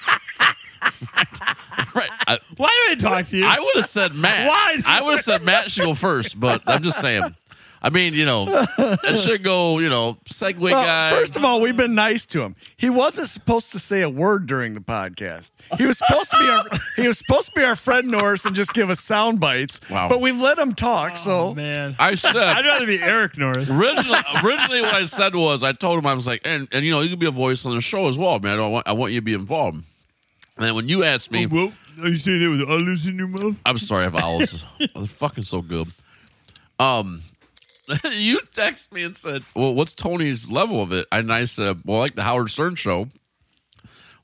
A: I- *laughs* right. I-
D: why do I talk to you?
A: I would have said
C: *laughs*
A: Matt.
D: Why?
A: I would have said Matt should go first, but I'm just saying. I mean, you know, it should go, you know, segue
C: Well,
A: guy.
C: first of all, we've been nice to him. He wasn't supposed to say a word during the podcast. He was supposed to
A: *laughs*
C: be our he was supposed to be our friend Norris and just give us sound bites.
A: Wow.
C: But we've let him talk, so
D: Oh, man.
C: *laughs*
A: I said,
D: I'd rather be
A: *laughs*
D: Eric Norris.
A: originally, originally what I said was, I told him I was like, and, and you know, you could be a voice on the show as well, man. I, don't want, I want you to be involved. And then when you asked me,
D: Oh, Well, are you saying there was olives in your mouth?
A: I'm sorry, I have owls. *laughs* They're fucking so good. Um, *laughs* you text me and said, "Well, what's Tony's level of it?" And I said, "Well, like the Howard Stern show.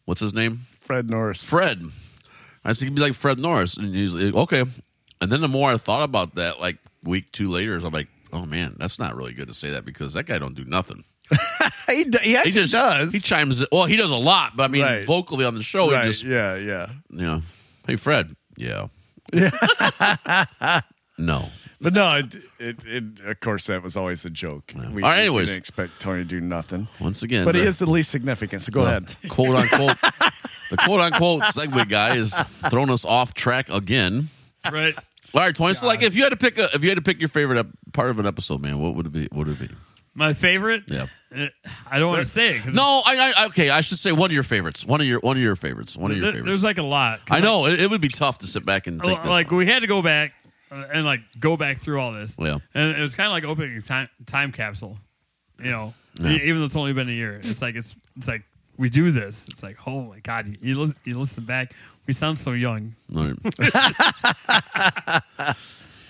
A: What's his name?
C: Fred Norris.
A: Fred. I said, he'd be like Fred Norris. And he's like, okay. And then the more I thought about that, like week two later, I'm like, oh man, that's not really good to say that because that guy don't do nothing.
C: He, d- he
A: He
C: actually
A: just
C: does.
A: He chimes. in- Well, he does a lot, but I mean,
C: Right.
A: vocally on the show,
C: right.
A: he just
C: yeah, yeah.
A: you know, hey Fred,
C: *laughs*
A: yeah, no.
C: But no, it, it, it of course that was always a joke. We,
A: All right,
C: we
A: anyways.
C: didn't expect Tony to do nothing.
A: Once again,
C: But he
A: the-
C: is the least significant, so go
A: the
C: *laughs* ahead.
A: quote unquote The quote unquote segue guy is throwing us off track again.
D: right?
A: All right, Tony. So, like, if you had to pick a, if you had to pick your favorite ep- part of an episode, man, what would it be? What would it be?
D: My favorite.
A: Yeah.
D: Uh, I don't want to say it. 'cause
A: No, I, I okay. I should say one of your favorites. One of your one of your favorites. One of your
D: there-
A: favorites.
D: there's like a lot. 'Cause
A: I know it, it would be tough to sit back and think
D: like,
A: this
D: like,
A: one.
D: we had to go back uh, and like go back through all this.
A: Yeah.
D: and it was kind of like opening a time time capsule. You know,
A: Yeah.
D: E- even though it's only been a year, it's like it's it's like we do this. It's like oh my god, you you, lis- you listen back, we sound so young.
A: All right.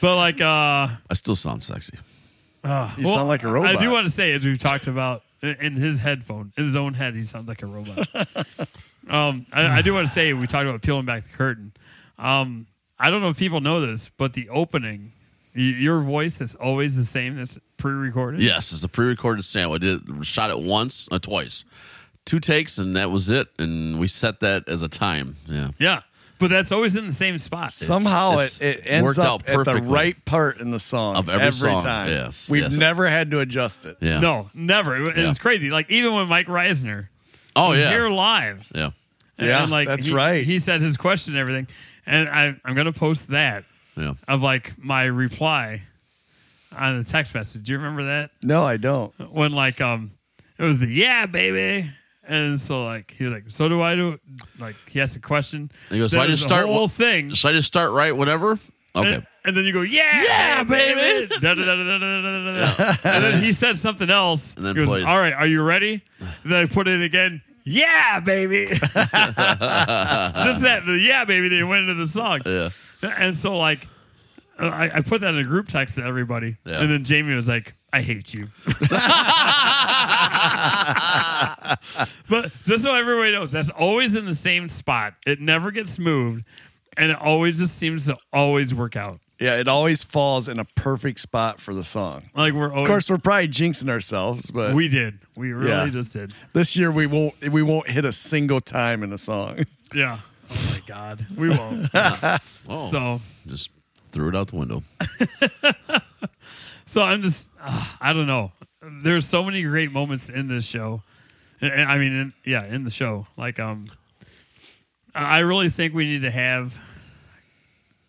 D: But like, uh,
A: I still sound sexy.
C: You sound like a robot.
D: I do want to say, as we've talked about i- in his headphone, in his own head, he sounds like
C: *laughs*
D: a robot. um, I, I do want to say, we talked about peeling back the curtain. Um, I don't know if people know this, but the opening, y- your voice is always the same that's pre recorded.
A: Yes, it's a pre-recorded sample. I did shot it once, uh, twice, two takes, and that was it. And we set that as a time. Yeah,
D: Yeah. But that's always in the same spot.
C: Somehow
A: it's-
C: it, it
A: worked
C: ends
A: out
C: up at the
A: perfectly.
C: right part in the song
A: Of every song,
C: time.
A: yes,
C: We've
A: yes.
C: never had to adjust it.
A: yeah.
D: No, never. It,
A: Yeah.
D: It's crazy. Like, even when Mike Reisner,
A: Oh
D: was
A: yeah.
D: here live,
A: yeah.
D: and,
C: Yeah,
D: like,
C: that's
D: he-
C: right.
D: He said his question and everything. And I, I'm going to post that.
A: Yeah.
D: of like my reply on the text message. Do you remember that?
C: No, I don't.
D: When like um it was the yeah baby. And so like he was like, So do I do like he asked a question.
A: He goes,
D: Then
A: "So I just
D: there's a
A: start
D: whole
A: wh-
D: thing.
A: Should I just start right whenever? Okay.
D: And, and then you go, Yeah,
A: Yeah, baby."
D: *laughs* Da, da, da, da, da, da, da,
A: *laughs*
D: da, da. And then he said something else.
A: And then
D: he goes,
A: plays.
D: All right, are you ready? And then I put it again. Yeah,
A: *laughs*
D: baby. *laughs* Just that, the yeah, baby. They went into the song.
A: yeah.
D: And so, like, uh, I, I put that in a group text to everybody.
A: Yeah.
D: And then Jamie was like, I hate you. but just so everybody knows, that's always in the same spot. It never gets moved. And it always just seems to always work out.
C: Yeah, it always falls in a perfect spot for the song.
D: Like, we're always.
C: Of course, we're probably jinxing ourselves, but
D: we did. We really
C: Yeah.
D: just did.
C: this year we won't we won't hit a single time in a song. *laughs*
D: Yeah. Oh, my God. We won't.
A: Oh,
D: so.
A: just threw it out the window.
D: So I'm just, uh, I don't know. There's so many great moments in this show. And- and I mean, in, yeah, in the show. Like, um, I I really think we need to have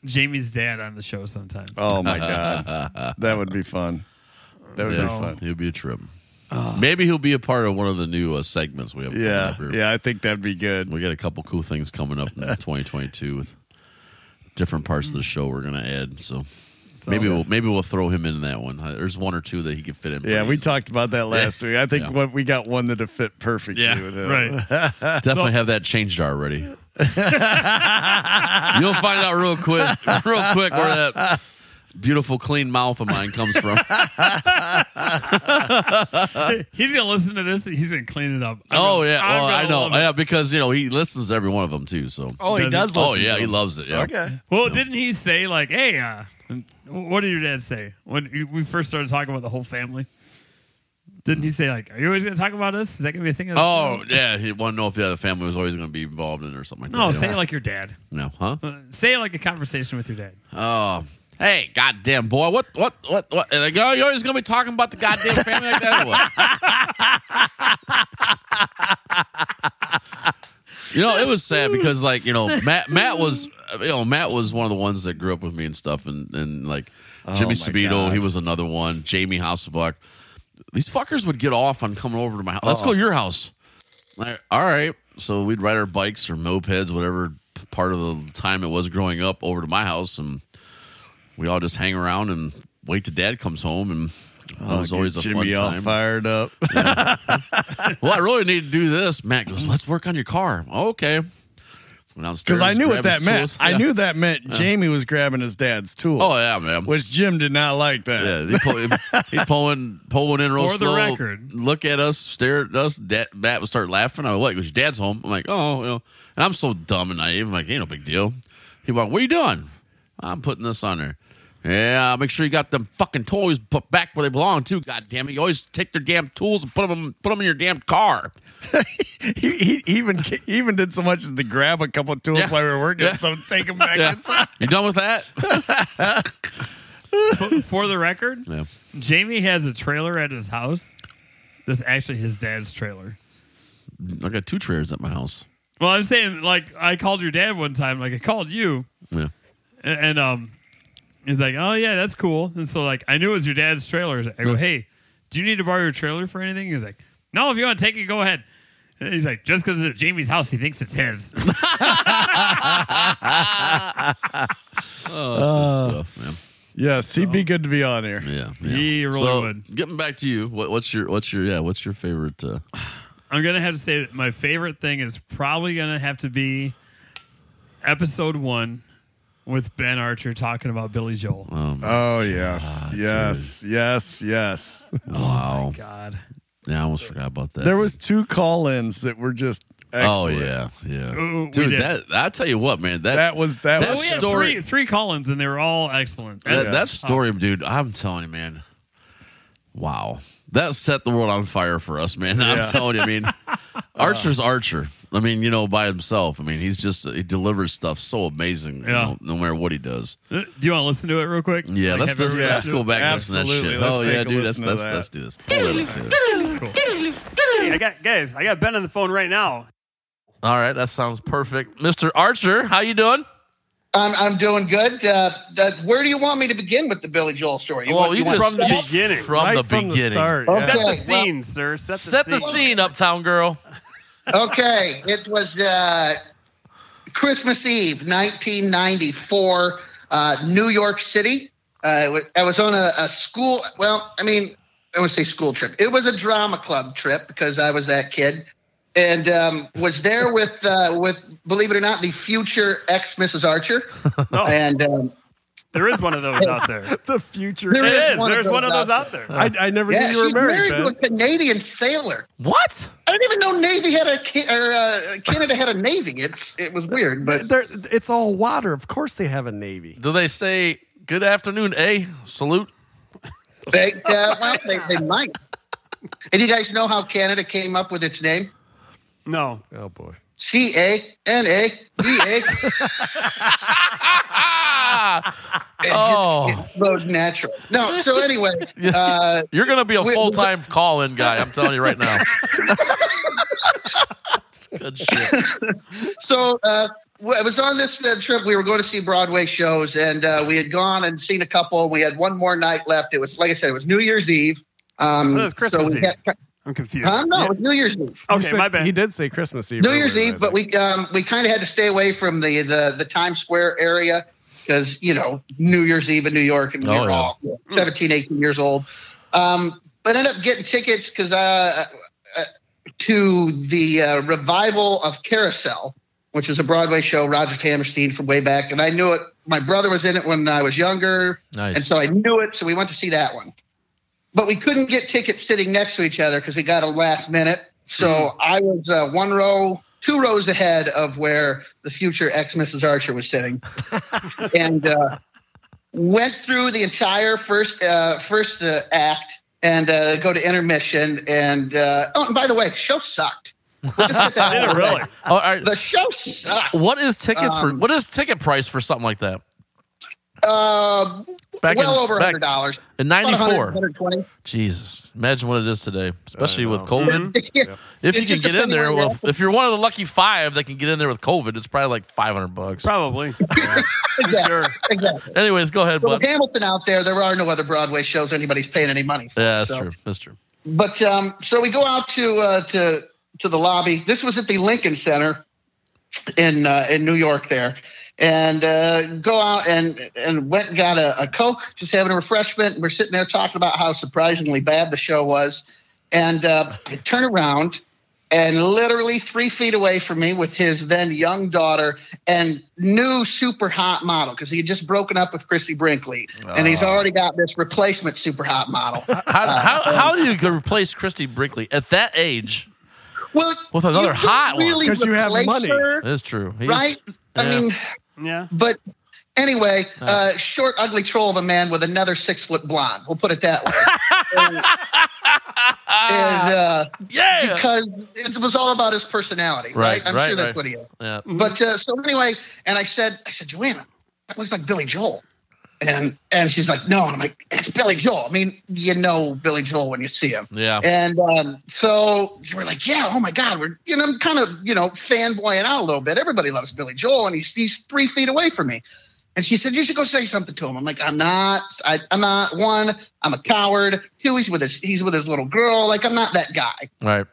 D: Jamie's dad on the show sometime.
C: Oh my
A: *laughs*
C: god, that would be fun. That would
D: So-
C: be fun.
A: He'll be a trip. Maybe he'll be a part of one of the new uh, segments we have. coming
C: Yeah,
A: up here.
C: yeah, I think that'd be good.
A: We got a couple cool things coming up in
C: *laughs*
A: 2022 with different parts of the show we're gonna add. So,
D: So-
A: maybe we'll maybe we'll throw him in that one. Uh, There's one or two that he could fit in.
C: Yeah,
A: pretty
C: we
A: easily.
C: talked about that last week. I think
A: Yeah.
C: what we got one that'd fit perfectly
A: Yeah,
C: with him.
D: Right.
C: *laughs*
A: definitely have that changed already. You'll find out real quick, real quick where that beautiful clean mouth of mine comes
C: *laughs*
A: from. *laughs*
D: *laughs* he's going to listen to this and he's going to clean it up. I'm
A: oh
D: gonna-
A: yeah,
D: I'm
A: well,
D: gonna
A: I know,
D: love it.
A: yeah, because you know he listens to every one of them too. So
C: Oh, he does.
A: Oh,
C: listen
A: yeah,
C: to
A: he
C: him.
A: loves it. Yeah.
C: Okay.
D: Well, didn't he say, like, hey, uh, what did your dad say when you- we first started talking about the whole family? Didn't he say, like, are you always going to talk about us? Is that going to be a thing? of the show?"
A: Oh yeah, he wanted to know if the other family was always going to be involved in it or something. Like
D: No,
A: that.
D: say it like your dad.
A: no, huh?
D: Uh, say it like a conversation with your dad.
A: Oh, hey, goddamn boy, what, what, what, what? And they go, you're always gonna be talking about the goddamn family like that. or what?" you know, it was sad because like you know, Matt, Matt was, you know, Matt was one of the ones that grew up with me and stuff, and and like Jimmy
C: Oh my
A: Sabito,
C: God.
A: he was another one. Jamie Hasselbuck, these fuckers would get off on coming over to my house. Let's go to your house. Like, all right. So we'd ride our bikes or mopeds, whatever p- part of the time it was growing up, over to my house, and we all just hang around and wait till Dad comes home. And that was
C: I'll
A: always a
C: Oh, get Jimmy all
A: fun time. *laughs*
C: fired up.
A: Well, I really need to do this. Matt goes, "Let's work on your car." Okay.
C: Because
A: Because
C: I knew what that meant. I knew that meant Jamie was grabbing his dad's tool,
A: Oh yeah, man.
C: which Jim did not like that.
A: Yeah, he, pull, he pulling pulling in real
D: For the
A: slow.
D: record.
A: look at us, stare at us. Dad, Matt would start laughing. I'm like, "Your dad's home." I'm like, "Oh, you know." And I'm so dumb and naive. I'm like, "Ain't no big deal." He like, "What are you doing?" I'm putting this on there. Yeah, make sure you got them fucking toys put back where they belong too. God damn it! You always take their damn tools and put them put them in your damn car.
C: He, he
A: *laughs*
C: even he even did so much as to grab a couple of tools
A: Yeah.
C: while we were working,
A: Yeah.
C: so
A: *laughs*
C: take them back
A: Yeah.
C: inside.
A: You done with that? *laughs*
D: For- For the record,
A: yeah.
D: Jamie has a trailer at his house. That's actually his dad's trailer.
A: I got two trailers at my house.
D: Well, I'm saying like I called your dad one time. Like I called you,
A: Yeah.
D: a- and, um, he's like, "Oh yeah, that's cool." And so like I knew it was your dad's trailer. I go, "Hey, do you need to borrow your trailer for anything?" He's like, "No, if you want to take it, go ahead." And he's like, "Just because it's at Jamie's house, he thinks it's his."
A: Oh, that's good stuff,
C: Yes, he'd be good to be on here.
A: man. Yeah, yeah.
D: He really
A: so,
D: would.
A: Getting back to you, what, what's your what's your yeah what's your favorite? Uh,
D: I'm gonna have to say that my favorite thing is probably gonna have to be episode one with Ben Archer talking about Billy Joel.
A: um,
C: Oh yes, yes, yes, yes.
A: wow,
D: God,
A: yeah, I almost forgot about that.
C: Oh There was two call-ins that were just
A: oh
C: excellent.
A: yeah, yeah,
D: Ooh, we
A: dude.
D: did.
A: That I tell you what, man, that
C: that was that,
A: That
C: was
D: we had
A: story-
D: three three Collins and they were all excellent. Uh,
A: That,
D: That's-
A: that story, dude, I'm telling you, man. Wow. That set the world on fire for us, man. *laughs*
C: Yeah. Uh.
A: I'm telling you, I
C: *laughs*
A: mean, Archer's Archer. I mean, you know, by himself. I mean, he's just, he delivers stuff so amazing, you
D: Yeah.
A: know, no matter what he does.
D: Uh, Do you want to listen to it real quick?
A: Yeah,
D: Like,
A: let's,
D: have
A: let's,
D: everybody
A: let's
D: listen
A: go back and listen to that
C: Absolutely.
A: shit.
C: Let's
A: oh,
C: take
A: yeah,
C: a
A: dude, let's,
C: listen
A: let's,
C: to
A: let's
C: that.
A: do this. Pull it up, dude.
D: to it? Hey, I got guys. I got Ben on the phone right now.
A: All right, that sounds perfect. Mr. Archer, how you doing?
E: I'm, I'm doing good. Uh, that, where do you want me to begin with the Billy Joel story? You
A: Well,
E: want,
A: you
E: want-
A: just-
D: From the
A: you-
D: beginning.
A: From
C: right
A: the
C: from
A: beginning.
C: the start.
E: Okay.
D: Set the
E: well-
D: scene, sir. Set the
A: Set
D: scene.
A: the scene, Uptown Girl.
E: okay, it was uh, Christmas Eve, 1994, uh, New York City. Uh, it wa- I was on a, a school. Well, I mean, I want to say school trip. It was a drama club trip because I was that kid, and um, was there with uh, with believe it or not, the future ex Mrs. Archer,
D: Oh.
E: and um,
D: There is one of those out there.
C: the future.
E: There
D: It
E: is
D: is.
E: one of
D: There's
E: those
D: one of those
E: out
D: out there.
C: I, I never
E: yeah,
C: knew you were
E: she's
C: married.
E: married
C: Ben.
E: to a Canadian sailor.
A: What?
E: I didn't even know Navy had a ca- or uh, Canada had a Navy. It's it was weird, but
C: They're- it's all water. Of course, they have a navy.
A: Do they say, good afternoon, A? Salute.
E: they
D: *laughs*
E: uh, well, they, they might. And you guys know how Canada came up with its name?
D: No.
C: Oh boy.
E: C A N A D
D: *laughs*
E: A. It just-
A: Oh.
D: Oh.
E: it flowed natural. No, so
D: *laughs*
E: anyway, uh,
A: You're gonna be a
E: Wait,
A: full time call in guy. I'm telling you right
E: *laughs*
A: now. It's Good shit.
E: so uh, w- I was on this uh, trip. We were going to see Broadway shows, and uh, we had gone and seen a couple. We had one more night left. It was like I said, it was New Year's Eve. Um,
D: Oh, it was Christmas
E: so we
D: Eve.
E: had-
D: I'm confused.
E: huh? No, it was New Year's Eve.
C: You
D: Okay,
C: said-
D: my bad.
C: He did say Christmas Eve.
E: New Year's
C: earlier, I
E: Eve, but
C: think.
E: we um, we kind of had to stay away from the the, the Times Square area because you know New Year's Eve in New York, and we
A: Oh,
E: were
A: yeah.
E: all 17, 18 years old. Um, but ended up getting tickets because uh, uh, to the uh, revival of Carousel, which was a Broadway show, Roger Hammerstein from way back, and I knew it. My brother was in it when I was younger,
A: Nice.
E: and so I knew it. So we went to see that one but we couldn't get tickets sitting next to each other because we got a last minute. So
A: Mm-hmm.
E: I was uh, one row, two rows ahead of where the future ex Mrs. Archer
A: *laughs*
E: was sitting, and uh, went through the entire first uh, first uh, act and uh, go to intermission. And uh, oh, and by the way, show sucked. Just
A: *laughs*
E: get that
D: Did
E: out
D: it
E: of the way.
D: really?
A: All right.
E: The show sucked.
A: What is tickets for?
E: Um,
A: What is ticket price for something like that?
E: Uh,
A: Back in-
E: well over
A: back-
E: hundred dollars.
A: In '94.
E: 120.
A: Jesus, imagine what it is today, especially
C: I
A: with
C: know.
A: COVID.
E: *laughs*
A: If you can
E: It's just
A: get in there,
E: depending on
A: well,
E: the-
A: if you're one of the lucky five that can get in there with COVID, it's probably like 500 bucks.
D: Probably.
E: Exactly.
D: Sure.
E: exactly.
A: Anyways, go ahead,
E: So with
A: bud.
E: Hamilton out there, there are no other Broadway shows anybody's paying any money for.
A: Yeah, that's
E: so.
A: true. That's true.
E: But um, so we go out to uh, to to the lobby. This was at the Lincoln Center in uh, in New York there, and uh, go out and and went and got a, a coke, just having a refreshment. We're sitting there talking about how surprisingly bad the show was, and uh, I turn around. And literally three feet away from me, with his then young daughter and new super hot model, because he had just broken up with Christy Brinkley, and he's already got this replacement super hot model.
A: How, how,
E: uh,
A: how do you replace Christy Brinkley at that age?
E: Well,
A: With another
E: you can't
A: hot one.
E: really
C: 'Cause you have
E: replace
C: money.
E: her,
A: That's true. He's-
E: right? I
A: Yeah.
E: mean, uh,
D: Yeah.
E: but anyway, uh, short, ugly troll of a man with another six foot blonde. We'll put it that way.
A: *laughs*
E: and, and, uh,
A: Ah, *laughs* Yeah.
E: because it was all about his personality, right?
A: Right,
E: I'm
A: right,
E: sure that's
A: right.
E: what he is.
A: yeah.
E: But uh, so anyway, and I said, I said, Joanna, that looks like Billy Joel. And and she's like, no. And I'm like, it's Billy Joel. I mean, you know Billy Joel when you see him.
A: Yeah.
E: And um, so we're like, yeah, oh my God, we're you know I'm kind of you know fanboying out a little bit. Everybody loves Billy Joel, and he's he's three feet away from me. And she said, you should go say something to him. I'm like, I'm not. I, I'm not one. I'm a coward. Two, he's with his he's with his little girl. Like I'm not that guy.
A: Right.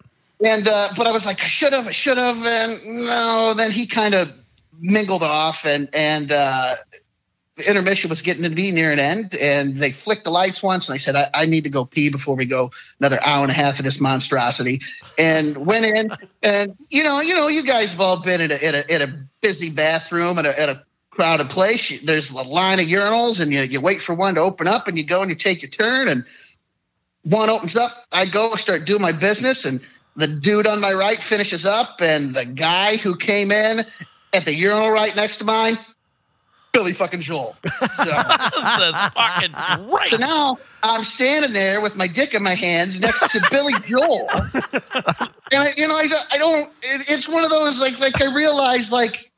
E: And uh, but I was like, I should have, I should have, and no. Then he kind of mingled off, and and uh, the intermission was getting to be near an end, and they flicked the lights once, and I said, I, I need to go pee before we go another hour and a half of this monstrosity, and went in, and you know, you know, you guys have all been in a in a, in a busy bathroom at a at a crowded place. You, there's a line of urinals, and you you wait for one to open up, and you go and you take your turn, and one opens up, I go start doing my business, and the dude on my right finishes up, and the guy who came in at the urinal right next to mine, Billy fucking Joel. So,
A: That's fucking
E: *laughs* so
A: great.
E: now I'm standing there with my dick in my hands next to Billy Joel, and I, you know I, don't- I don't. It, it's one of those like like I realize like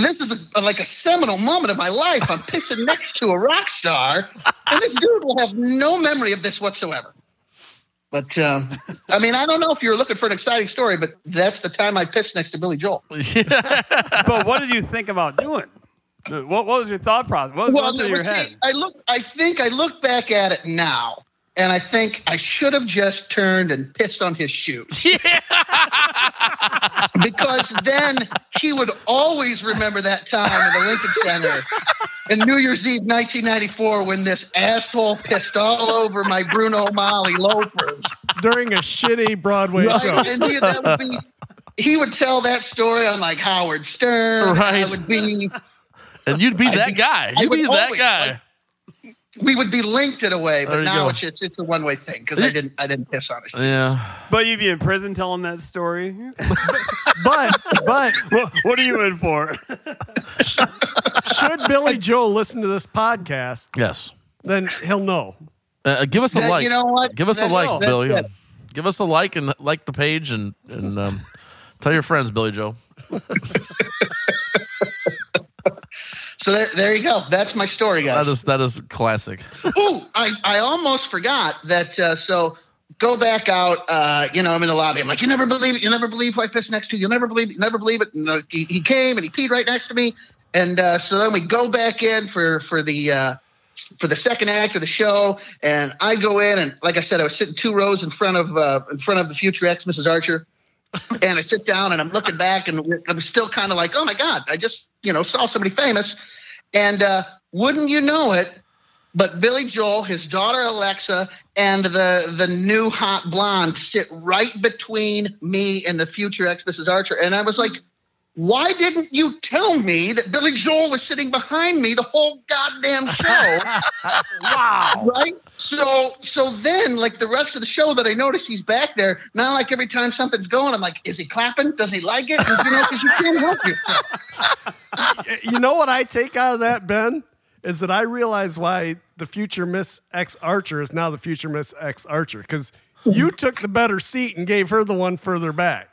E: this is a, like a seminal moment of my life. I'm pissing next to a rock star, and this dude will have no memory of this whatsoever. But um, I mean, I don't know if you're looking for an exciting story, but that's the time I pissed next to Billy Joel. *laughs*
D: but what did you think about doing? What, what was your thought process? What was going through your
E: see,
D: head?
E: I look. I think I look back at it now, and I think I should have just turned and pissed on his shoes. *laughs* because then he would always remember that time in the Lincoln Center in New Year's Eve, 1994, when this asshole pissed all over my Bruno Mali loafers.
C: during a shitty
E: *laughs*
C: Broadway show.
E: Right? And he, that would be, he would tell that story on like Howard Stern. I
A: Right.
E: would be.
A: And you'd be that guy. You'd
E: would
A: be that
E: always,
A: guy.
E: we would be linked in a way,
A: There
E: but
A: you
E: now
A: go.
E: it's just it's a one way thing because I didn't I didn't piss on it.
A: Yeah.
D: But you'd be in prison telling that story. *laughs*
C: But but
D: what, what are you in for?
C: should Billy Joel listen to this podcast,
A: Yes.
C: then he'll know.
A: Uh, give us a
E: That-
A: like.
E: you know what?
A: Give us a
E: That's-
A: like,
E: that's
A: Billy.
E: it.
A: Give us a like and like the page and and um, tell your friends, Billy Joe.
E: So there, there you go. That's my story,
A: That
E: guys.
A: is that is classic.
E: Ooh, I, I almost forgot that. Uh, so go back out. Uh, you know, I'm in the lobby. I'm like, you never believe it. You never believe who I pissed next to. You will never believe it. You never believe it. And uh, he, he came and he peed right next to me. And uh, so then we go back in for for the uh, for the second act of the show. And I go in and like I said, I was sitting two rows in front of uh, in front of the future ex Mrs. Archer. and I sit down and I'm looking back and I'm still kind of like, oh my god, I just you know saw somebody famous. And uh, wouldn't you know it, but Billy Joel, his daughter Alexa, and the the new hot blonde sit right between me and the future ex Mrs. Archer. And I was like, why didn't you tell me that Billy Joel was sitting behind me the whole goddamn show?
D: Wow.
E: right? So so then like the rest of the show that I notice he's back there, now like every time something's going, I'm like, is he clapping? Does he like it? 'Cause, you know, 'cause you can't help yourself.
C: Y- You know what I take out of that, Ben, is that I realize why the future Miss X Archer is now the future Miss X Archer because you took the better seat and gave her the one further back.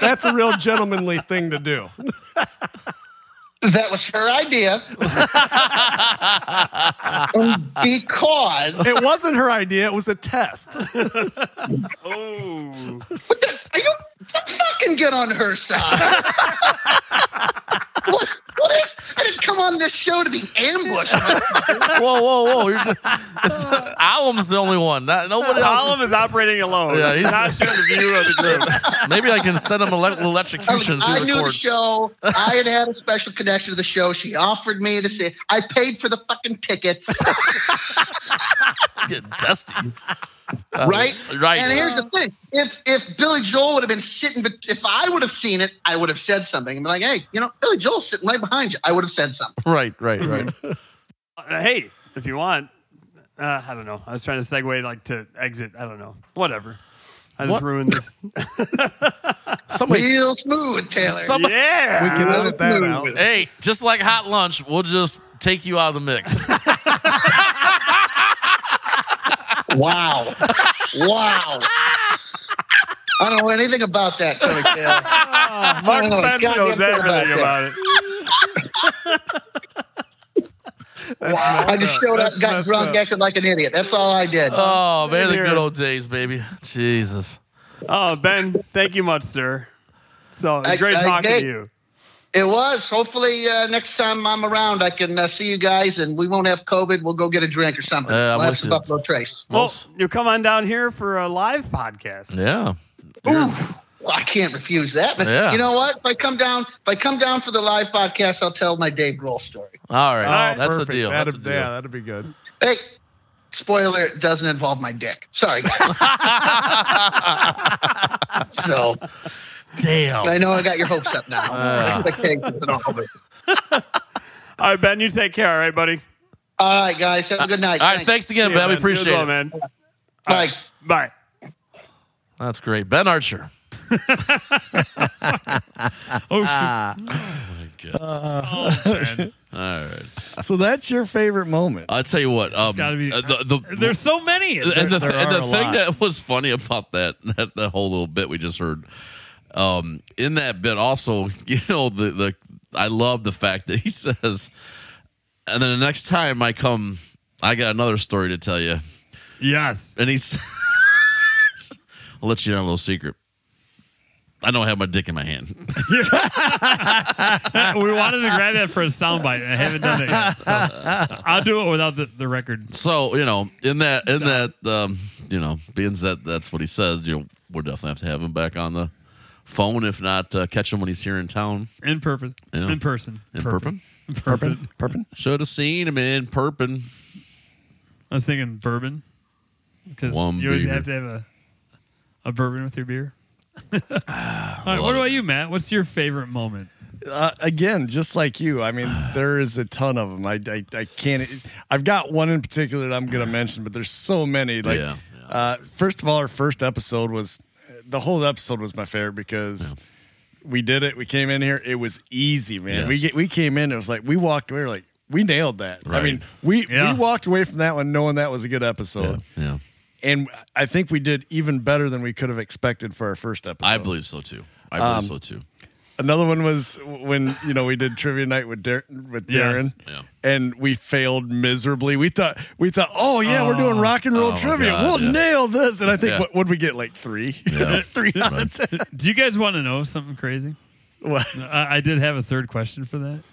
C: That's a real gentlemanly thing to do.
E: That was
A: *laughs*
E: her idea. because
C: It wasn't her idea; it was a test.
D: Oh.
E: I don't don't fucking get on
A: *laughs*
E: her side. what, what is? I didn't come on this show to be
A: *laughs*
E: ambushed.
A: Whoa, whoa, whoa! You're just, it's, Alum's the only one. Not, nobody else.
D: Olive is operating alone.
A: Yeah,
D: Yeah,
A: he's-
D: he's not sure the view of the group.
A: Maybe I can send him an ele-
E: I,
A: electrocution
E: I
A: through the
E: knew the
A: cord.
E: show. I had had a special connection to the show. She offered me to see. I paid for the fucking
A: *laughs*
E: tickets,
A: Get dusty.
E: right?
A: right.
E: And here's the thing: if if Billy Joel would have been sitting, bet- if I would have seen it, I would have said something. I'm like, hey, you know, Billy Joel's sitting right behind you. I would have said something.
A: Right, right, right.
D: Uh, hey, if you want, uh, I don't know. I was trying to segue like to exit. I don't know. Whatever. I just
A: What?
D: ruined this.
A: *laughs* Somebody.
E: Real smooth, Taylor.
A: Some-
D: yeah.
C: We can edit that out.
A: Hey, just like hot lunch, we'll just take you out of the mix.
E: Wow. wow. I don't know anything about that, Tony Taylor.
D: Mark
E: Oh,
D: Spencer
E: goddamn
D: knows
E: good about
D: everything
E: that.
D: about it.
E: I just showed up,
F: That's
E: got
F: messed
E: drunk,
F: up.
E: acted like an idiot. That's all I did.
A: Oh man, the
D: here.
A: good old days, baby. Jesus.
D: Oh, Ben, thank you much, sir. So it's
E: I-
D: great
E: I-
D: talking
E: hey.
D: to you.
E: It was. Hopefully, uh, next time I'm around, I can uh, see you guys, and we won't have COVID. We'll go get a drink or something.
A: Uh, I'm
E: we'll have
A: with
E: some
A: you.
E: Buffalo Trace.
D: Well,
A: Most-
D: you come on down here for a live podcast.
A: Yeah.
E: Ooh, well, I can't refuse that. But
A: Yeah.
E: you know what? If I come down, if I come down for the live podcast, I'll tell my Dave Grohl story.
A: All right.
D: right,
A: Oh, That's
F: Perfect.
A: a deal.
F: That'd,
A: That's a deal.
F: Yeah, that'd be good.
E: Hey, spoiler: it doesn't involve my dick. Sorry. guys. so
A: Damn. Uh.
E: I know I got your hopes up now. Expectations and all. But,
D: All right, Ben, you take care. All right, buddy.
E: all right, guys. Have a good night.
A: All right. Thanks again, Ben. We
D: You as
A: appreciate
D: well,
A: it.
D: man.
E: Bye.
D: Bye.
A: That's great. Ben Archer.
D: Oh, shoot.
A: Ah. Oh,
D: Ben.
A: All right.
C: So that's your favorite moment.
A: I'll tell you what. Um,
D: gotta be-
A: uh, the, the,
D: *laughs* There's so many.
A: and the,
C: there
A: and
C: are
A: the
C: a
A: thing
C: lot.
A: that was funny about that, *laughs* that that whole little bit we just heard um in that bit also *laughs* you know the the i love the fact that he *laughs* says and then the next time i come i got another story to tell you
D: Yes.
A: and *laughs* he's i'll let you in on a little secret i don't have my dick in my hand *laughs*
D: we wanted to grab that for a soundbite. I haven't done it yet.
A: *laughs*
D: So I'll do it without the, the record.
A: so you know in that in that um you know being that that's what he says you know we'll definitely have to have him back on the phone if not uh, catch him when he's here in town
D: In purpose.
A: Yeah.
D: In person.
A: in
D: Purpose.
A: Perpin.
D: In
A: Uh,
D: purpose.
C: Perpin?
A: Should have seen him in Perpin.
D: I was thinking bourbon. Because you
A: One
D: always
A: beer.
D: have to have a, a bourbon with your beer.
A: Ah,
D: *laughs* All right.
A: love
D: What about you, Matt? What's your favorite moment?
C: Uh, again, just like you, I
A: *sighs*
C: mean, there is a ton of them. I, I, I can't. e, I've got one in particular that I'm going to mention, but there's so many. Like,
A: Oh, Yeah,
C: Uh, first of all, our first episode was the whole episode was my favorite because we did it. We came in here. It was easy, man. We
A: Yes.
C: get, we came in. It was like we walked away. Like we nailed that. I
A: Right.
C: mean, we
D: Yeah.
C: we walked away from that one knowing that was a good episode,
A: Yeah, yeah.
C: and I think we did even better than we could have expected for our first episode.
A: I believe so too. I
D: Um,
A: believe so too.
C: Another one was when you know we did trivia night with Dar- with Darren,
D: Yes.
A: Yeah.
C: and we failed miserably. We thought we thought, oh yeah, we're doing rock and
A: oh
C: roll
A: my
C: trivia.
A: God,
C: we'll
A: yeah.
C: nail this. And I think
A: Yeah.
C: what would we get like three,
A: Yeah.
C: *laughs* three out
A: Right.
C: of ten.
D: Do you guys want to know something crazy?
C: What?
D: I, I did have a third question for that.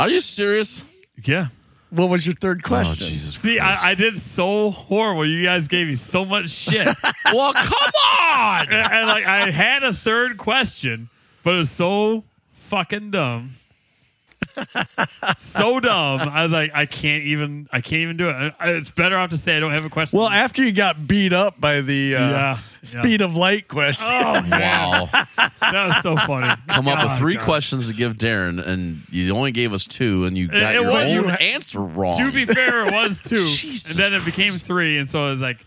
A: Are you serious?
D: Yeah.
C: What was your third question?
A: Oh Jesus
D: See, I, I did so horrible. You guys gave me so much shit.
A: I, well, come on.
D: and, and, like *laughs* I had a third question, but it was so fucking dumb. so dumb. I was like, I can't even. I can't even do it. I- I- it's better off to say I don't have a question.
C: Well, after you got beat up by the uh,
D: Yeah, yeah.
C: speed of light question,
D: oh
A: *laughs*
D: man,
A: *laughs* Wow.
D: that was so funny.
A: Come up with
D: God,
A: three
D: God.
A: questions to give Darren, and you only gave us two, and you got
D: it
A: your
D: was-
A: own
D: you ha-
A: answer wrong.
D: To be fair, it was two,
A: Jesus
D: and then it became three, and so I was like,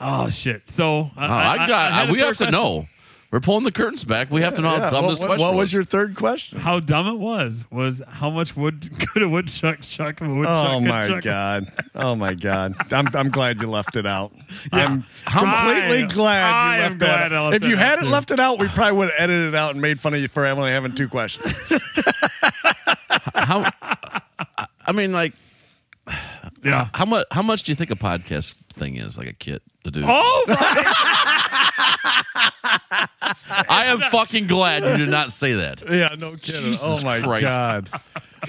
D: oh shit. So
A: Oh, I, got.
D: had a
A: we
D: third
A: have to
D: question.
A: know. We're pulling the curtains back. We have to know
C: Yeah,
A: how dumb
C: what,
A: this
C: what-
A: Oh, question
C: what was your third question?
D: How dumb it was was how much wood *laughs* could a woodchuck chuck? if A woodchuck
C: Oh
D: could
C: my
D: chuck-
C: god! Oh my god! I'm I'm glad you left it out. I'm
D: I-
C: completely glad
D: I
C: you left
D: am
C: that.
D: glad
C: out.
D: I
C: if
D: left
C: you
D: that out,
C: hadn't
D: too.
C: left it out, we probably would have edited it out and made fun of you for only having two
D: *laughs*
C: questions. *laughs*
A: How? I- I mean, like,
D: Yeah.
A: how much? How much do you think a podcast thing is? Like a kit to do?
D: Oh my
C: *laughs*
A: I
D: *laughs*
A: am fucking glad you did not say that.
C: yeah, no kidding. oh
A: Jesus
C: my
A: Christ.
D: *laughs*
C: god.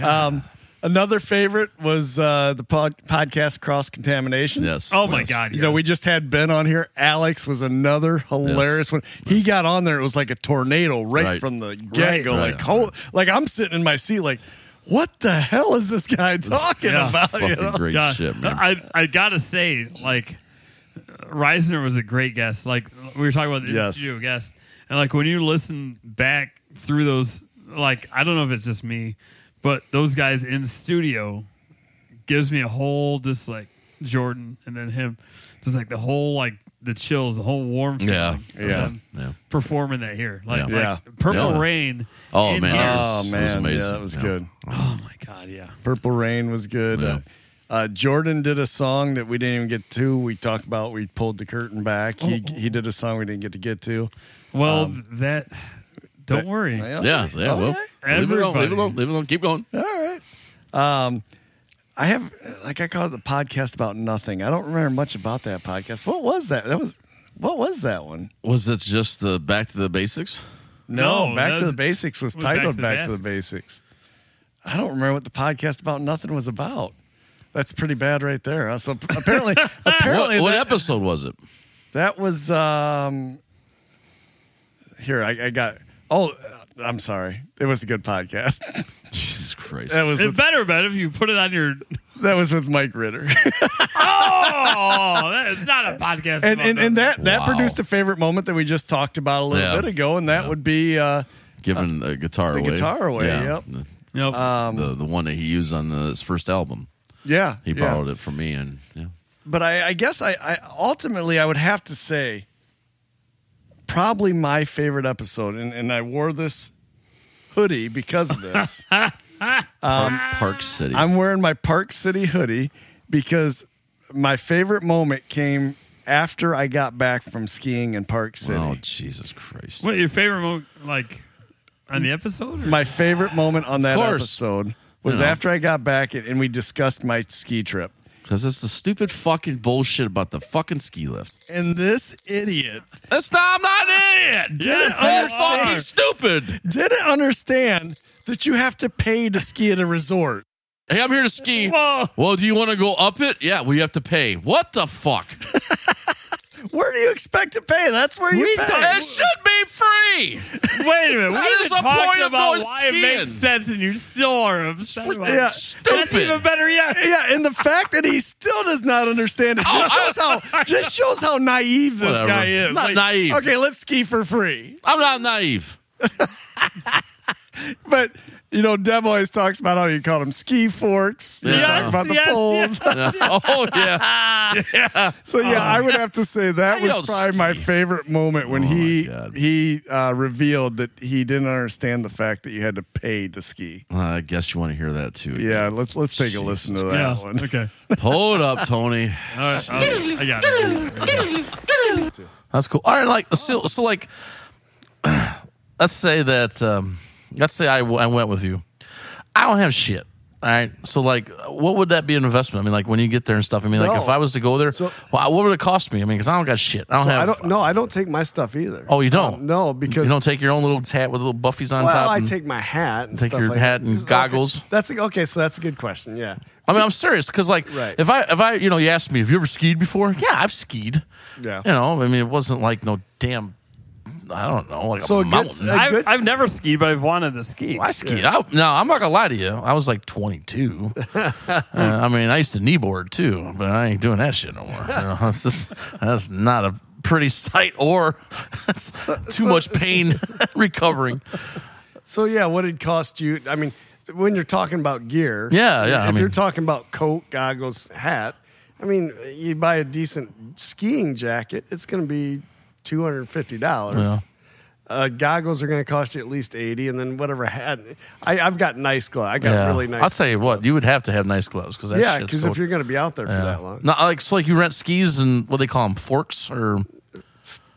C: Um, another favorite was uh, the pod- podcast cross contamination.
A: Yes.
D: Oh my
A: yes.
D: god!
C: You know,
D: yes.
C: we just had Ben on here. Alex was another hilarious one. He got on there; it was like a tornado right,
A: Right.
C: from the get go.
A: Right.
C: Like, hol- like I'm sitting in my seat, like, what the hell is this guy talking
D: Yeah.
C: about? *laughs* You
A: Fucking
C: know?
A: great
D: Yeah,
A: shit, man.
D: I I gotta say, like Reisner was a great guest. Like we were talking about the
C: Yes.
D: studio guest, and like when you listen back through those, like I don't know if it's just me, but those guys in studio gives me a whole just like Jordan and then him, just like the whole like the chills, the whole warm feeling.
A: Yeah.
D: of
C: Yeah.
D: them
A: Yeah.
D: Performing that here, like,
A: Yeah.
D: like
C: Yeah.
D: Purple
A: Yeah.
D: Rain.
A: Oh,
D: in
A: man.
D: here.
A: Yeah.
C: Oh
A: It was
C: man,
A: amazing.
C: yeah, that was
A: Yeah.
C: good.
D: Oh my god, yeah.
C: Purple Rain was good.
A: Yeah.
C: Uh, uh, Jordan did a song that we didn't even get to. We talked about. We pulled the curtain back. He
A: Oh.
C: he did a song we didn't get to get to.
D: Well, that. Don't worry.
C: Oh, Yeah.
A: Yeah, yeah, well.
C: Okay.
A: Leave it alone, leave it
D: Everybody.
A: alone, leave it alone. Keep going.
C: All right. Um, I have like I call it the podcast about nothing. I don't remember much about that podcast. What was that? That was what was that one?
A: Was that just the back to the basics?
D: No, that
C: Back to
D: was-
C: the Basics was
D: was Back
C: titled
D: to the
C: Back to the Basics. I don't remember what the podcast about nothing was about. That's pretty bad right there. huh? So
D: *laughs*
C: apparently apparently
A: What, what
C: that-
A: episode was it? *laughs*
C: That was um here I, I got oh I'm sorry. It was a good podcast. *laughs*
A: Jesus Christ!
C: That was
D: It's
C: with,
D: better, better if you put it on your. *laughs*
C: that was with Mike Ritter. *laughs*
D: Oh, that is not a podcast.
C: and
D: about
C: and, and that that
A: Wow.
C: produced a favorite moment that we just talked about a little
A: Yeah.
C: bit ago, and that would be uh
A: Giving the guitar
C: the
A: away. Um,
C: guitar away, yep.
A: The,
D: Nope.
A: the the one that he used on the, his first album.
C: yeah.
A: He
C: yeah.
A: borrowed it from me, and yeah.
C: But I, I guess I, I ultimately I would have to say probably my favorite episode, and, and I wore this hoodie because
A: *laughs*
C: of this.
A: Park- Park City.
C: I'm wearing my Park City hoodie because my favorite moment came after I got back from skiing in Park City.
A: oh Jesus Christ!
D: what your favorite mo- like on the episode? Or?
C: My favorite moment on that
A: course.
C: episode was
A: You know.
C: after I got back and, and we discussed my ski trip.
A: Because that's the stupid fucking bullshit about the fucking ski lift.
C: And this idiot
A: That's not. I'm not *laughs* an idiot.
D: Yes,
A: That's
D: you
A: fucking
D: are.
A: stupid.
C: didn't understand that you have to pay to ski at a resort.
A: Hey, I'm here to ski.
D: Whoa.
A: Well, do you want to go up it? Yeah, well, you have to pay. What the fuck?
C: Where do you expect to pay? That's where you
D: We
C: pay.
D: talk-
A: it should be free.
D: Wait a minute.
A: That
D: We've
A: is
D: been
A: the point
D: talking
A: of
D: about
A: going
D: why
A: skiing.
D: it makes sense, and you still are upset. About it.
C: Yeah.
D: That's even
A: Stupid.
D: better yet.
C: yeah, and the fact that he still does not understand it just
A: Oh, I-
C: shows how just shows how naive this
A: Whatever.
C: guy is.
A: Not naive.
C: Okay, let's ski for free.
A: I'm not
C: *laughs*
A: naive. *laughs*
C: But you know, Deb always talks about how you call them ski forks. You
A: Yeah.
C: talk
A: Yes,
C: about the
D: yes,
C: poles. *laughs*
A: Yeah. Oh yeah.
C: So yeah, I would have to say that
A: I
C: was
A: don't
C: probably my favorite moment when
A: Oh, my
C: he
A: God.
C: he uh, revealed that he didn't understand the fact that you had to pay to ski.
A: Well, I guess you want to hear that too.
C: Yeah, let's let's take a listen to that
D: Yeah.
C: one.
D: Okay.
A: Pull it up, Tony.
D: All right. All right. I got it.
A: That's cool. All right, like so, so like *clears throat* let's say that um let's say I, w- I went with you. I don't have shit. All right. So like what would that be an investment? I mean like when you get there and stuff. I mean like
C: No.
A: if I was to go there,
C: So-
A: well, what would it cost me? I mean cuz I don't got shit. I don't
C: So
A: have
C: I don't no, I don't take my stuff either. Uh,
A: Oh, you don't?
C: No, because
A: You don't take your own little hat with little buffies on
C: well,
A: top.
C: I
A: and-
C: take my hat. And
A: Take
C: stuff
A: your
C: like
A: hat
C: that.
A: and
C: Okay.
A: goggles.
C: That's a, okay. So that's a good question. Yeah.
A: I mean, I'm serious because, like,
C: Right.
A: if I if I you know you asked me, have you ever skied before? Yeah, I've skied.
C: Yeah.
A: You know, I mean, it wasn't like no damn, I don't know, like
C: So
A: a
C: it gets-
A: mountain.
C: A
D: I've,
C: good-
D: I've never skied, but I've wanted to ski.
A: I skied. I, no, I'm not gonna lie to you. I was like
C: *laughs*
A: 22. Uh, I mean, I used to kneeboard too, but I ain't doing that shit no more. You know, *laughs* that's, just, that's not a pretty sight, or *laughs* that's too
C: so-
A: much pain *laughs* recovering.
C: So yeah, what it cost you? I mean, when you're talking about gear.
A: Yeah, yeah, I
C: If you're
A: mean-
C: talking about coat, goggles, hat, I mean, you buy a decent skiing jacket, it's going to be two hundred and fifty dollars.
A: Yeah.
C: Uh, goggles are going to cost you at least eighty, and then whatever hat. I, I've got nice gloves. I got
A: Yeah.
C: really nice.
A: I'll tell you what, you would have to have nice gloves because
C: yeah, because if you're going to be out there for that long,
A: No, like so like you rent skis and what do they call them forks or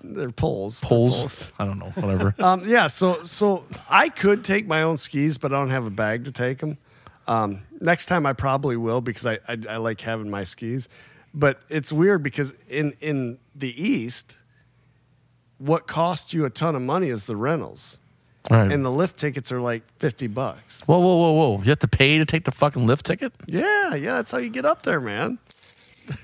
C: they're poles. They're
A: poles. I don't know,
C: *laughs*
A: whatever.
C: Um, yeah, so so I could take my own skis, but I don't have a bag to take them. Um, next time I probably will because I, I I like having my skis, but it's weird because in in the east, what costs you a ton of money is the rentals,
A: All right.
C: and the lift tickets are like fifty bucks.
A: whoa, whoa, whoa, whoa! You have to pay to take the fucking lift ticket.
C: Yeah, yeah, that's how you get up there, man.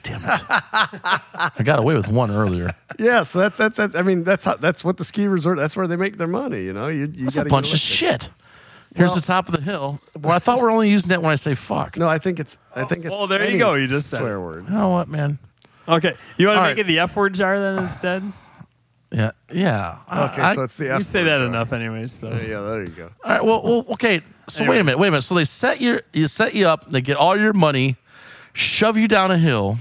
A: Damn it! I got away with one
C: *laughs*
A: earlier.
C: Yeah, so that's that's that's I mean that's how that's what the ski resort that's where they make their money. You know, you you
A: That's
C: gotta
A: a
C: get
A: bunch of
C: lift ticket.
A: shit. Here's
C: Well-
A: the top of the hill. Well, I thought we are only using that when I say fuck.
C: No, I think it's I think it's
D: Well, Oh, there you
C: any
D: go, you just said
C: swear
D: it.
C: word.
A: You know what, man?
D: Okay. You want to
A: All
D: make
A: right.
D: it the F word jar then instead?
A: Yeah, yeah.
C: Okay,
A: I-
C: so it's the F
D: You say
C: word,
D: that
C: so-
D: enough, anyways. So.
C: Yeah, there you go.
A: All right. Well, well okay. So wait a minute.
D: Anyways.
A: Wait a minute. So they set your, you set you up. They get all your money, shove you down a hill,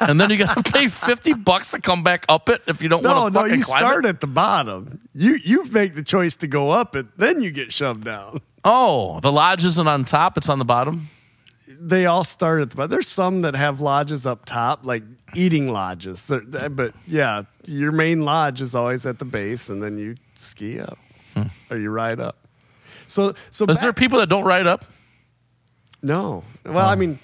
A: and then you got to *laughs* pay fifty bucks to come back up it if you don't
C: No,
A: want to
C: no,
A: fucking
C: you
A: climb
C: start
A: it.
C: at the bottom. You you make the choice to go up it, then you get shoved down.
A: Oh, the lodge isn't on top; it's on the bottom.
C: They all start at the bottom. There's some that have lodges up top, like eating lodges. They're- they- but yeah, your main lodge is always at the base, and then you ski
D: Hmm.
C: up or you ride up. So so
A: Is there
C: back-
A: people that don't ride up?
C: No. Well,
D: Oh.
C: I mean,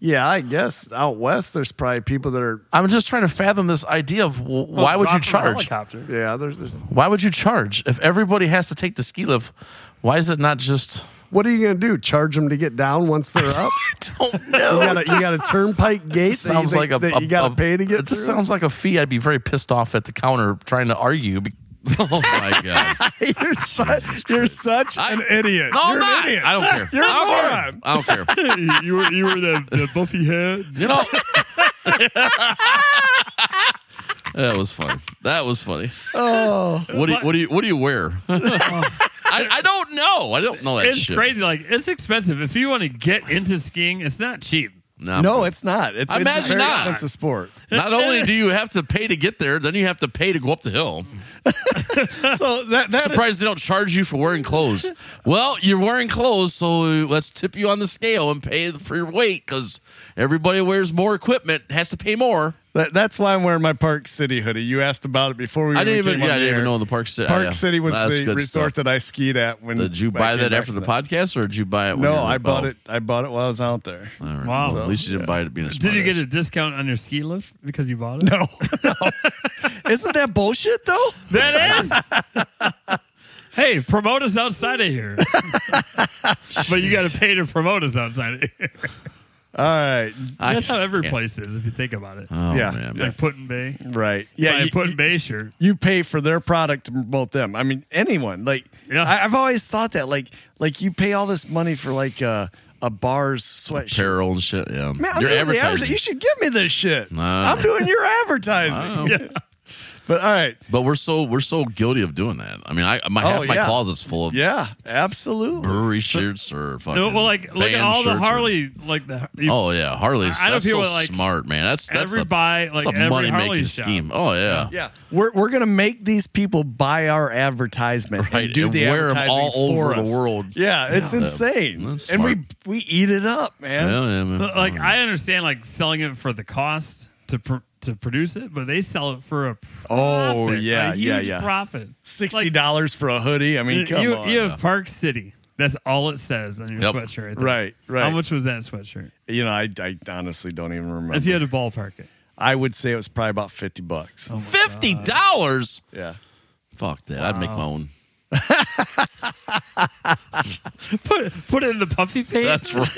C: yeah, I guess out west there's probably people that are.
A: I'm just trying to fathom this idea of
C: Oh,
A: w- why would you
D: drop from a
A: charge?
D: helicopter.
C: *laughs* Yeah, there's. there's
A: Why would you charge if everybody has to take the ski lift? Why is it not
C: *laughs*
A: just?
C: what are you going to do? Charge them to get down once they're
A: *laughs*
C: up?
A: Oh no!
C: you, got a, you got a turnpike gate. that you
A: sounds like
C: think
A: a.
C: that
A: a-
C: you got
A: a-
C: to pay to get.
A: It just
C: through?
A: sounds like a fee. I'd be very pissed off at the counter trying to argue.
C: *laughs*
A: be- Oh my god!
C: *laughs* you're, such, you're such an
A: I-
C: idiot.
A: *laughs* No,
C: you're
A: I'm
C: an
A: not.
C: idiot.
A: I don't care.
C: You're a
A: I
C: moron.
A: don't care. I don't care.
D: you were you were the, the Buffy *laughs* head.
A: You
C: *laughs*
A: know. that was funny. That was funny.
C: Oh.
A: What do you, what do you what do you
C: *laughs*
A: wear? *laughs* I, I don't know. I don't know that
D: It's
A: shit.
D: crazy. Like it's expensive. If you want to get into skiing, it's not cheap.
A: No,
C: No, it's not. It's, it's a
A: Imagine
C: very
A: not.
C: expensive
A: *laughs*
C: sport.
A: not
C: *laughs*
A: only do you have to pay to get there, then you have to pay to go up the hill.
C: So that that is,
A: Surprised they don't charge you for wearing clothes. Well, you're wearing clothes, so let's tip you on the scale and pay for your weight because everybody wears more equipment has to pay more.
C: that, that's why I'm wearing my Park City hoodie. You asked about it before we.
A: I didn't
C: came
A: even.
C: on
A: Yeah, I
C: the
A: didn't
C: air.
A: even know the Park City.
C: Park
A: yeah.
C: City was
A: That's
C: the
A: good
C: resort
A: stuff.
C: that I skied at when.
A: Did you
C: when I
A: buy
C: came
A: that
C: back
A: after
C: from
A: the podcast, or did you buy it? when
C: No,
A: you were-
C: I bought
A: oh,
C: it. I bought it while I was
A: *laughs*
C: out there.
A: all right.
D: Wow.
A: Well, at least you didn't buy it being a
D: Did you
A: smartass.
D: get a discount on your ski lift because you bought it?
C: No, isn't that bullshit though?
D: *laughs* That is. *laughs* hey, promote us outside of here. *laughs* but you got to pay to promote us outside of here.
C: All right,
A: I
D: That's how
A: just
D: every
A: can't.
D: place is, if you think about it.
A: Oh,
C: Yeah.
A: man.
D: Like Putin Bay.
C: right.
D: Yeah,
C: Yeah,
D: you,
C: you,
D: Putin Bay shirt.
C: *laughs* you pay for their product to promote them. I mean, anyone. Like,
D: Yeah.
C: I, I've always thought that. Like, like you pay all this money for like a a bar's sweatshirt.
A: apparel and shit. Yeah,
C: Man, I'm
A: you're
C: doing the
A: advertising.
C: advertising. You should give me this shit.
A: No.
C: I'm doing your advertising.
A: Wow.
D: Yeah.
C: *laughs* But all right,
A: But we're so we're so guilty of doing that. I mean, I my half
C: Oh,
A: my
C: yeah.
A: closet's full of
C: yeah, absolutely.
A: brewery shirts or fucking.
D: No, well, like, look at
A: band
D: all the
A: shirts or-
D: Harley, like, the. You,
A: oh yeah, Harley's.
D: I know
A: that's
D: people
A: so
D: that, like,
A: smart, man. That's that's
D: every
A: a,
D: buy,
A: that's
D: like,
A: a
D: every
A: money
D: Harley
A: making
D: shop.
A: scheme. Oh yeah.
C: Yeah, we're we're gonna make these people buy our advertisement
A: Right,
C: and do
A: and
C: the
A: wear 'em
C: advertising
A: all over the
C: for us.
A: world.
C: Yeah, it's
A: Yeah.
C: insane,
A: That's
C: and we
A: smart.
C: we eat it up,
A: Yeah,
C: man.
A: yeah, man.
D: But, Like I understand, like selling it for the cost to pr- to produce it, but they sell it for a profit,
C: Oh, yeah,
D: a huge
C: yeah, yeah.
D: profit.
C: Sixty
D: Like,
C: dollars for a hoodie. I mean, come
D: you,
C: on.
D: you have Park City. That's all it says on your
A: Yep.
D: sweatshirt. there.
C: right, right.
D: How much was that sweatshirt?
C: You know, I, I honestly don't even remember.
D: If you had Oh. to ballpark it,
C: I would say it was probably about fifty bucks.
A: Fifty dollars.
C: Yeah.
A: Fuck that. I'd make my own. *laughs*
D: put put it in the *laughs* puffy paint.
A: That's right.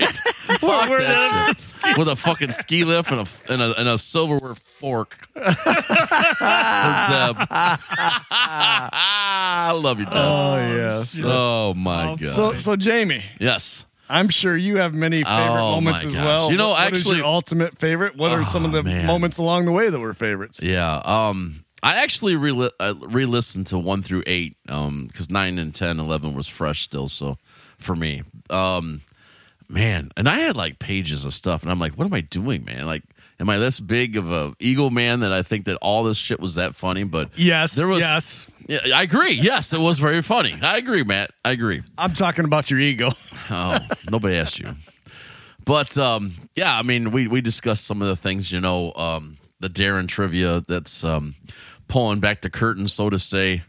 D: Where- where
A: that
D: the- *laughs*
A: With a fucking ski lift and a and a, and a silverware fork. *laughs* For Deb. I love you, Deb.
C: Oh yes.
A: Oh my
D: Oh,
A: god.
C: So so Jamie,
A: yes.
C: I'm sure you have many favorite
A: Oh,
C: moments
A: my
C: as
A: gosh.
C: well.
A: You know,
C: What- what is
A: actually- Oh,
C: your ultimate favorite. What are some of the
A: man.
C: moments along the way that were favorites?
A: Yeah. Um I actually re- I re-listened to 1 through 8 um cuz 9 and 10 11 was fresh still so for me. Um man, and I had like pages of stuff and I'm like what am I doing, man? Like am I this big of a eagle man that I think that all this shit was that funny, but
C: Yes,
A: There was-
C: yes.
A: Yeah, I agree. Yes, it was very funny. I agree, Matt. I agree.
C: I'm talking about your
A: *laughs*
C: ego.
A: Oh, nobody asked you. But um, yeah, I mean, we we discussed some of the things, you know, um, the Darren trivia that's um, pulling back the curtain, so to say.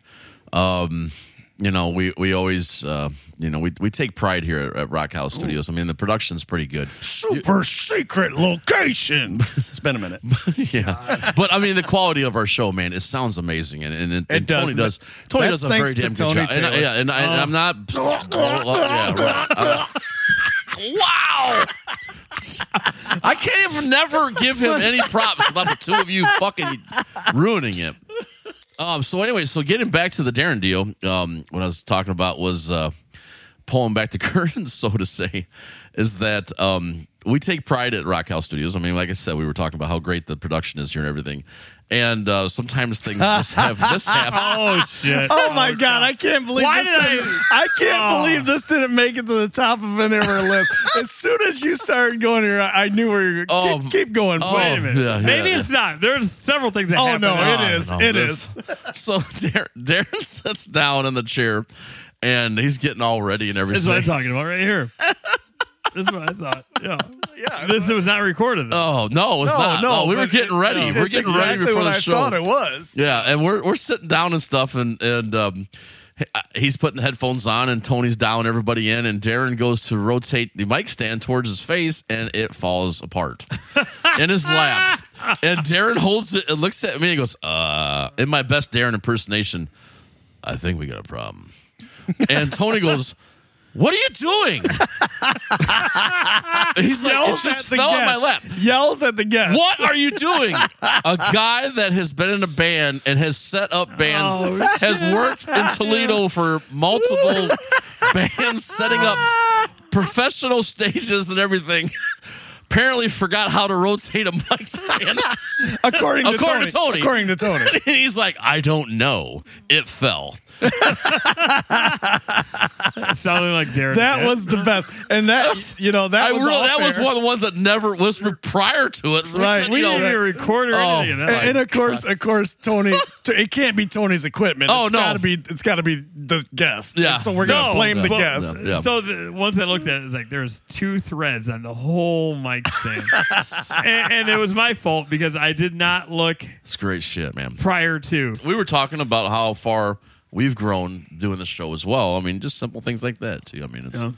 A: Um, you know, we we always, uh, you know, we we take pride here at, at Rock House Studios. I mean, the production's pretty good.
C: Super secret location. *laughs* it's been
A: *laughs*
C: a minute.
A: Oh, yeah, but I mean, the quality of our show, man, it sounds amazing, and and, and,
C: It does.
A: Tony does. Tony
C: That's
A: does a very
C: thanks to
A: damn
C: Tony
A: good job. And I-
C: Taylor. Oh.
A: yeah, and, I, and I'm not. *laughs* Yeah, right. Uh, I'm- wow. *laughs* I can't even never give him any props about the two of you fucking ruining it. Um. So anyway, so getting back to the Darren deal, um, what I was talking about was uh, pulling back the *laughs* curtains, so to say, is that um, we take pride at Rock House Studios. I mean, like I said, we were talking about how great the production is here and everything, and uh, sometimes things just have this happens.
D: oh shit!
C: Oh my god, I can't believe
D: Why
C: this
D: did I-
C: didn't- I can't
D: Oh.
C: believe this didn't make it to the top of any
A: *laughs*
C: of our list. As soon as you started going here, I I knew where you were
A: Oh,
C: keep, keep going.
A: oh,
C: please.
D: Wait
A: *laughs*
D: a minute.
A: Yeah, yeah,
D: Maybe
A: yeah.
D: it's not. There's several things that
C: Oh
D: happen.
C: no,
A: No,
C: it is.
A: no,
C: it
A: this-
C: is.
A: *laughs* so Darren, Darren *laughs* sits down in the chair, and he's getting all ready and
D: This is what I'm
C: *laughs*
A: everything.
D: talking about right here. this is what I thought. Yeah.
C: Yeah.
D: This was not recorded. though.
A: Oh no, it's
C: No,
A: not.
C: no,
A: No, we were
C: but
A: getting ready.
C: It's
A: we're getting
C: exactly
A: ready before
C: what
A: the
C: I
A: show.
C: thought it was.
A: Yeah, and we're we're sitting down and stuff, and and um, uh, he's putting the headphones on and Tony's dialing everybody in, and Darren goes to rotate the mic stand towards his face, and it falls
C: *laughs*
A: apart in his lap. And Darren holds it and looks at me and goes, "Uh." In my best Darren impersonation, I think we got a problem. And Tony goes. What are you
C: *laughs*
A: doing? He's like, it
C: Yells
A: just
C: at the
A: fell on my lap.
C: guest. Yells at the guest.
A: What are you doing? A guy that has been in a band and has set up bands,
D: Oh,
A: has worked in Toledo for multiple bands, setting up professional stages and everything. Apparently, forgot how to rotate a mic stand. *laughs*
C: According, to,
A: According to
C: Tony,
A: Tony.
C: According to Tony.
A: and he's like, I don't know. It fell. Oh.
D: It sounded like Derek.
C: That was the best. And
A: *laughs*
C: that, you know, that
A: I
C: was
A: really,
C: all
A: that was
C: fair.
A: one of the ones that never whispered prior to it. So we
C: Right.
A: couldn't,
D: We
A: you know-
D: didn't even record or
A: Oh.
D: anything. of
C: And,
D: that.
C: and of course, of course, Tony. t- It can't be Tony's equipment.
A: Oh,
C: It's
A: no.
C: gotta be. It's got to be the guest.
A: Yeah.
C: And so we're gonna
D: No,
C: blame the
D: but-
C: guest.
A: No. Yeah.
D: So the, once I looked at it, it's like there's two threads on the whole mic
A: *laughs*
D: stand, and, and it was my fault because I did not look
A: It's great shit, man.
D: prior to.
A: we were talking about how far we've grown doing the show as well. I mean, just simple things like that too. I mean, it's
D: Yeah.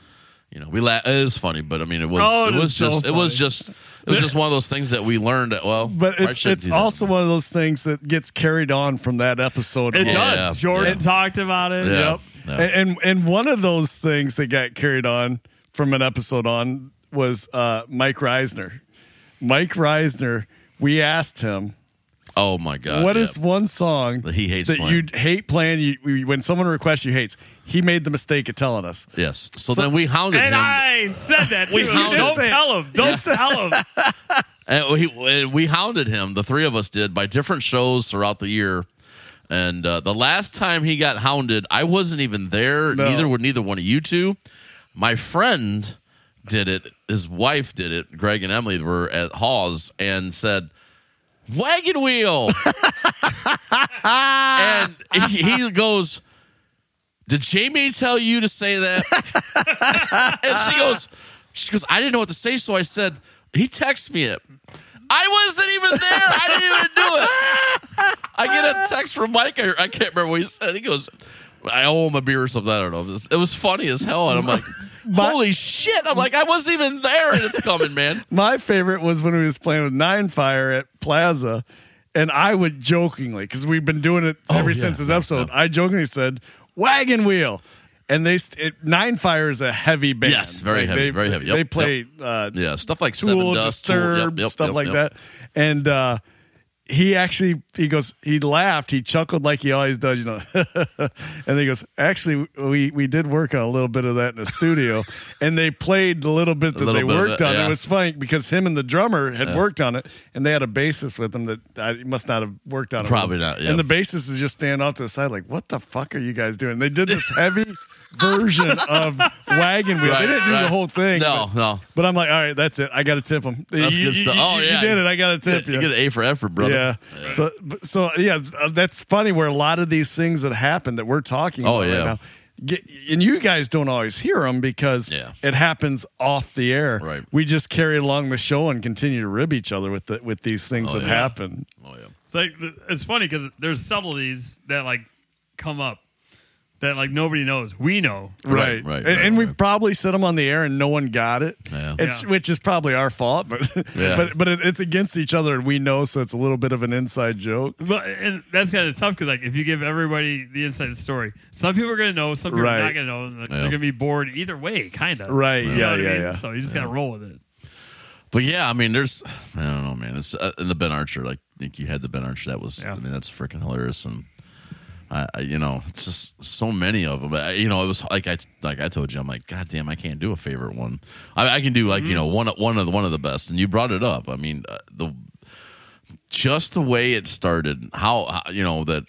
A: you know we la- it is funny, but I mean it was
D: Oh, it
A: it,
D: is
A: was
D: so
A: just it was
D: funny.
A: just it was just one of those things that we learned that well.
C: But
A: I
C: it's
A: should
C: it's
A: do that.
C: also one of those things that gets carried on from that episode.
D: It
C: alone.
A: Yeah,
D: does. Jordan
A: yeah.
D: talked about it.
A: Yeah.
C: Yep.
A: Yeah.
C: And, and and one of those things that got carried on from an episode on was uh, Mike Reisner. Mike Reisner. We asked him
A: oh my god,
C: what
A: yeah.
C: is one song
A: That he hates
C: that
A: playing.
C: you hate playing. You, you- when someone requests, you hates. He made the mistake of telling us.
A: yes? So, then we hounded
D: And
A: him,
D: I said that. Too.
A: We found
D: Don't
C: it.
D: tell him. Don't
C: *laughs*
D: tell him.
A: and we and we hounded him. The three of us did by different shows throughout the year. And uh, the last time he got hounded, I wasn't even there.
C: No.
A: Neither were neither one of you two. My friend did it. His wife did it. Greg and Emily were at Hawes and said, "Wagon wheel." and he, he goes, "Did Jamie tell you to say that?" and she goes, "She goes, I didn't know what to say, so I said." He texts me it. I wasn't even there. I didn't even do it. I get a text from Mike. I, I can't remember what he said. He goes, I owe him a beer or something. I don't know. It was, it was funny as hell. And I'm
C: *laughs*
A: like, holy shit. I'm like, I wasn't even there. And it's coming, man.
C: My favorite was when we was playing with Nine Fire at Plaza, and I would jokingly, because we've been doing it ever
A: Oh, yeah,
C: since this
A: yeah,
C: episode, I jokingly said "wagon wheel," and they st- it, Nine Fire is a heavy band.
A: Yes, very heavy,
C: they,
A: very heavy. Yep,
C: they
A: yep.
C: play uh,
A: Yeah. Stuff like Seven
C: Tool,
A: Dust, Tool,
C: Disturbed,
A: yep, yep,
C: stuff
A: yep,
C: like
A: yep.
C: that, and. uh he actually he goes he laughed he chuckled like he always does you know *laughs* and then he goes actually we we did work on a little bit of that in
A: *laughs*
C: the studio and they played the little bit that
A: little
C: they
A: bit of
C: worked
A: it,
C: on
A: yeah.
C: it was funny because him and the drummer had worked on it and they had a bassist with them that I he must not have worked on it
A: Probably
C: with.
A: not, yeah.
C: and the bassist is just standing off to the side like what the fuck are you guys doing they did this
A: *laughs*
C: heavy version of wagon wheel
A: Right,
C: they didn't do the
A: right.
C: whole thing
A: No,
C: but-
A: no.
C: but I'm like, all right, that's it. I got to tip him.
A: That's
C: you,
A: good
C: you-
A: stuff.
C: you-
A: Oh,
C: you
A: yeah.
C: did it. I got to
A: You
C: tip
A: get-
C: you.
A: You get an A for effort, brother.
C: yeah. So, but- so yeah, uh, that's funny. Where a lot of these things that happen that we're talking
A: Oh,
C: about
A: yeah.
C: right now, get, and you guys don't always hear them because
A: Yeah.
C: it happens off the air.
A: Right.
C: We just carry along the show and continue to rib each other with the, with these things
A: Oh,
C: that
A: yeah.
C: happen.
A: Oh, yeah.
D: It's like th- it's funny because there's subtleties that like come up that like nobody knows. We know.
A: Right,
C: Right,
A: right,
C: and,
A: right,
C: and we've
A: right.
C: probably said them on the air, and no one got it.
A: Yeah.
C: It's
D: Yeah.
C: which is probably our fault, but *laughs*
A: Yeah.
C: but but it, it's against each other, and we know, so it's a little bit of an inside joke.
D: But and that's kind of tough because like if you give everybody the inside story, some people are gonna know, some people are not
C: Right.
D: gonna know. And, like,
A: Yeah.
D: They're gonna be bored either way, kind of.
C: Right,
D: You
C: yeah,
D: know what I
C: yeah,
D: mean?
C: yeah.
D: So you just gotta roll with it.
A: But yeah, I mean, there's, I don't know, man. It's uh, and the Ben Archer, like I think you had the Ben Archer. That was,
D: Yeah.
A: I mean, that's freaking hilarious. And I, I, you know, it's just so many of them. I, you know, it was like I, like I told you, I'm like, God damn, I can't do a favorite one. I, I can do
C: Mm-hmm.
A: like you know one, one of the, one of the best. And you brought it up. I mean, uh, the just the way it started, how, how you know that.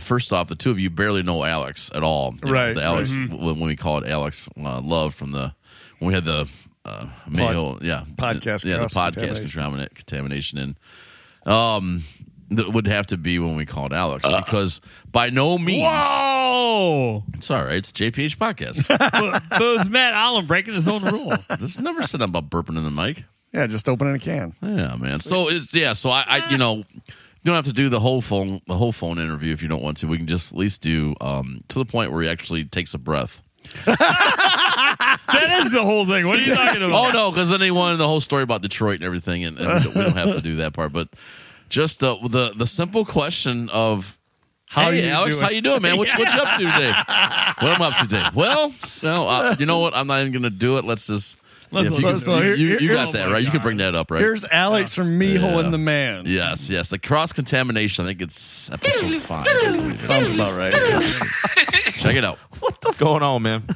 A: First off, the two of you barely know Alex at all. You know,
C: Right,
A: the Alex when when we called Alex uh, Love from the when we had the uh, Mayo, yeah,
C: podcast
A: yeah, the
C: cross
A: podcast contamination, contamination and um, that would have to be when we called Alex because by no means,
D: Whoa!
A: it's all right. It's JPH
C: *laughs*
A: podcast.
F: *laughs*
D: but, but it was Matt Allen breaking his own rule.
A: this never said about burping in the mic.
C: Yeah, just opening a can.
A: Yeah, man. So it's yeah. So I, I you know, You don't have to do the whole phone the whole phone interview if you don't want to. We can just at least do um, to the point where he actually takes a breath.
D: That is the whole thing. What are you talking about?
A: Oh no, because then he wanted the whole story about Detroit and everything, and, and we, don't, we don't have to do that part. But just uh, the the simple question of how
C: you
A: Alex,
C: doing?"
A: how you doing, man? What, What you up to
C: *laughs*
A: today? What am I up to today? Well, no, uh, you know what? I'm not even going to do it. Let's just.
D: Let's-
A: if you
D: let's-
A: can- you,
C: here-
A: you-
C: here-
A: you
C: here's-
A: got that right. You can bring that up, right?
C: Here's Alex from Miho
A: oh, Yeah.
C: and the Man.
A: yes, yes. The cross contamination. I think it's episode five. I believe.
C: Sounds about right.
A: *laughs* Check it out.
F: What's Oh, going on, man?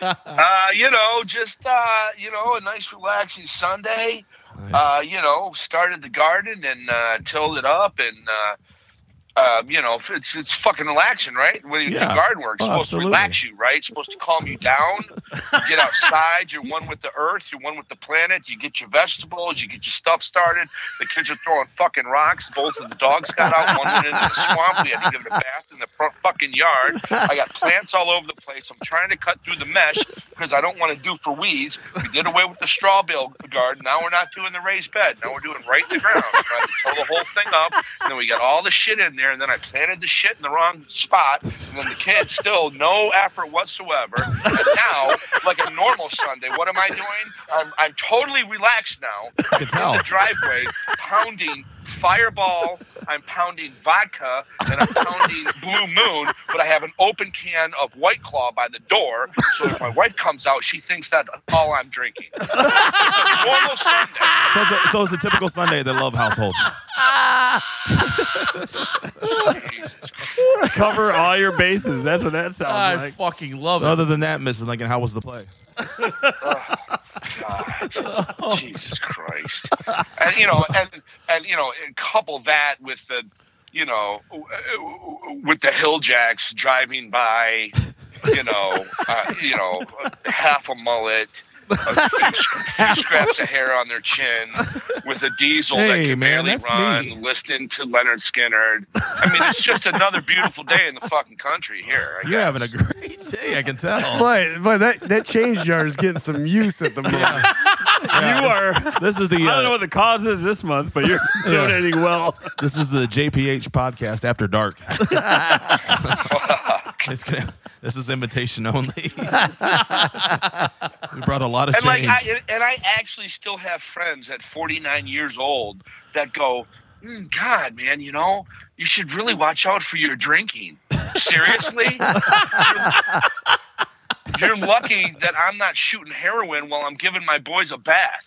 G: Uh, you know, just uh, you know, a nice relaxing Sunday. Uh, you know, started the garden and uh, tilled it up, and uh, um, you know, it's it's fucking relaxing, right? When you
F: Yeah.
G: do garden work, it's
F: Oh,
G: supposed
F: absolutely.
G: to relax you, right? It's supposed to calm you down. you get outside, you're one with the earth, you're one with the planet. You get your vegetables, you get your stuff started. The kids are throwing fucking rocks. Both of the dogs got out. One went into the swamp. We had to give it a bath in the front fucking yard. I got plants all over the place. I'm trying to cut through the mesh because I don't want to do for weeds. We did away with the straw bale garden. Now we're not doing the raised bed. Now we're doing right to ground. Right? Tow the whole thing up. And then we got all the shit in there. And then I planted the shit in the wrong spot. And then the kids still no effort whatsoever. And now, like a normal Sunday, what am I doing? I'm, I'm totally relaxed now
F: I can tell.
G: the driveway pounding fireball i'm pounding vodka and i'm pounding blue moon but i have an open can of white claw by the door so if my wife comes out she thinks that's all i'm drinking It's a normal
F: *laughs*
G: sunday
F: So it's, a, so it's a typical Sunday at the Love household. *laughs*
G: jesus
D: Cover all your bases. That's what that sounds
A: I
D: like.
A: fucking love
F: So other than that, Mrs. Lincoln, how was the play?
G: God.
F: Oh.
G: Jesus Christ. And you know, and and you know, and couple that with the, you know, w- w- with the Hilljacks driving by, you know, uh, you know, half a mullet.
F: *laughs*
G: A few, sc- few scraps of hair on their chin, with a diesel that
F: Hey,
G: can
F: man,
G: barely
F: that's
G: run,
F: me.
G: listening to Leonard Skinner. I mean, it's
F: *laughs*
G: just another beautiful day in the fucking country here. I
F: You're
G: guess.
F: having a great day. I can tell.
C: But but that that change yard is getting some use at the moment.
F: Yeah,
D: You are.
F: This *laughs* is the
D: I don't know
F: uh,
D: what the cause is this month, but
F: *laughs*
D: you're donating well.
F: this is the JPH podcast after
D: *laughs*
F: dark. It's gonna- this is invitation only. *laughs* we brought a lot of
G: and like
F: change.
G: I, and I actually still have friends at 49 years old that go, "Mm, God, man, you know, you should really watch out for your drinking. Seriously, you're, you're lucky that I'm not shooting heroin while I'm giving my boys a bath.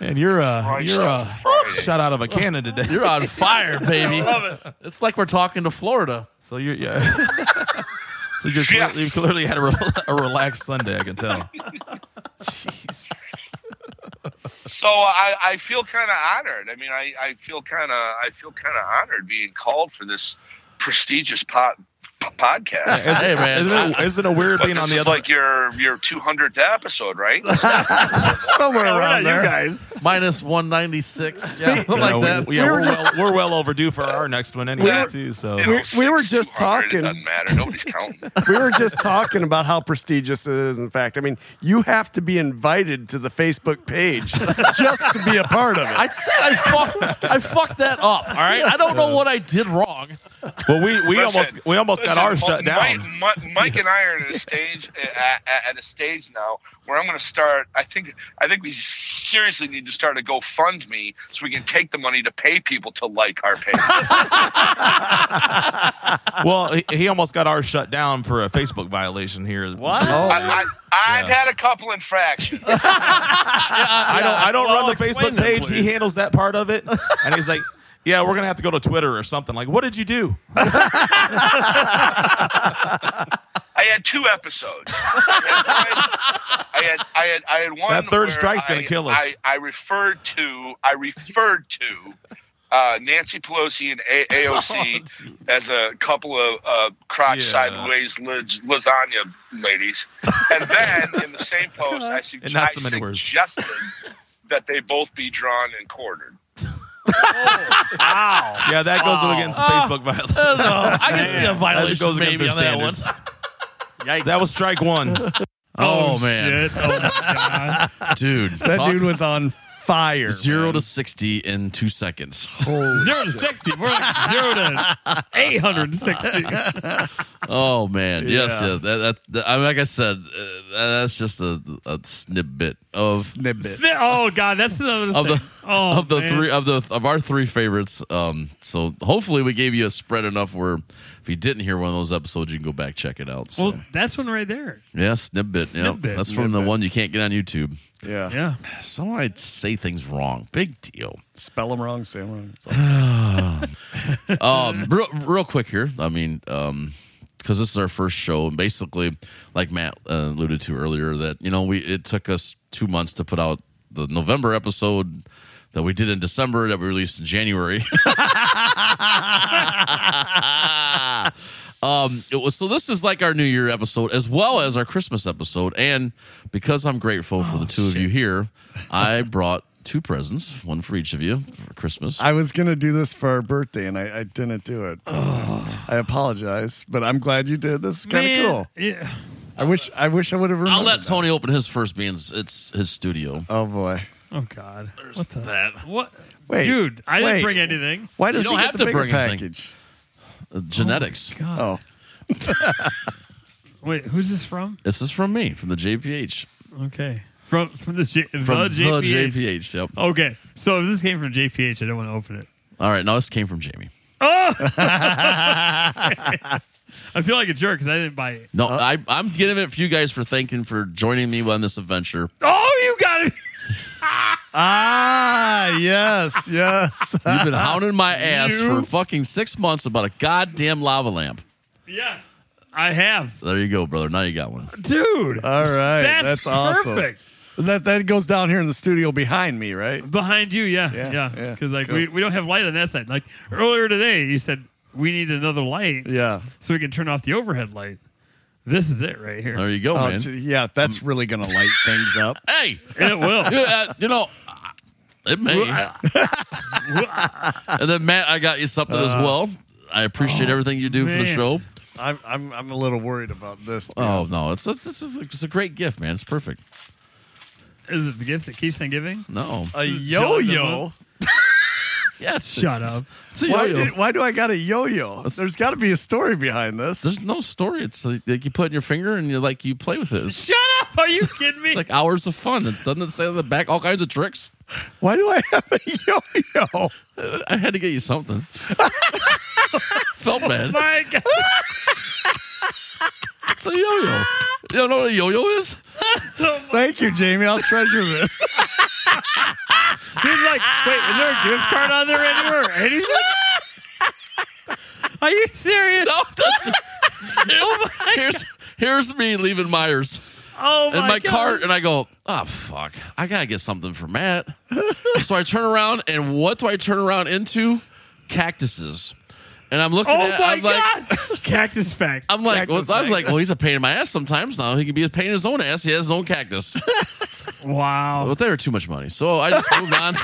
F: and you're uh,
G: Christ
F: you're
G: on
F: uh,
G: Friday.
F: shot out of a cannon today.
A: You're on
C: *laughs*
A: fire, baby. It's like we're talking to Florida.
F: so you're yeah. *laughs* so you're
G: Yeah.
F: clearly, you clearly had a, re- a relaxed Sunday. I can tell. Jeez.
G: So I, I feel kind of honored. I mean, I, I feel kind of I feel kind of honored being called for this prestigious pot, podcast.
A: Hey, man.
F: Isn't it, isn't it weird
G: But
F: being
G: this
F: on the
G: is
F: other?
G: like your your 200th episode, right?
C: Somewhere
D: We're
C: around
D: not
C: there.
D: you guys.
A: minus 196. *laughs* Yeah, something
F: you know,
A: like that.
F: We, yeah,
C: We
F: we
C: were
F: are
C: just-
F: well, we're well overdue for our next one anyway,
G: Yeah.
F: too. So
G: You know,
C: We- we were
G: six,
C: just
G: 200,
C: talking.
G: It doesn't matter. Nobody's
F: *laughs*
G: counting.
C: *laughs* We were just talking about how prestigious it is. In fact, I mean, you have to be invited to the
A: *laughs*
C: Facebook page just to be a part of
A: I
C: it.
A: said I fucked, I fucked that up. All right, I don't know what I did wrong.
F: well, we, we
G: Listen,
F: almost we almost got
G: listen,
F: ours shut
G: Mi-
F: down.
G: Mi- Mike, and I are at a stage *laughs* at, at- at a stage now where I'm going to start. I think I think we seriously need to start a GoFundMe so we can take the money to pay people to like
C: *laughs*
G: our page.
F: Well, he, he almost got ours shut down for a Facebook violation here.
D: What?
G: I, I, I've
F: Yeah.
G: had a couple infractions.
F: I don't. I don't
D: Well,
F: run the
D: explain
F: Facebook
D: that,
F: page.
D: please.
F: He handles that part of it, and he's like, "Yeah, we're gonna have to go to Twitter or something." Like, what did you do?
G: I had two episodes. I had, I had I had I had one.
F: That
G: where
F: third strike's gonna
G: I-
F: kill us.
G: I, I referred to I referred to uh, Nancy Pelosi and
F: *laughs*
G: a- AOC as a couple of uh, crotch
F: Oh, Yeah.
G: sideways lis- lasagna ladies, and then in the
F: *laughs*
G: same post I, sug-
F: And not
G: I
F: so many words.
G: suggested that they both be drawn and quartered.
D: Wow.
F: Yeah, that goes
D: Wow.
F: against
D: *laughs*
F: Facebook
A: I
F: violation.
A: don't know. I can see a
F: That
A: violation
F: goes against
A: maybe
F: their
A: on that one.
F: standards.
D: Yikes.
F: That was strike one.
A: Oh, man,
D: Shit. Oh, my God.
A: dude,
C: That
A: talk-
C: dude was on fire.
A: Zero
C: man.
A: to sixty in two seconds.
D: Zero to sixty. We're like zero to eight hundred sixty.
A: *laughs* Oh man, yes,
C: Yeah.
A: yes. That, that, that- I mean, like I said, uh, that's just a, a snippet of
C: snippet.
D: Sni- Oh God, that's another
A: of
D: thing.
A: the
D: oh,
A: of the
D: man.
A: three of the of our three favorites. Um, so hopefully we gave you a spread enough where if you didn't hear one of those episodes, you can go back check it out. So.
D: Well, that's one right there.
A: yeah, snippet. Yeah,
D: Snippet.
A: that's from the
C: Snippet.
A: one you can't get on YouTube.
C: Yeah.
D: Yeah.
A: So I say things wrong. Big deal.
C: Spell them wrong, say 'em wrong. It's all-
A: um, *laughs* real, real quick here. I mean, um, because this is our first show, and basically, like Matt uh, alluded to earlier, that you know we it took us two months to put out the November episode that we did in December that we released in January. *laughs* Um, it was so. This is like our New Year episode, as well as our Christmas episode. And because I'm grateful for the two of you here, I brought two presents, one for each of you for Christmas.
C: I was gonna do this for our birthday, and I, I didn't do it. I apologize, but I'm glad you did. This is kind
D: Man,
C: of cool.
D: Yeah.
C: I wish I wish I would have remembered.
A: I'll let
C: that.
A: Tony open his first being s- it's his studio. Uh,
C: Oh boy,
D: Oh God. what the?
A: That
D: What?
C: Wait,
D: Dude, I
C: wait.
D: didn't bring anything.
C: why does
A: You
C: he
A: don't
C: get
A: have
C: the
A: to
C: bigger
A: bring anything.
C: package?
A: uh, genetics.
C: Oh,
D: God. Wait, who's this from?
A: this is from me, from the JPH.
D: Okay. From from the J-
A: From
D: the JPH.
A: JPH, Yep.
D: Okay. So if this came from JPH, I don't want to open it.
A: All right. No, this came from Jamie.
D: I feel like a jerk because I didn't buy it.
A: No, I, I'm giving it for you guys for thanking for joining me on this adventure.
D: Oh, you got it. *laughs*
C: ah, yes, *laughs*
A: *laughs*
C: yes.
A: You've been hounding my ass
D: You-
A: for fucking six months about a goddamn lava lamp.
D: Yes, I have,
A: There you go, brother. Now you got one.
D: dude.
C: All right,
D: that's,
C: that's, awesome.
D: perfect.
C: That that goes down here in the studio behind me, right?
D: Behind you, yeah,
C: Yeah,
D: yeah,
C: yeah,
D: because like
C: cool.
D: we, we don't have light on that side. Like earlier today, you said we need another light
C: Yeah.
D: so we can turn off the overhead light. This is it right here.
A: There you go,
C: Oh,
A: man. Um,
C: gee, yeah, that's really gonna
A: *laughs*
C: light things up.
A: Hey,
D: *laughs* It will.
A: you, uh, you know, I- it may. and then Matt, I got you something as well. I appreciate everything you do for the
D: man.
A: show.
C: I'm I'm I'm a little worried about this. to be
A: Oh
C: honest.
A: no, it's it's it's, it's, it's a great gift, man. It's perfect.
D: Is it the gift that keeps on giving?
A: No,
C: a yo-yo.
A: yes.
D: Shut up.
A: It's a
C: Why
A: yo-yo.
C: did, why do I got a yo-yo? There's got to be a story behind this.
A: There's no story. It's like, like you put it in your finger and you like you play with it. It's,
D: Shut up! Are you kidding me?
A: it's like hours of fun. It doesn't it say on the back all kinds of tricks.
C: Why do I *laughs* have a yo-yo?
A: Uh, I had to get you something. Felt bad.
D: *laughs* my God.
A: It's a yo-yo. You don't know what a yo-yo is?
C: Thank you, Jamie. I'll treasure this.
D: Dude's like, wait, is there a gift card on there anywhere or anything? Are you serious?
A: No, that's here's, here's here's me leaving Myers
D: Oh my,
A: in my
D: God.
A: cart, and I go, oh fuck, I gotta get something for
D: *laughs*
A: Matt. so I turn around, and what do I turn around into? Cactuses. And I'm looking
D: Oh
A: at,
D: my
A: I'm like,
D: God! Cactus facts.
A: I'm like, well,
C: Cactus
A: I was
C: thing.
A: like, well, he's a pain in my ass sometimes. Now he can be a pain in his own ass. He has his own
D: *laughs*
A: cactus,
D: wow.
A: *laughs* but they were too much money, so I just moved
D: *laughs*
A: on.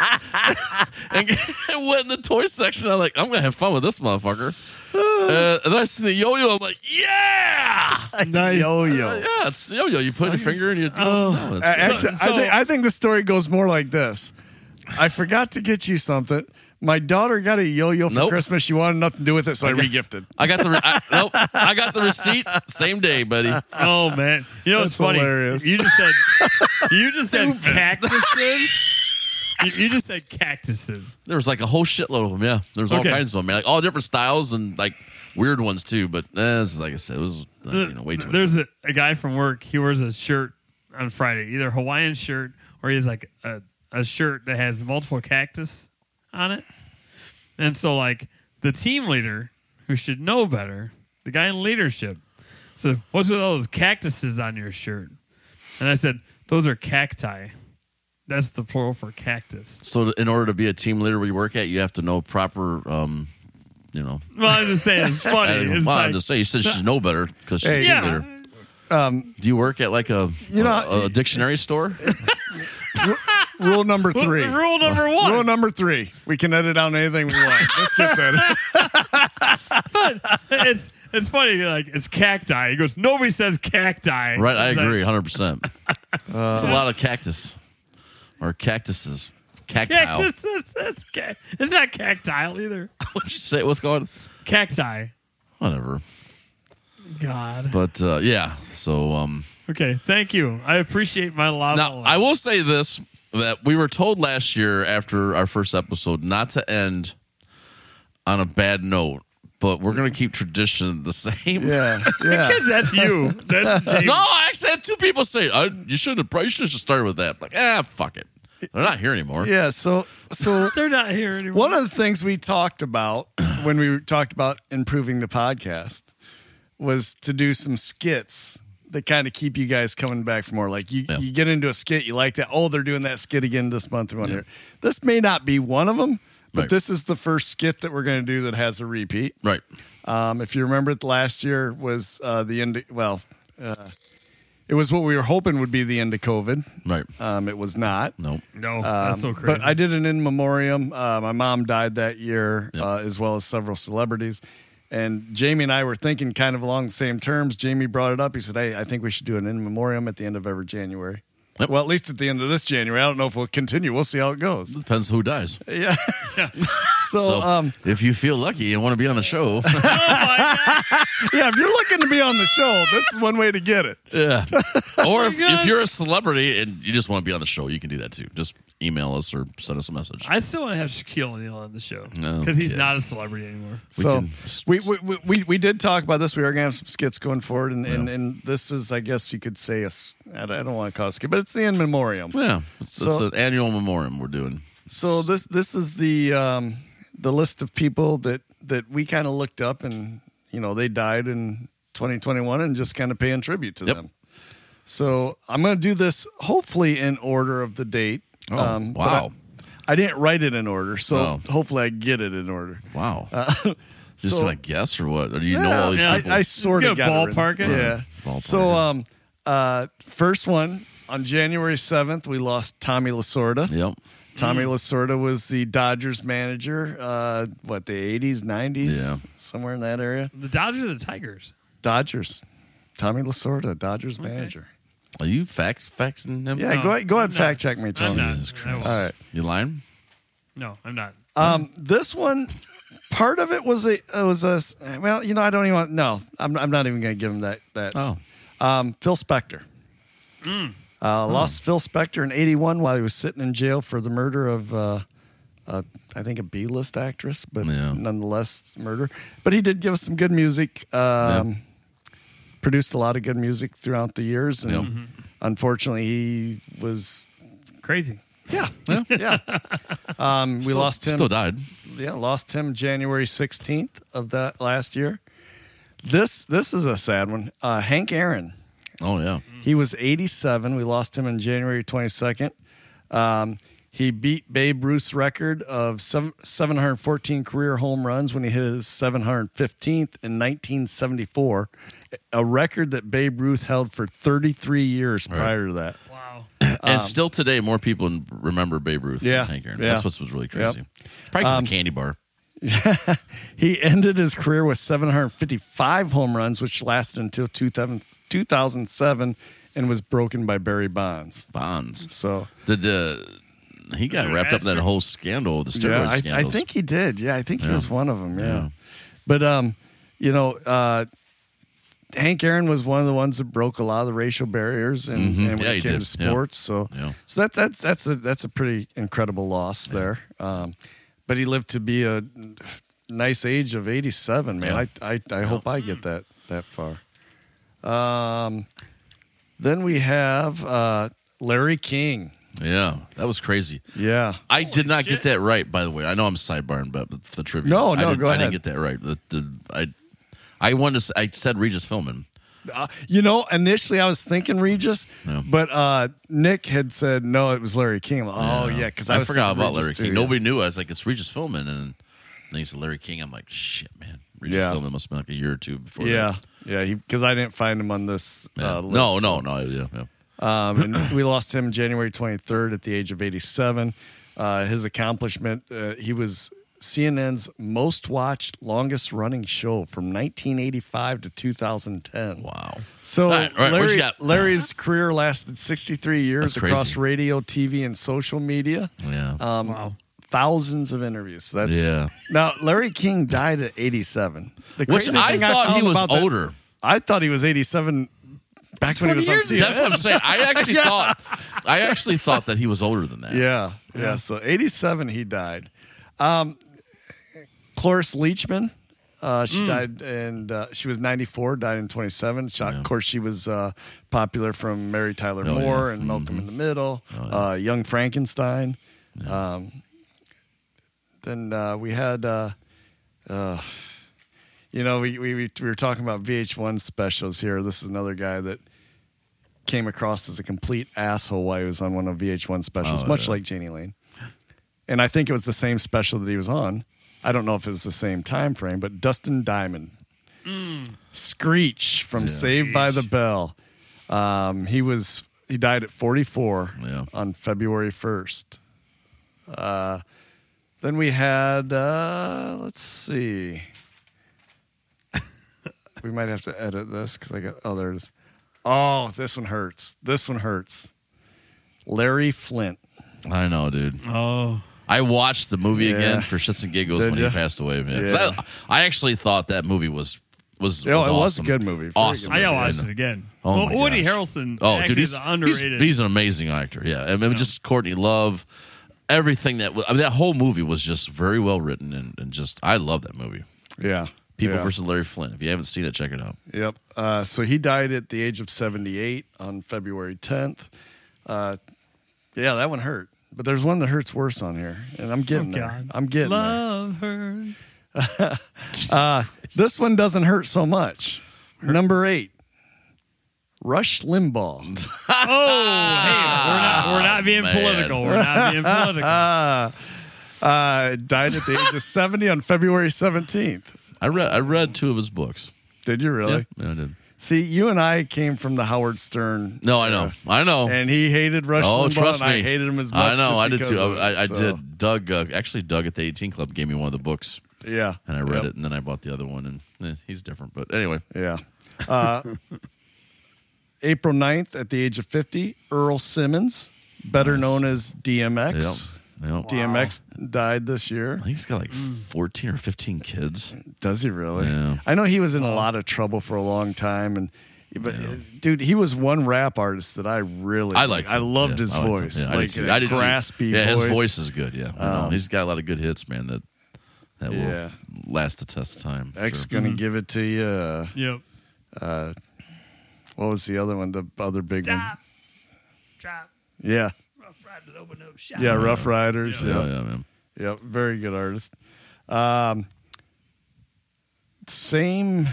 A: and *laughs* I went in the toy section. I'm like, I'm gonna have fun with this motherfucker. Uh, and then I see the yo-yo. I'm like,
D: *laughs*
A: yeah,
D: Nice.
A: yeah,
C: Yo-yo.
A: it's yo-yo. You put your finger in your.
D: Oh.
A: No, it's-
C: Uh, Actually, I,
D: so-
C: think, I think the story goes more like this. I forgot to get you something. My daughter got a yo-yo for
A: Nope.
C: Christmas. She wanted nothing to do with it, so I regifted.
A: I got the re- I, nope. I got the receipt same day, buddy.
D: Oh man. You know what's
C: That's
D: funny?
C: hilarious.
D: You just said
C: *laughs*
D: you just said cactuses. you, you just said cactuses.
A: There was like a whole shitload of them. Yeah, there was all
D: Okay.
A: kinds of them, man. Like all different styles and like weird ones too. But eh, this is like I said, it was like, you know way too. much.
D: There's a, a guy from work. He wears a shirt on Friday, either Hawaiian shirt or he's like a, a shirt that has multiple cactus on it. And so, like the team leader who should know better, the guy in leadership, said, "What's with all those cactuses on your shirt?" And I said, "Those are cacti. That's the plural for cactus."
A: So in order to be a team leader where you work at, you have to know proper. um you know,
D: Well, I'm just saying it's
A: *laughs*
D: funny.
A: I,
D: It's
A: well,
D: like,
A: I'm just saying. You said she should know better because she's a
C: Hey.
A: team
D: yeah,
A: leader.
C: Um,
A: Do you work at like a
C: You know,
A: a, a dictionary store?
C: Rule number
D: Well,
C: three.
D: Rule number one.
C: Rule number three. We can edit out anything we want. This gets edited.
D: *laughs* *laughs* it's it's funny. Like it's cacti. He goes, nobody says cacti.
A: Right, I
D: It's like,
A: agree, hundred percent. It's a lot of cactus. or cactuses. Cacti.
D: Cactus. That's, that's ca- it's not cactile either.
A: What'd you say? What's going?
D: Cacti.
A: Whatever.
D: God.
A: But uh, yeah. So um,
D: Okay. Thank you. I appreciate my lava.
A: now I will say this: that we were told last year after our first episode not to end on a bad note, but we're gonna keep tradition the *laughs* same.
C: Yeah,
D: *laughs*
C: yeah.
D: That's you.
A: *laughs*
D: That's James.
A: No, I actually had two people say I, you should have probably should have started with that. Like, ah, fuck it. They're not here anymore.
C: Yeah, so so
D: They're not here anymore.
C: one of the things we talked about *clears throat* when we talked about improving the podcast was to do some skits that kind of keep you guys coming back for more. Like you,
A: Yeah.
C: you get into a skit, you like that. Oh, they're doing that skit again this month. We want to hear. This may not be one of them, but
A: Right.
C: this is the first skit that we're going to do that has a repeat.
A: Right.
C: Um, if you remember, it last year was uh, the end. well, uh, it was what we were hoping would be the end of COVID.
A: Right.
C: Um, it was not.
A: Nope.
D: no, that's so
C: Um,
D: crazy.
C: But I did an in memoriam. Uh, my mom died that year,
A: Yep.
C: uh, as well as several celebrities. And Jamie and I were thinking kind of along the same terms. Jamie brought it up. He said, "Hey, I think we should do an in memoriam at the end of every January.
A: Yep.
C: Well, at least at the end of this January. I don't know if we'll continue. We'll see how it goes.
A: Depends who dies.
C: Yeah. so,
A: So
C: um,
A: if you feel lucky and want to be on the show,
C: *laughs*
A: *laughs*
C: yeah, if you're looking to be on the show, this is one way to get it.
A: yeah. Or if, if
D: God.
A: you're a celebrity and you just want to be on the show, you can do that too. Just email us or send us a message.
D: I still want to have Shaquille O'Neal on the show because
A: No
D: he's
A: kidding.
D: not a celebrity anymore.
A: We
C: so
A: can-
C: we, we, we, we, we did talk about this. We are going to have some skits going forward. And, and, and this is, I guess you could say, a s- I don't, I don't want to call it a skit, but it's the in memoriam.
A: yeah, it's, it's
C: So-
A: an annual memoriam we're doing.
C: So this this is the um, the list of people that that we kind of looked up and you know they died in 2021 and just kind of paying tribute to
A: Yep.
C: them. So I'm going to do this hopefully in order of the date. Um,
A: Oh,
C: but
A: wow.
C: I, I didn't write it in order, so
A: Oh.
C: hopefully I get it in order.
A: Wow. just
C: Uh, so-
A: gonna guess or what? Or do you know all these
D: yeah,
A: people?
C: I, I sort
D: Let's
C: of
D: get
C: got
D: a
C: it
D: ballpark
C: written.
D: it.
C: Yeah.
A: Ballpark
C: So
A: it.
C: um uh first one on January 7th we lost Tommy Lasorda.
A: yep.
C: Tommy Lasorda was the Dodgers manager, uh, what, the 80s, 90s?
A: Yeah.
C: Somewhere in that area.
D: The Dodgers or the Tigers?
C: Dodgers. Tommy Lasorda, Dodgers manager.
A: Are you fax faxing them?
C: Yeah,
D: No,
C: go ahead, go ahead and
D: I'm
C: fact
D: not.
C: check me,
D: I'm
C: Tommy.
D: not.
A: Jesus
D: I won't.
A: Christ.
C: All right.
A: You lying?
D: No, I'm not.
C: Um, this one, part of it was a, it was a, well, you know, I don't even want, no, I'm, I'm not even going to give him that. that.
A: Oh.
C: Um, Phil Spector. Uh, Lost Phil Spector in 81 while he was sitting in jail for the murder of, uh, uh, I think, a B list actress, but
A: Yeah.
C: nonetheless, murder. But he did give us some good music, um, produced a lot of good music throughout the years. And
A: Yep.
C: Mm-hmm. unfortunately, he was,
D: Crazy.
C: yeah, *laughs* yeah. Um, we lost him
A: Still died.
C: yeah, lost him January 16th of that last year. This this is a sad one. Uh, Hank Aaron.
A: Oh yeah.
C: He was 87. We lost him in January 22nd. Um, he beat Babe Ruth's record of seven, 714 career home runs when he hit his 715th in 1974, a record that Babe Ruth held for 33 years prior to that.
D: Wow.
A: and still today, more people remember Babe Ruth.
C: Um, Yeah,
A: than Hank Aaron.
C: yeah. Um,
A: That's what's what's really crazy. Probably 'cause of the candy bar.
C: He *laughs* ended his career with 755 home runs, which lasted until 2000 2007 and was broken by Barry Bonds.
A: Bonds.
C: So,
A: Did uh, he got wrapped up in that
D: Astro-
A: whole scandal, the
C: yeah,
A: steroid
C: I, I
A: scandal?
C: think he did. Yeah, I think he
A: Yeah.
C: was one of them. Yeah.
A: Yeah.
C: But, um, you know, uh, Hank Aaron was one of the ones that broke a lot of the racial barriers and,
A: Mhm.
C: and when
A: Yeah,
C: it
A: he
C: came
A: did.
C: to
A: Yeah.
C: sports. So,
A: Yeah.
C: so that, that's that's a that's a pretty incredible loss there. Um, but he lived to be a nice age of 87, man.
A: Yeah.
C: I I, I hope I get that that far. Um, then we have uh, Larry King.
A: Yeah, that was crazy.
C: Yeah.
A: I did not get
D: shit.
A: that right, by the way. I know I'm sidebarring, but the, the trivia.
C: No,
A: I
C: no,
A: didn't,
C: go
A: I didn't
C: ahead.
A: get that right. The, the, I, I wanted to. s- I said Regis Philbin.
C: Uh, you know, initially I was thinking Regis,
A: Yeah.
C: but uh, Nick had said no, it was Larry King. I'm like, Oh yeah, because I,
A: I
C: was
A: forgot
C: thinking
A: about
C: Regis
A: Larry
C: too,
A: King.
C: yeah.
A: Nobody knew. I was like, it's Regis Philbin, and then he said Larry King. I'm like, shit, man. Regis
C: Yeah.
A: Philbin must have been like a year or two before.
C: Yeah,
A: that.
C: yeah, because I didn't find him on this.
A: Yeah.
C: Uh, list,
A: no, no,
C: so-
A: no. Yeah, yeah.
C: Um, and we lost him January 23rd at the age of 87. Uh, his accomplishment, uh, he was CNN's most watched, longest running show from 1985 to 2010.
A: Wow.
C: So
A: All right, all right, what you
C: Larry,
A: got?
C: Larry's career lasted 63 years
A: That's crazy.
C: across radio, TV, and social media.
A: Yeah.
C: Um,
D: Wow.
C: Thousands of interviews. That's
A: Yeah.
C: Now Larry King died at 87. The
A: Which
C: crazy
A: I
C: thing
A: thought he
C: found
A: was
C: about that-
A: older.
C: I thought he was 87 back when he was on CNN.
A: That's what I'm saying.
C: *laughs*
A: I actually thought I actually thought that he was older than that.
C: Yeah, yeah. So 87, he died. Um, Cloris Leachman, uh,
A: Mm.
C: she died, and uh, she was 94, died in 27. She, Of course, she was uh, popular from Mary Tyler
A: Oh,
C: Moore
A: yeah. Oh,
C: and Malcolm in the Middle, uh, Young Frankenstein. Um, then uh, we had. Uh, uh, you know, we, we we were talking about VH1 specials here. This is another guy that came across as a complete asshole while he was on one of VH1 specials,
A: Oh,
C: much
A: yeah.
C: like Janie Lane. And I think it was the same special that he was on. I don't know if it was the same time frame, but Dustin Diamond,
A: Mm.
C: Screech from Saved by the Bell. Um, he was he died at 44
A: Yeah.
C: on February 1st. Uh, then we had uh, let's see. *laughs* we might have to edit this because I got oh there it is. Oh, this one hurts. This one hurts. Larry Flint.
A: I know, dude.
D: Oh,
A: I watched the movie
C: Yeah.
A: again for shits and giggles
C: Did
A: when
C: ya?
A: he passed away. Man. 'Cause I-
C: Yeah.
A: I, actually thought that movie was was.
C: Yeah,
A: was
C: Oh, it was a
A: awesome.
C: good movie. Very good
A: Awesome.
D: I
C: movie.
D: gotta
A: Yeah,
D: watch
A: know.
D: it again.
A: Oh
D: well,
A: my
D: Woody
A: gosh.
D: Harrelson.
A: Oh,
D: actually
A: dude, he's
D: is
A: he's-
D: underrated.
A: He's, an amazing actor. Yeah, I mean, just Courtney Love, everything that I mean, that whole movie was just very well written and, and just I love that movie.
C: Yeah.
A: People
C: yeah.
A: versus Larry Flint. If you haven't seen it, check it out.
C: Yep. Uh, so he died at the age of 78 on February 10th. Uh, yeah, that one hurt. But there's one that hurts worse on here, and I'm
D: oh,
C: getting there.
D: God.
C: I'm getting there.
D: Love hurts.
C: This one doesn't hurt so much. Number eight, Rush
A: Mm.
C: Limbaugh.
D: Oh, hey, we're not we're not being
A: man.
D: political. We're
A: *laughs*
D: not being
C: *laughs*
D: political.
C: Uh, died at the age of 70 on February 17th.
A: I read I read two of his books.
C: Did you really?
A: Yeah, I did.
C: See, you and I came from the Howard Stern.
A: No, I know, I know.
C: And he hated Rush
A: oh,
C: Limbaugh,
A: trust
C: and
A: me,
C: I hated him as much.
A: I know,
C: just
A: I did
C: because
A: too.
C: of it,
A: I, I, I
C: so,
A: did. Doug uh, actually, Doug at the 18 Club gave me one of the books,
C: Yeah.
A: and I read
C: Yep.
A: it, and then I bought the other one, and eh, he's different. But anyway,
C: Yeah. Uh, *laughs* April 9th, at the age of 50, Earl Simmons, better known as DMX.
A: Yep, yep.
C: DMX died this year.
A: I think he's got like
C: Mm.
A: 14 or 15 kids.
C: Does he really?
A: Yeah.
C: I know he was in a lot of trouble for a long time, and but dude, he was one rap artist that I really
A: I liked.
C: I
A: him.
C: loved
A: Yeah,
C: his
A: I liked him.
C: voice,
A: Yeah, I
C: like
A: did too.
C: that
A: I did too.
C: graspy.
A: Yeah,
C: voice. Um,
A: his voice is good. Yeah, I know. he's got a lot of good hits, man. That that will
C: Yeah.
A: last the test of time. for
C: X
A: sure.
C: gonna give it to you. Uh,
D: Yep.
C: What was the other one? The other big one.
D: Stop. Drop.
C: Yeah,
D: Rough Riders, open up shop.
C: yeah. Rough Riders.
A: Uh, Yeah, yeah, man.
C: Yep, very good artist. Um, same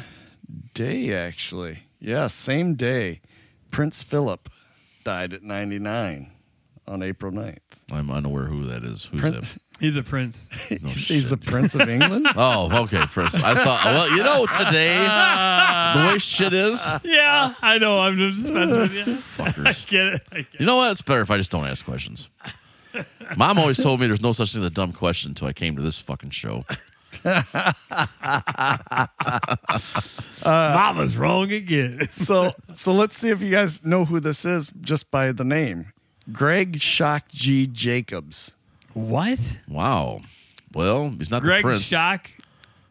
C: day, actually. Yeah, same day. Prince Philip died at 99 on April 9th.
A: I'm unaware who that is. Who's
C: Prince,
D: He's a prince. *laughs*
A: that? No
C: *laughs* he's the
A: shit.
C: Prince of
A: *laughs*
C: England?
A: Oh, okay. First, I thought. Well, you know, today the way shit is,
C: *laughs*
D: yeah, I know. I'm just messing with you.
A: fuckers.
D: Get it? I get it.
A: You know what? It's better if I just don't ask questions. Mom always told me there's no such thing as a dumb question until I came to this fucking show. Uh,
D: Mama's wrong again.
C: so, so let's see if you guys know who this is just by the name. Greg Shock G. Jacobs.
D: what?
A: Wow. Well, he's not the
D: Greg
A: prince.
D: Shock?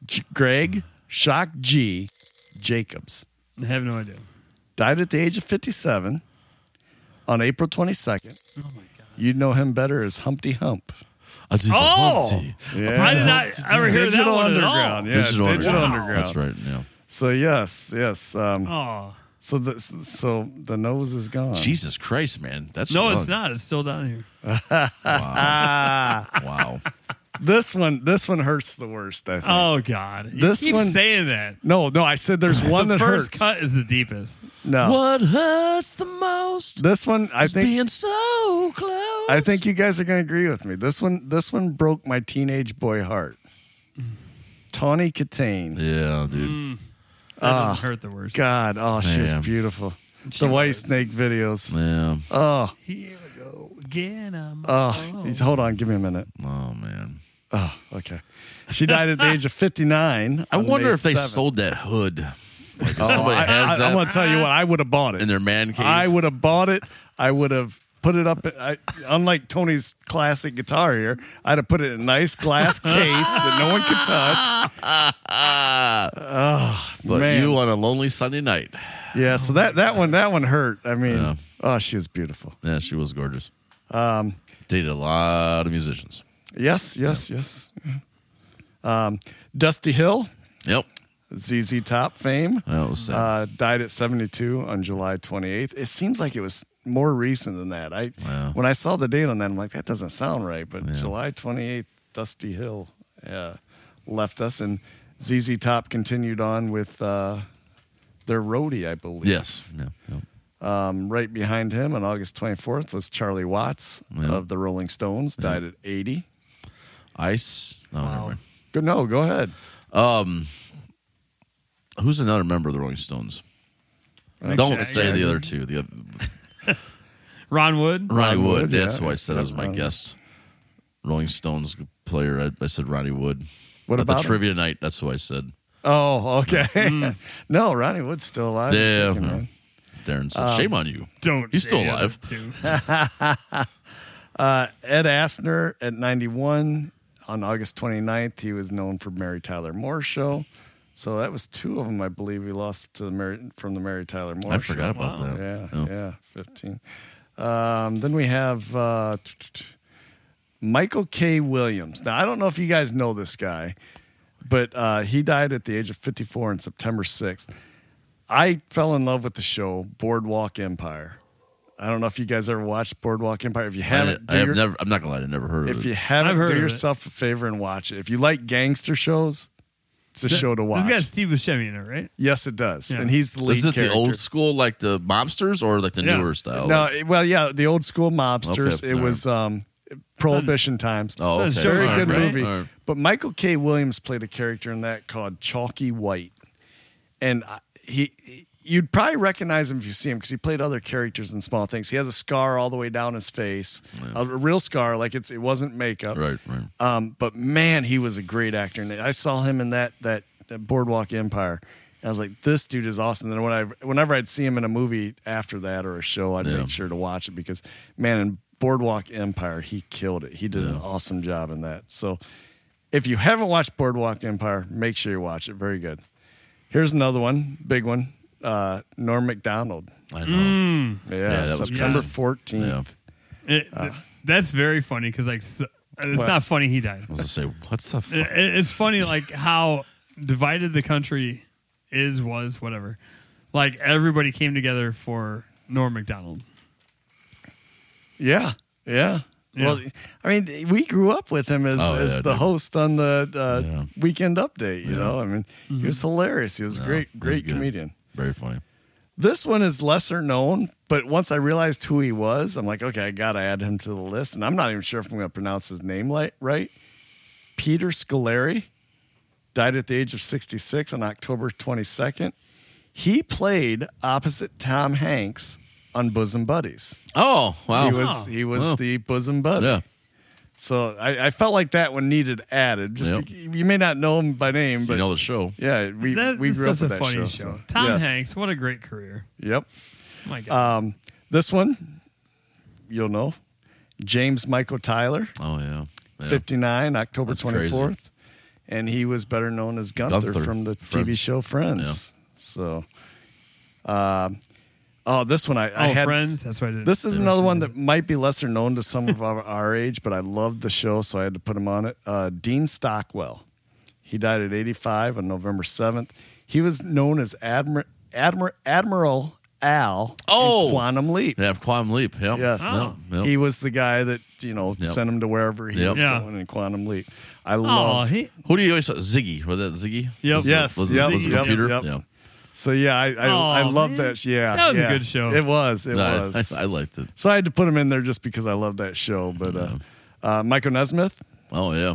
C: J- Greg Shock G. Jacobs.
D: I have no idea.
C: died at the age of 57 on April 22nd.
D: Oh
C: You'd know him better as Humpty Hump.
A: I did the
D: Oh!
A: Humpty.
C: Yeah.
D: I did not ever hear that
C: Digital
D: one at all.
C: Underground, yeah.
A: Digital,
C: Digital
A: underground.
C: Underground.
A: That's right. Yeah.
C: So yes, yes. Um,
D: Oh.
C: So the so the nose is gone.
A: Jesus Christ, man. That's
D: No,
A: young.
D: it's not. It's still down here.
A: *laughs* Wow.
C: This one this one hurts the worst. I think.
D: Oh, God. You
C: This
D: keep
C: one-
D: saying that.
C: no, no. I said there's one
D: *laughs* the
C: that
D: first
C: hurts.
D: cut is the deepest.
C: No,
A: What hurts the most
C: this one I
A: is
C: think
A: being so close.
C: I think you guys are gonna agree with me. This one this one broke my teenage boy heart.
D: Mm.
C: Tawny Katane.
A: Yeah, dude.
D: That doesn't hurt the worst.
C: Ah, God, oh, she was
A: Yeah.
C: beautiful.
D: She
C: the White
D: was.
C: Snake videos.
A: Yeah.
C: Oh,
D: Here we go again. I'm
C: Uh, oh, He's- hold on, give me a minute.
A: Oh man.
C: Oh, okay. She died at the age of 59.
A: I
C: on
A: wonder
C: May
A: if they
C: 7th.
A: sold that hood. Like, if somebody
C: I,
A: has
C: am
A: that
C: going to tell you what, I would have bought it.
A: in their man cave.
C: I would have bought it. I would have put it up. I, unlike Tony's classic guitar here, I'd have put it in a
A: *laughs*
C: nice glass case that no one could
A: Ah.
C: touch.
A: but
C: man.
A: you on a lonely Sunday night.
C: Yeah, so that, that one that one hurt. I mean,
A: Yeah.
C: oh, she was beautiful.
A: Yeah, she was gorgeous. Um, Dated a lot of musicians.
C: Yes, yes, yes. Um, Dusty Hill,
A: Yep.
C: ZZ Top fame.
A: That was sad.
C: Uh, died at 72 on July 28th. It seems like it was more recent than that. I
A: Wow.
C: when I saw the date on that, I'm like, that doesn't sound right. But July 28th, Dusty Hill uh, left us, and ZZ Top continued on with uh, their roadie, I believe.
A: yes. Yeah, yeah.
C: Um, right behind him on August 24th was Charlie Watts
A: Yeah.
C: of the Rolling Stones, died at 80.
A: Ice. No, never mind.
C: Good. No, go ahead.
A: Who's another member of the Rolling Stones? Don't say the other two. The other,
D: Ron Wood.
A: Ronnie
C: Ron
A: Wood.
C: Wood,
A: That's
C: yeah.
A: who I said I was my
C: Ron-
A: guest. Rolling Stones player. I, I said Ronnie Wood.
C: What
A: At
C: about
A: the
C: him?
A: trivia night? That's who I said.
C: Oh, okay. *laughs* no, Ronnie Wood's still alive.
A: Mm. Yeah, uh-huh.
C: Thank you,
A: yeah.
C: man. Um,
A: Darren said, "Shame on you."
D: Don't.
A: He's
D: say
A: still
D: the other
A: alive.
C: *laughs*
D: two.
C: Ed Asner at 91 on August 29th. He was known for Mary Tyler Moore Show. So that was two of them, I believe, we lost to the Mary, from the Mary Tyler Moore
A: I
C: Show.
A: forgot about that.
C: Yeah,
A: Oh.
C: yeah, 15. Um, then we have uh, t- t- t- Michael K. Williams. Now, I don't know if you guys know this guy, but uh, he died at the age of 54 on September 6th. I fell in love with the show Boardwalk Empire. I don't know if you guys ever watched Boardwalk Empire. If you
A: I,
C: haven't,
A: I
C: do
A: have
C: your-
A: never. I'm not gonna lie. I never heard of
C: if
A: it.
C: you haven't,
D: I've heard
C: do
D: of it.
C: yourself a favor and watch it. If you like gangster shows, it's a show to watch.
D: This got Steve Buscemi in it, right?
C: yes, it does,
D: Yeah.
C: and he's the lead
A: Is it
C: character.
A: the old school, like the mobsters, or like the
D: Yeah.
A: newer style?
C: No,
A: Like-
C: it- well, yeah, the old school mobsters.
A: Okay,
C: it
A: all right.
C: was um, Prohibition times.
A: oh,
D: It's
A: okay.
D: a
C: very
D: Showtime,
C: good
D: right?
C: movie.
A: All right.
C: But Michael K. Williams played a character in that called Chalky White, and I- he. he- You'd probably recognize him if you see him because he played other characters in small things. He has a scar all the way down his face, a real scar, like it's it wasn't makeup.
A: Right, right.
C: Um, but man, he was a great actor, and I saw him in that that, that Boardwalk Empire. And I was like, this dude is awesome. And when I whenever I'd see him in a movie after that or a show, I'd
A: Yeah.
C: make sure to watch it because man, in Boardwalk Empire, he killed it. He did an
A: Yeah.
C: awesome job in that. So if you haven't watched Boardwalk Empire, make sure you watch it. Very good. Here's another one, big one. Uh, Norm Macdonald.
A: I know.
C: Yeah,
A: that was
C: September
D: crazy.
C: fourteenth.
A: Yeah.
C: Uh,
D: It, that's very funny because like s- it's not funny he died.
A: I was gonna say, what's the? Fuck?
D: It- it's funny like how divided the country is was whatever. Like everybody came together for Norm Macdonald.
C: Yeah, yeah.
D: Yeah.
C: Well, I mean, we grew up with him as,
A: Oh,
C: as
A: yeah,
C: the
A: dude.
C: host on the uh,
A: Yeah.
C: Weekend Update. You
A: Yeah.
C: know, I mean, he was hilarious. He was a
A: No,
C: great,
A: he's
C: great
A: good.
C: comedian.
A: Very funny.
C: This one is lesser known, but once I realized who he was, I'm like, okay, I gotta add him to the list. And I'm not even sure if I'm gonna pronounce his name like, right. Peter Scolari died at the age of 66 on October 22nd. He played opposite Tom Hanks on Bosom Buddies.
A: Oh wow.
C: He was he was
A: Wow.
C: the bosom buddy.
A: yeah.
C: So I, I felt like that one needed added. Just
A: Yep.
C: bec- you may not know him by name,
A: You
C: but
A: know the show.
C: yeah, we
D: That-
C: we
D: that's
C: grew up
D: such
C: with
D: a
C: that
D: funny show.
C: show. so-
D: Tom
C: yes.
D: Hanks, what a great career!
C: Yep.
D: my God,
C: Um, This one, you'll know, James Michael Tyler,
A: Oh yeah. yeah.
C: fifty nine, October
A: That's
C: twenty
A: crazy.
C: fourth, and he was better known as Gunther,
A: Gunther,
C: from the TV
A: Friends.
C: show Friends. So, um, oh, this one I,
D: oh
C: I had
D: Friends, that's right.
C: This is another one that might be lesser known to some of our, our age, but I loved the show, so I had to put him on it. Uh, Dean Stockwell. He died at 85 on November 7th. He was known as Admir- Admir- Admiral Al
A: Oh!
C: in Quantum Leap.
A: Yeah, Quantum Leap. Yep.
C: Yes. Oh.
A: Yep, yep.
C: He was the guy that, you know,
A: Yep.
C: sent him to wherever he
A: Yep.
C: was
D: Yeah.
C: going in Quantum Leap. I
D: Oh,
C: loved
D: he
A: Who do you always Ziggy? Was that Ziggy?
D: Yep.
A: Was it-
C: Yes,
A: Was it,
C: yep,
A: was it a
C: yep,
A: computer?
C: yep.
A: Yeah.
C: So, yeah, I, I, I
D: Aw,
C: loved
D: man.
C: that. Yeah.
D: That was a
C: yeah.
D: good show.
C: It was. It
A: No, I- *laughs*
C: was.
A: I, I liked it.
C: so I had to put him in there just because I love that show. But uh, uh, Michael Nesmith.
A: Oh yeah.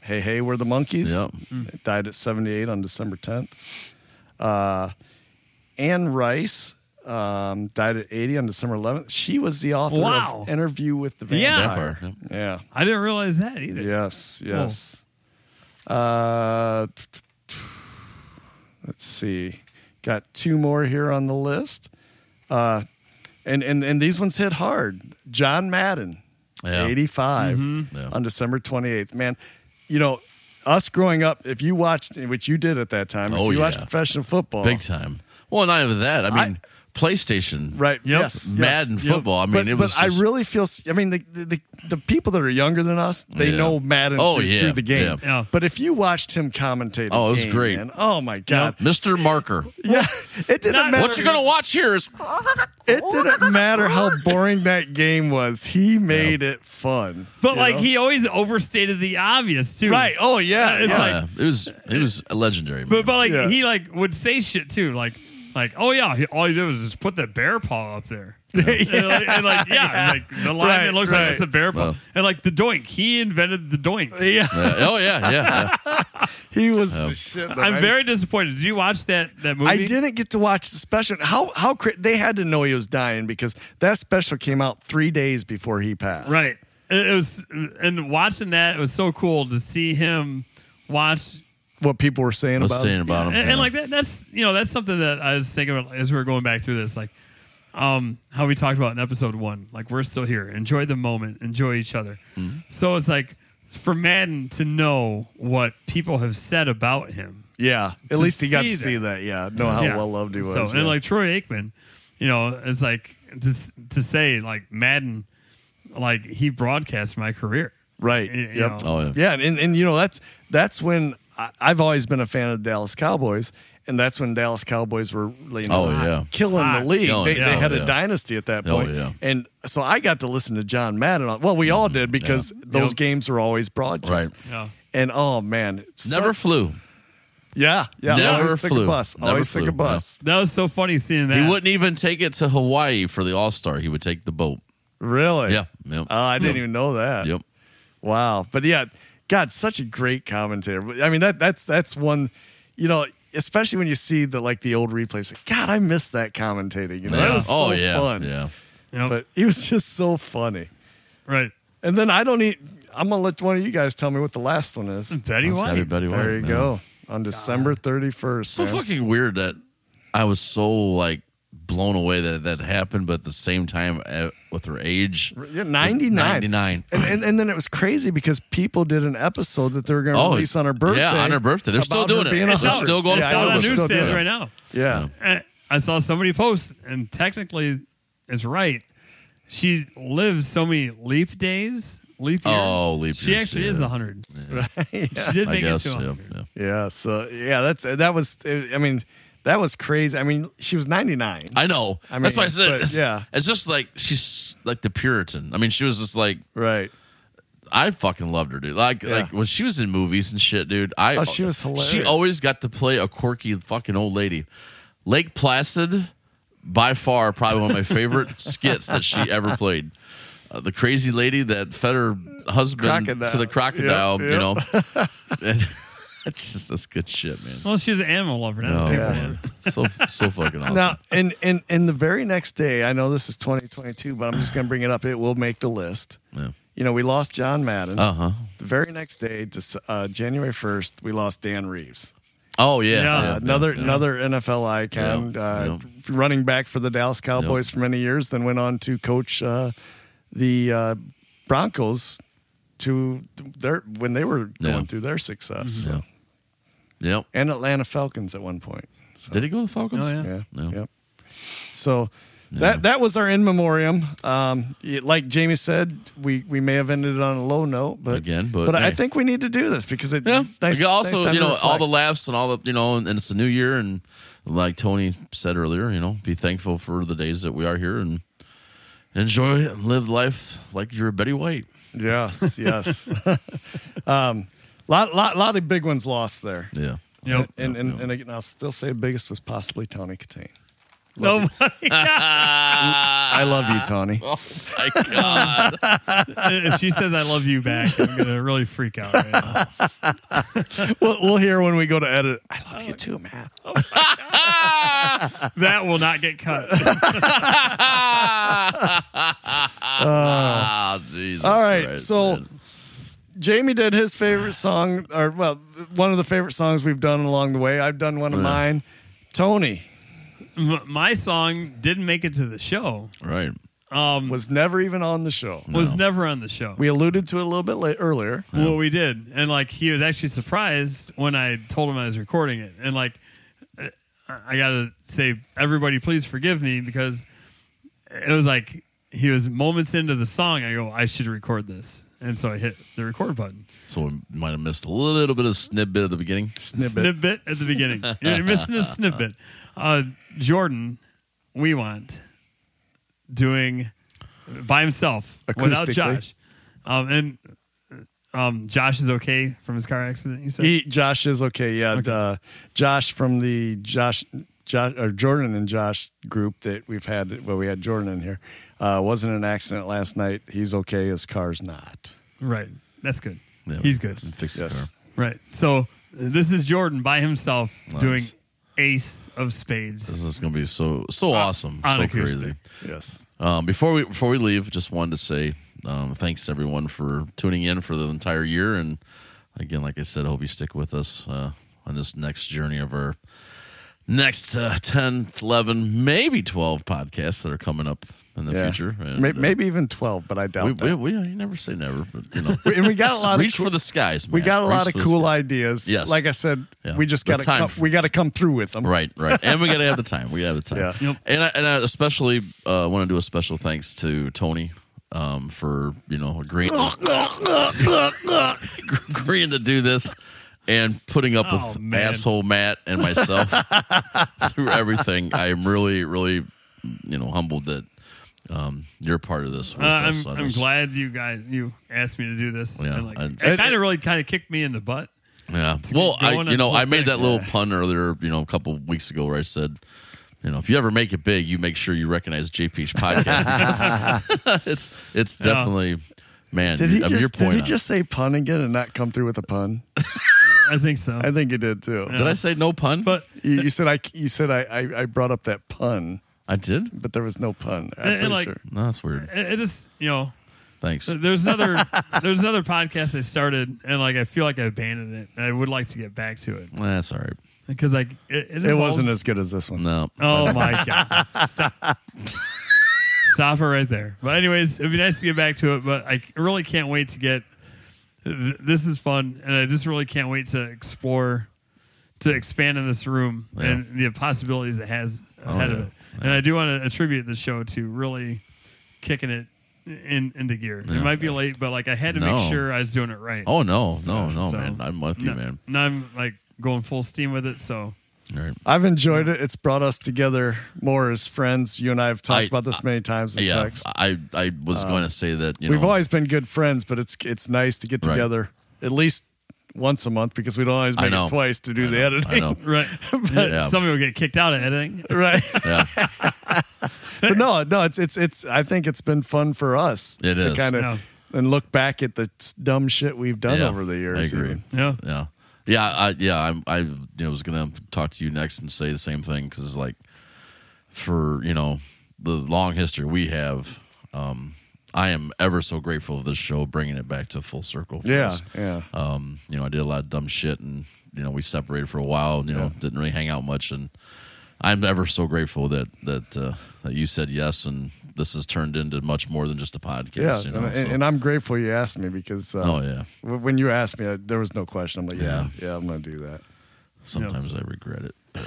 C: Hey, hey, we're the monkeys.
A: Yep.
D: Mm.
C: It Died at 78 on December 10th. Uh, Anne Rice um, died at 80 on December 11th. She was the author
D: Wow.
C: of Interview with the
D: Yeah.
C: Vampire.
A: Yep.
C: Yeah.
D: I didn't realize that either.
C: Yes. Yes. Uh, let's see. Got two more here on the list. Uh, and, and, and these ones hit hard. John Madden,
A: Yeah.
C: 85
A: Yeah.
C: on December 28th. Man, you know, us growing up, if you watched, which you did at that time,
A: Oh,
C: if you watched
A: yeah.
C: professional football,
A: Big time. Well, not even that. I mean, PlayStation.
C: right?
D: Yep.
C: Yes. yes.
A: Madden football. I mean,
C: but,
A: it was.
C: but I
A: just-
C: really feel. s- I mean, the, the the people that are younger than us, they
A: Yeah.
C: know Madden
A: Oh,
C: through,
A: yeah,
C: through the game.
D: yeah. Yeah.
C: But if you watched him commentate,
A: Oh,
C: a
A: it was
C: game,
A: great.
C: man, oh my god!
A: Mr. Marker.
C: Yeah, *laughs* it didn't
D: Not-
C: matter.
A: What you're gonna watch here is
C: it
D: *laughs*
C: didn't matter how boring that game was. He made it fun.
D: But
C: you
D: like
C: know?
D: he always overstated the obvious too.
C: right? Oh yeah, *laughs*
D: It's
C: yeah.
D: like-
A: Yeah, it was it was legendary. Man.
C: *laughs*
D: But but like
C: Yeah.
D: he like would say shit too. Like like oh yeah, he, all you did was just put that bear paw
C: *laughs*
D: up there. and, like, and, like, yeah, like the lineman
C: Right,
D: looks
C: right.
D: like it's a bear paw.
A: Well.
D: And like the doink, he invented the doink.
C: yeah.
A: Yeah. oh yeah, yeah, yeah.
C: He was
A: Oh.
C: the shit. though,
D: I'm
C: right?
D: very disappointed. Did you watch that that movie?
C: I didn't get to watch the special. How how cra- they had to know he was dying because that special came out three days before he passed.
D: Right. It, it was and watching that it was so cool to see him watch
C: What people were saying
A: I was
C: about
A: saying
C: him.
A: about him.
D: and, and
A: yeah.
D: like that that's you know that's something that i was thinking about as we were going back through this like um how we talked about in episode one like we're still here enjoy the moment enjoy each other
A: Mm-hmm.
D: so it's like for madden to know what people have said about him
C: Yeah,
D: to
C: at least he got to
D: see
C: see that. Yeah, know
A: Oh,
C: how well loved he was.
D: So,
C: yeah.
D: and like Troy Aikman, you know, it's like to s- to say like Madden, like he broadcast my career.
C: right,
D: you
C: yep,
D: know.
A: Oh yeah.
C: yeah, and and you know that's that's when I, I've always been a fan of the Dallas Cowboys, and that's when Dallas Cowboys were you know,
A: Oh, yeah.
C: killing
D: Hot.
C: the league.
A: Killing,
C: they,
D: yeah.
C: they had
A: Yeah.
C: a dynasty at that
A: Oh,
C: point.
A: yeah. Mm-hmm.
C: and so I got to listen to John Madden. On, well, we all did because those
D: Yep.
C: games were always broadcast.
A: Right.
D: Yeah.
C: And oh man,
A: Never
C: such-
A: flew.
C: yeah, yeah.
A: Never
C: always took
A: flew.
C: a bus.
A: Never
C: always
A: flew,
C: took a bus.
D: That was so funny seeing that.
A: He wouldn't even take it to Hawaii for the All Star. He would take the boat.
C: Really?
A: Yeah. Yep.
C: Oh, I didn't
A: Yep.
C: even know that.
A: Yep.
C: Wow. But yeah, God, such a great commentator. I mean, that that's that's one, you know, especially when you see the like the old replays. Like, God, I miss that commentating. You know,
A: Yeah.
C: that was so
A: oh yeah.
C: fun.
A: Yeah.
D: You know?
C: But he was just so funny.
D: right.
C: And then I don't need. I'm gonna let one of you guys tell me what the last one is.
D: Betty
A: That's
D: White.
A: Happy Betty White,
C: There you
A: man.
C: go. On December 31st.
A: So
C: man.
A: fucking weird that I was so like blown away that that happened, but at the same time, at, with her age,
C: Yeah, 99.
A: 99.
C: And, and and then it was crazy because people did an episode that they were going to
A: Oh,
C: release on her birthday.
A: yeah, on her birthday. They're still
C: about her
A: doing it.
C: being
A: They're
C: 100.
A: still going
D: it's out
A: forward
D: on
A: with it.
D: newsstands
A: Yeah.
D: right now.
C: Yeah.
D: Eh, I saw somebody post, and technically, it's right. She lives so many leap days, leap years.
A: Oh, leap
D: She
A: years,
D: actually
A: yeah.
D: is hundred.
C: yeah.
D: She did
A: I
D: make
A: guess.
D: it to
A: Yeah,
D: 100.
A: yeah.
C: Yeah. So yeah, that's that was. I mean, that was crazy. I mean, she was ninety nine.
A: I know.
C: I mean,
A: That's why I said.
C: but,
A: it's,
C: yeah.
A: It's just like she's like the Puritan. I mean, she was just like
C: Right.
A: I fucking loved her, dude. Like
C: Yeah.
A: like when she was in movies and shit, dude. I
C: Oh, she was hilarious.
A: She always got to play a quirky fucking old lady. Lake Placid, by far, probably one of my
C: *laughs*
A: favorite skits that she ever played. Uh, the crazy lady that fed her husband
C: Crocodile.
A: to the crocodile,
C: Yep,
A: you
C: yep.
A: know.
C: *laughs*
A: and *laughs* it's just that's good shit, man.
D: Well, she's an animal lover now.
A: Oh,
D: People
C: Yeah.
A: man. So so fucking awesome.
C: Now, and and and the very next day, I know this is twenty twenty two, but I'm just going to bring it up. It will make the list.
A: Yeah.
C: You know, we lost John Madden.
A: Uh huh.
C: the very next day, Dec- uh, January first, we lost Dan Reeves.
A: Oh yeah.
D: Yeah.
A: yeah,
C: Uh,
A: yeah,
C: another
A: yeah.
C: another NFL icon,
A: Yeah,
C: uh,
A: yeah.
C: f- running back for the Dallas Cowboys for many years, then went on to coach uh, the uh, Broncos to their when they were
A: Yeah.
C: going through their success, so.
A: Yeah. Yep.
C: and Atlanta Falcons at one point. So,
A: Did he go to the Falcons?
D: Oh, yeah.
C: yeah,
A: No.
C: yep. So. That that was our in memoriam. Um, y- like Jamie said, we, we may have ended on a low note, but
A: Again, but hey.
C: I think we need to do this because it,
A: Yeah.
C: nice,
A: Like, also,
C: nice time
A: you
C: to
A: know, all
C: reflect.
A: the laughs and all the, you know, and, and it's a new year. And like Tony said earlier, you know, be thankful for the days that we are here and enjoy it and live life like you're Betty White. *laughs*
C: Yes, yes. *laughs* um, lot, lot, lot of big ones lost there.
A: Yeah.
D: Yep.
C: And and, and again, I'll still say biggest was possibly Tony Katane.
D: Oh my God.
A: Ah.
C: I love you, Tawny.
A: *laughs* Oh my god! *laughs*
D: *laughs* if she says I love you back, I'm gonna really freak out. Right now.
C: We'll, we'll hear when we go to edit. I love
A: Oh.
C: you too, Matt.
D: That will not get cut.
A: Ah, Jesus.
C: All right,
A: Christ,
C: so
A: man.
C: Jamie did his favorite song, or well, one of the favorite songs we've done along the way. I've done one of
A: Yeah.
C: mine. Tony
D: M- My song didn't make it to the show.
A: right.
D: Um,
C: was never even on the show.
D: was never on the show.
C: We alluded to it a little bit la- earlier.
D: Well, we did, and like he was actually surprised when I told him I was recording it, and like uh, I gotta say, everybody, please forgive me because it was like he was moments into the song. I go, I should record this, and so I hit the record button.
A: So we might have missed a little bit of snippet at the beginning.
C: Snippet.
D: Snippet at
C: *laughs*
D: the beginning. You're missing a snippet. Uh, Jordan, we want doing by himself without
C: Acoustically.
D: Josh, um, and um, Josh is okay from his car accident. You said
C: He, Josh is okay. Yeah, Uh, Josh from the Josh, Josh or Jordan and Josh group that we've had. Well, we had Jordan in here. Uh, wasn't an accident last night. He's okay. His car's not.
D: Right. That's good.
A: Yeah,
D: He's good.
A: and Fix the
C: Yes.
A: car.
D: Right. So uh, this is Jordan by himself
A: Nice.
D: doing Ace of
A: This
D: Spades.
A: is going to be so so awesome,
D: Uh, on
A: so
D: acoustic.
A: crazy.
C: Yes.
A: Um, before we before we leave, just wanted to say um, thanks everyone for tuning in for the entire year, and again, like I said, hope you stick with us uh, on this next journey of our next uh, 10, 11, maybe twelve podcasts that are coming up in the
C: Yeah.
A: future. And,
C: May-
A: uh,
C: maybe even twelve, but I doubt
A: we,
C: that.
A: we, we, you never say never, but you know,
C: and *laughs* we got a lot of
A: reach
C: cool-
A: for the skies.
C: We
A: man.
C: got a
A: Reach
C: lot of
A: for the
C: cool
A: skies.
C: ideas.
A: Yes.
C: Like I said,
A: Yeah.
C: we just
A: The
C: got to
A: time
C: come,
A: for-
C: we got to come through with them.
A: Right, right. And we got to have the time. We got to have the time.
C: Yeah.
D: Yep.
A: And I, and I especially uh, want to do a special thanks to Tony um, for, you know, agreeing *laughs* agreeing to do this and putting up
D: Oh,
A: with
D: man.
A: asshole Matt and
D: *laughs*
A: myself through everything. I'm really really you know humbled that um, you're part of this. with
D: Uh, I'm,
A: us on
D: I'm
A: this.
D: glad you guys you asked me to do this.
A: Yeah,
D: and like,
A: I-
D: it kind of really kind of kicked me in the butt.
A: Yeah.
D: get
A: Well, I
D: going
A: you know
D: on the whole
A: I made
D: thing.
A: that little pun earlier, you know, a couple of weeks ago where I said, you know, if you ever make it big, you make sure you recognize JP's podcast. *laughs* because it's it's definitely man.
C: Did he
A: I mean, your
C: just
A: point.
C: did he
A: on-
C: just say pun again and not come through with a pun?
D: I think so.
C: I think he did too.
A: did I say no pun?
D: but
C: You, you said I you said I, I I brought up that pun,
A: I did.
C: but there was no pun. I'm
D: And- and
C: pretty
D: like-
C: sure.
A: No, that's weird.
D: it, it is you know
A: Thanks.
D: there's another there's another podcast I started and like I feel like I abandoned it. And I would like to get back to it
A: Nah, That's all right.
D: because like it, it,
C: It wasn't
D: involves-
C: as good as this one.
A: No. Uh,
D: Oh my god! Stop. Stop it right there. But anyways, it'd be nice to get back to it, but I really can't wait to get. th- This is fun, and I just really can't wait to explore, to expand in this room
A: Yeah. Oh,
D: and the possibilities it has ahead
A: yeah.
D: of it. And I do want to attribute the show to really kicking it in into gear. It might be late, but like I had to
A: No.
D: make sure I was doing it right.
A: Oh no, no,
D: Yeah,
A: no,
D: so-
A: man. I'm with you,
D: No-
A: man.
D: Now I'm like going full steam with it. So
A: All right.
C: I've enjoyed it. It's brought us together more as friends. You and I have talked
A: I-
C: about this many times in
A: Yeah,
C: text. Uh,
A: I I was going to say that you
C: We've
A: know
C: always been good friends, but it's it's nice to get
A: Right.
C: together at least once a month because we don't always
A: I
C: make
A: know.
C: it twice to do the editing.
A: I know.
D: *laughs* right,
A: Yeah.
D: somebody will get kicked out
A: *laughs*
D: of editing.
C: Right.
A: Yeah.
C: *laughs* but no, no, it's it's it's. I think it's been fun for us
A: It
C: to
A: is.
C: kind of
D: Yeah.
C: and look back at the s- dumb shit we've done
A: Yeah,
C: over the years.
A: I agree.
C: even.
D: Yeah.
A: Yeah, yeah, I, yeah. I'm, I, you know, was gonna talk to you next and say the same thing because, like, for you know, the long history we have, um, I am ever so grateful of this show bringing it back to full circle. for
C: Yeah,
A: us.
C: yeah.
A: Um, you know, I did a lot of dumb shit, and you know, we separated for a while. And, you know,
C: Yeah.
A: didn't really hang out much, and I'm ever so grateful that that uh, that you said yes, and this has turned into much more than just a
C: yeah,
A: podcast. you know,
C: and,
A: so-
C: and I'm grateful you asked me because uh,
A: oh yeah.
C: w- when you asked me, I, there was no question. I'm like, yeah, yeah, I'm gonna do that.
A: Sometimes I regret it. *laughs* I'm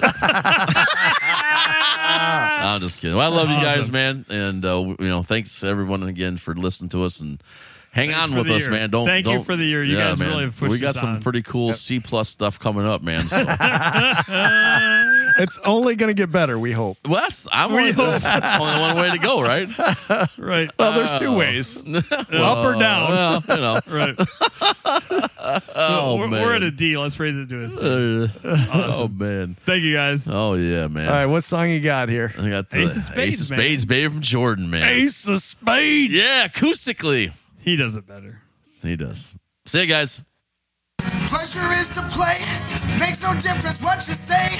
A: just kidding. Well, I love you guys,
D: Awesome.
A: man, and uh, w- you know, thanks everyone again for listening to us and hang
D: Thanks
A: on
D: for
A: with
D: the
A: us,
D: year.
A: man. Don't
D: Thank you
A: don't-
D: for the year. You guys really have pushed
A: We got
D: us
A: some *laughs*
D: on. *laughs*
A: pretty cool C plus stuff coming up, man. So
C: It's only going to get better, we hope.
A: Well, that's I'm only, that's *laughs* only one way to go,
D: *laughs*
A: right?
D: Right.
C: Well, there's two ways up or down.
A: Uh, Oh, Well, you know.
D: Oh. right.
A: *laughs* Oh,
D: *laughs* we're,
A: man.
D: we're at a D. Let's raise it to a C.
A: Uh, *laughs* Oh man.
D: Thank you guys.
A: Oh yeah, man.
C: All right, what song you got here?
A: I got the
D: Ace of Spades,
A: Ace of
D: man.
A: Spades, baby from Jordan, man.
C: of Spades.
A: Yeah, acoustically,
D: He does it better.
A: he does. See you guys.
B: Pleasure is to play, makes no difference what you say.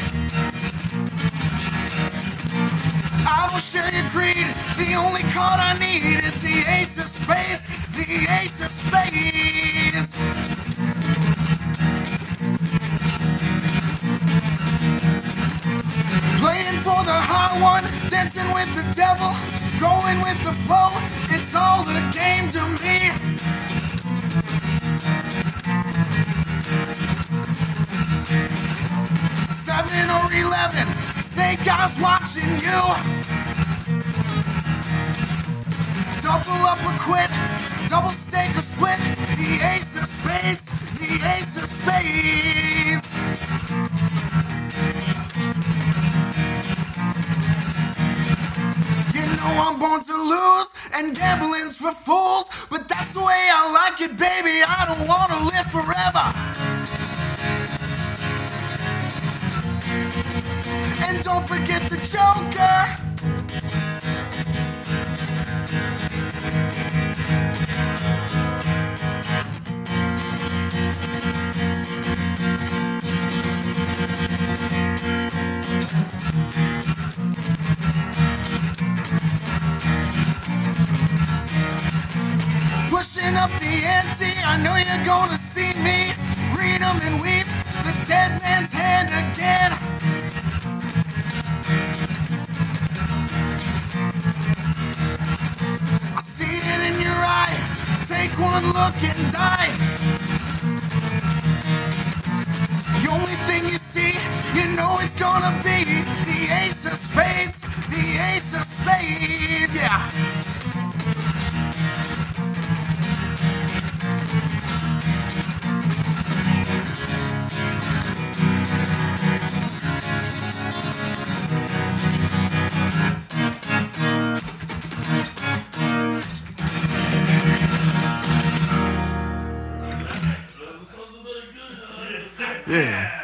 B: I will share your greed. The only card I need is the ace of spades, the ace of spades. Playing for the high one, dancing with the devil, going with the flow. It's all the game to me. seven or eleven. Snake eyes watching you. Double up or quit. Double stake or split. The ace of spades. The ace of spades. You know I'm born to lose, and gambling's for fools. But that's the way I like it, baby. I don't wanna live forever. And don't forget the Joker. Pushing up the ante, I know you're gonna see me. Read 'em and weep, the dead man's hand again. I see it in your eye. Take one look and die. The only thing you see, you know it's gonna be the ace of spades, the ace of spades, yeah.
D: Yeah.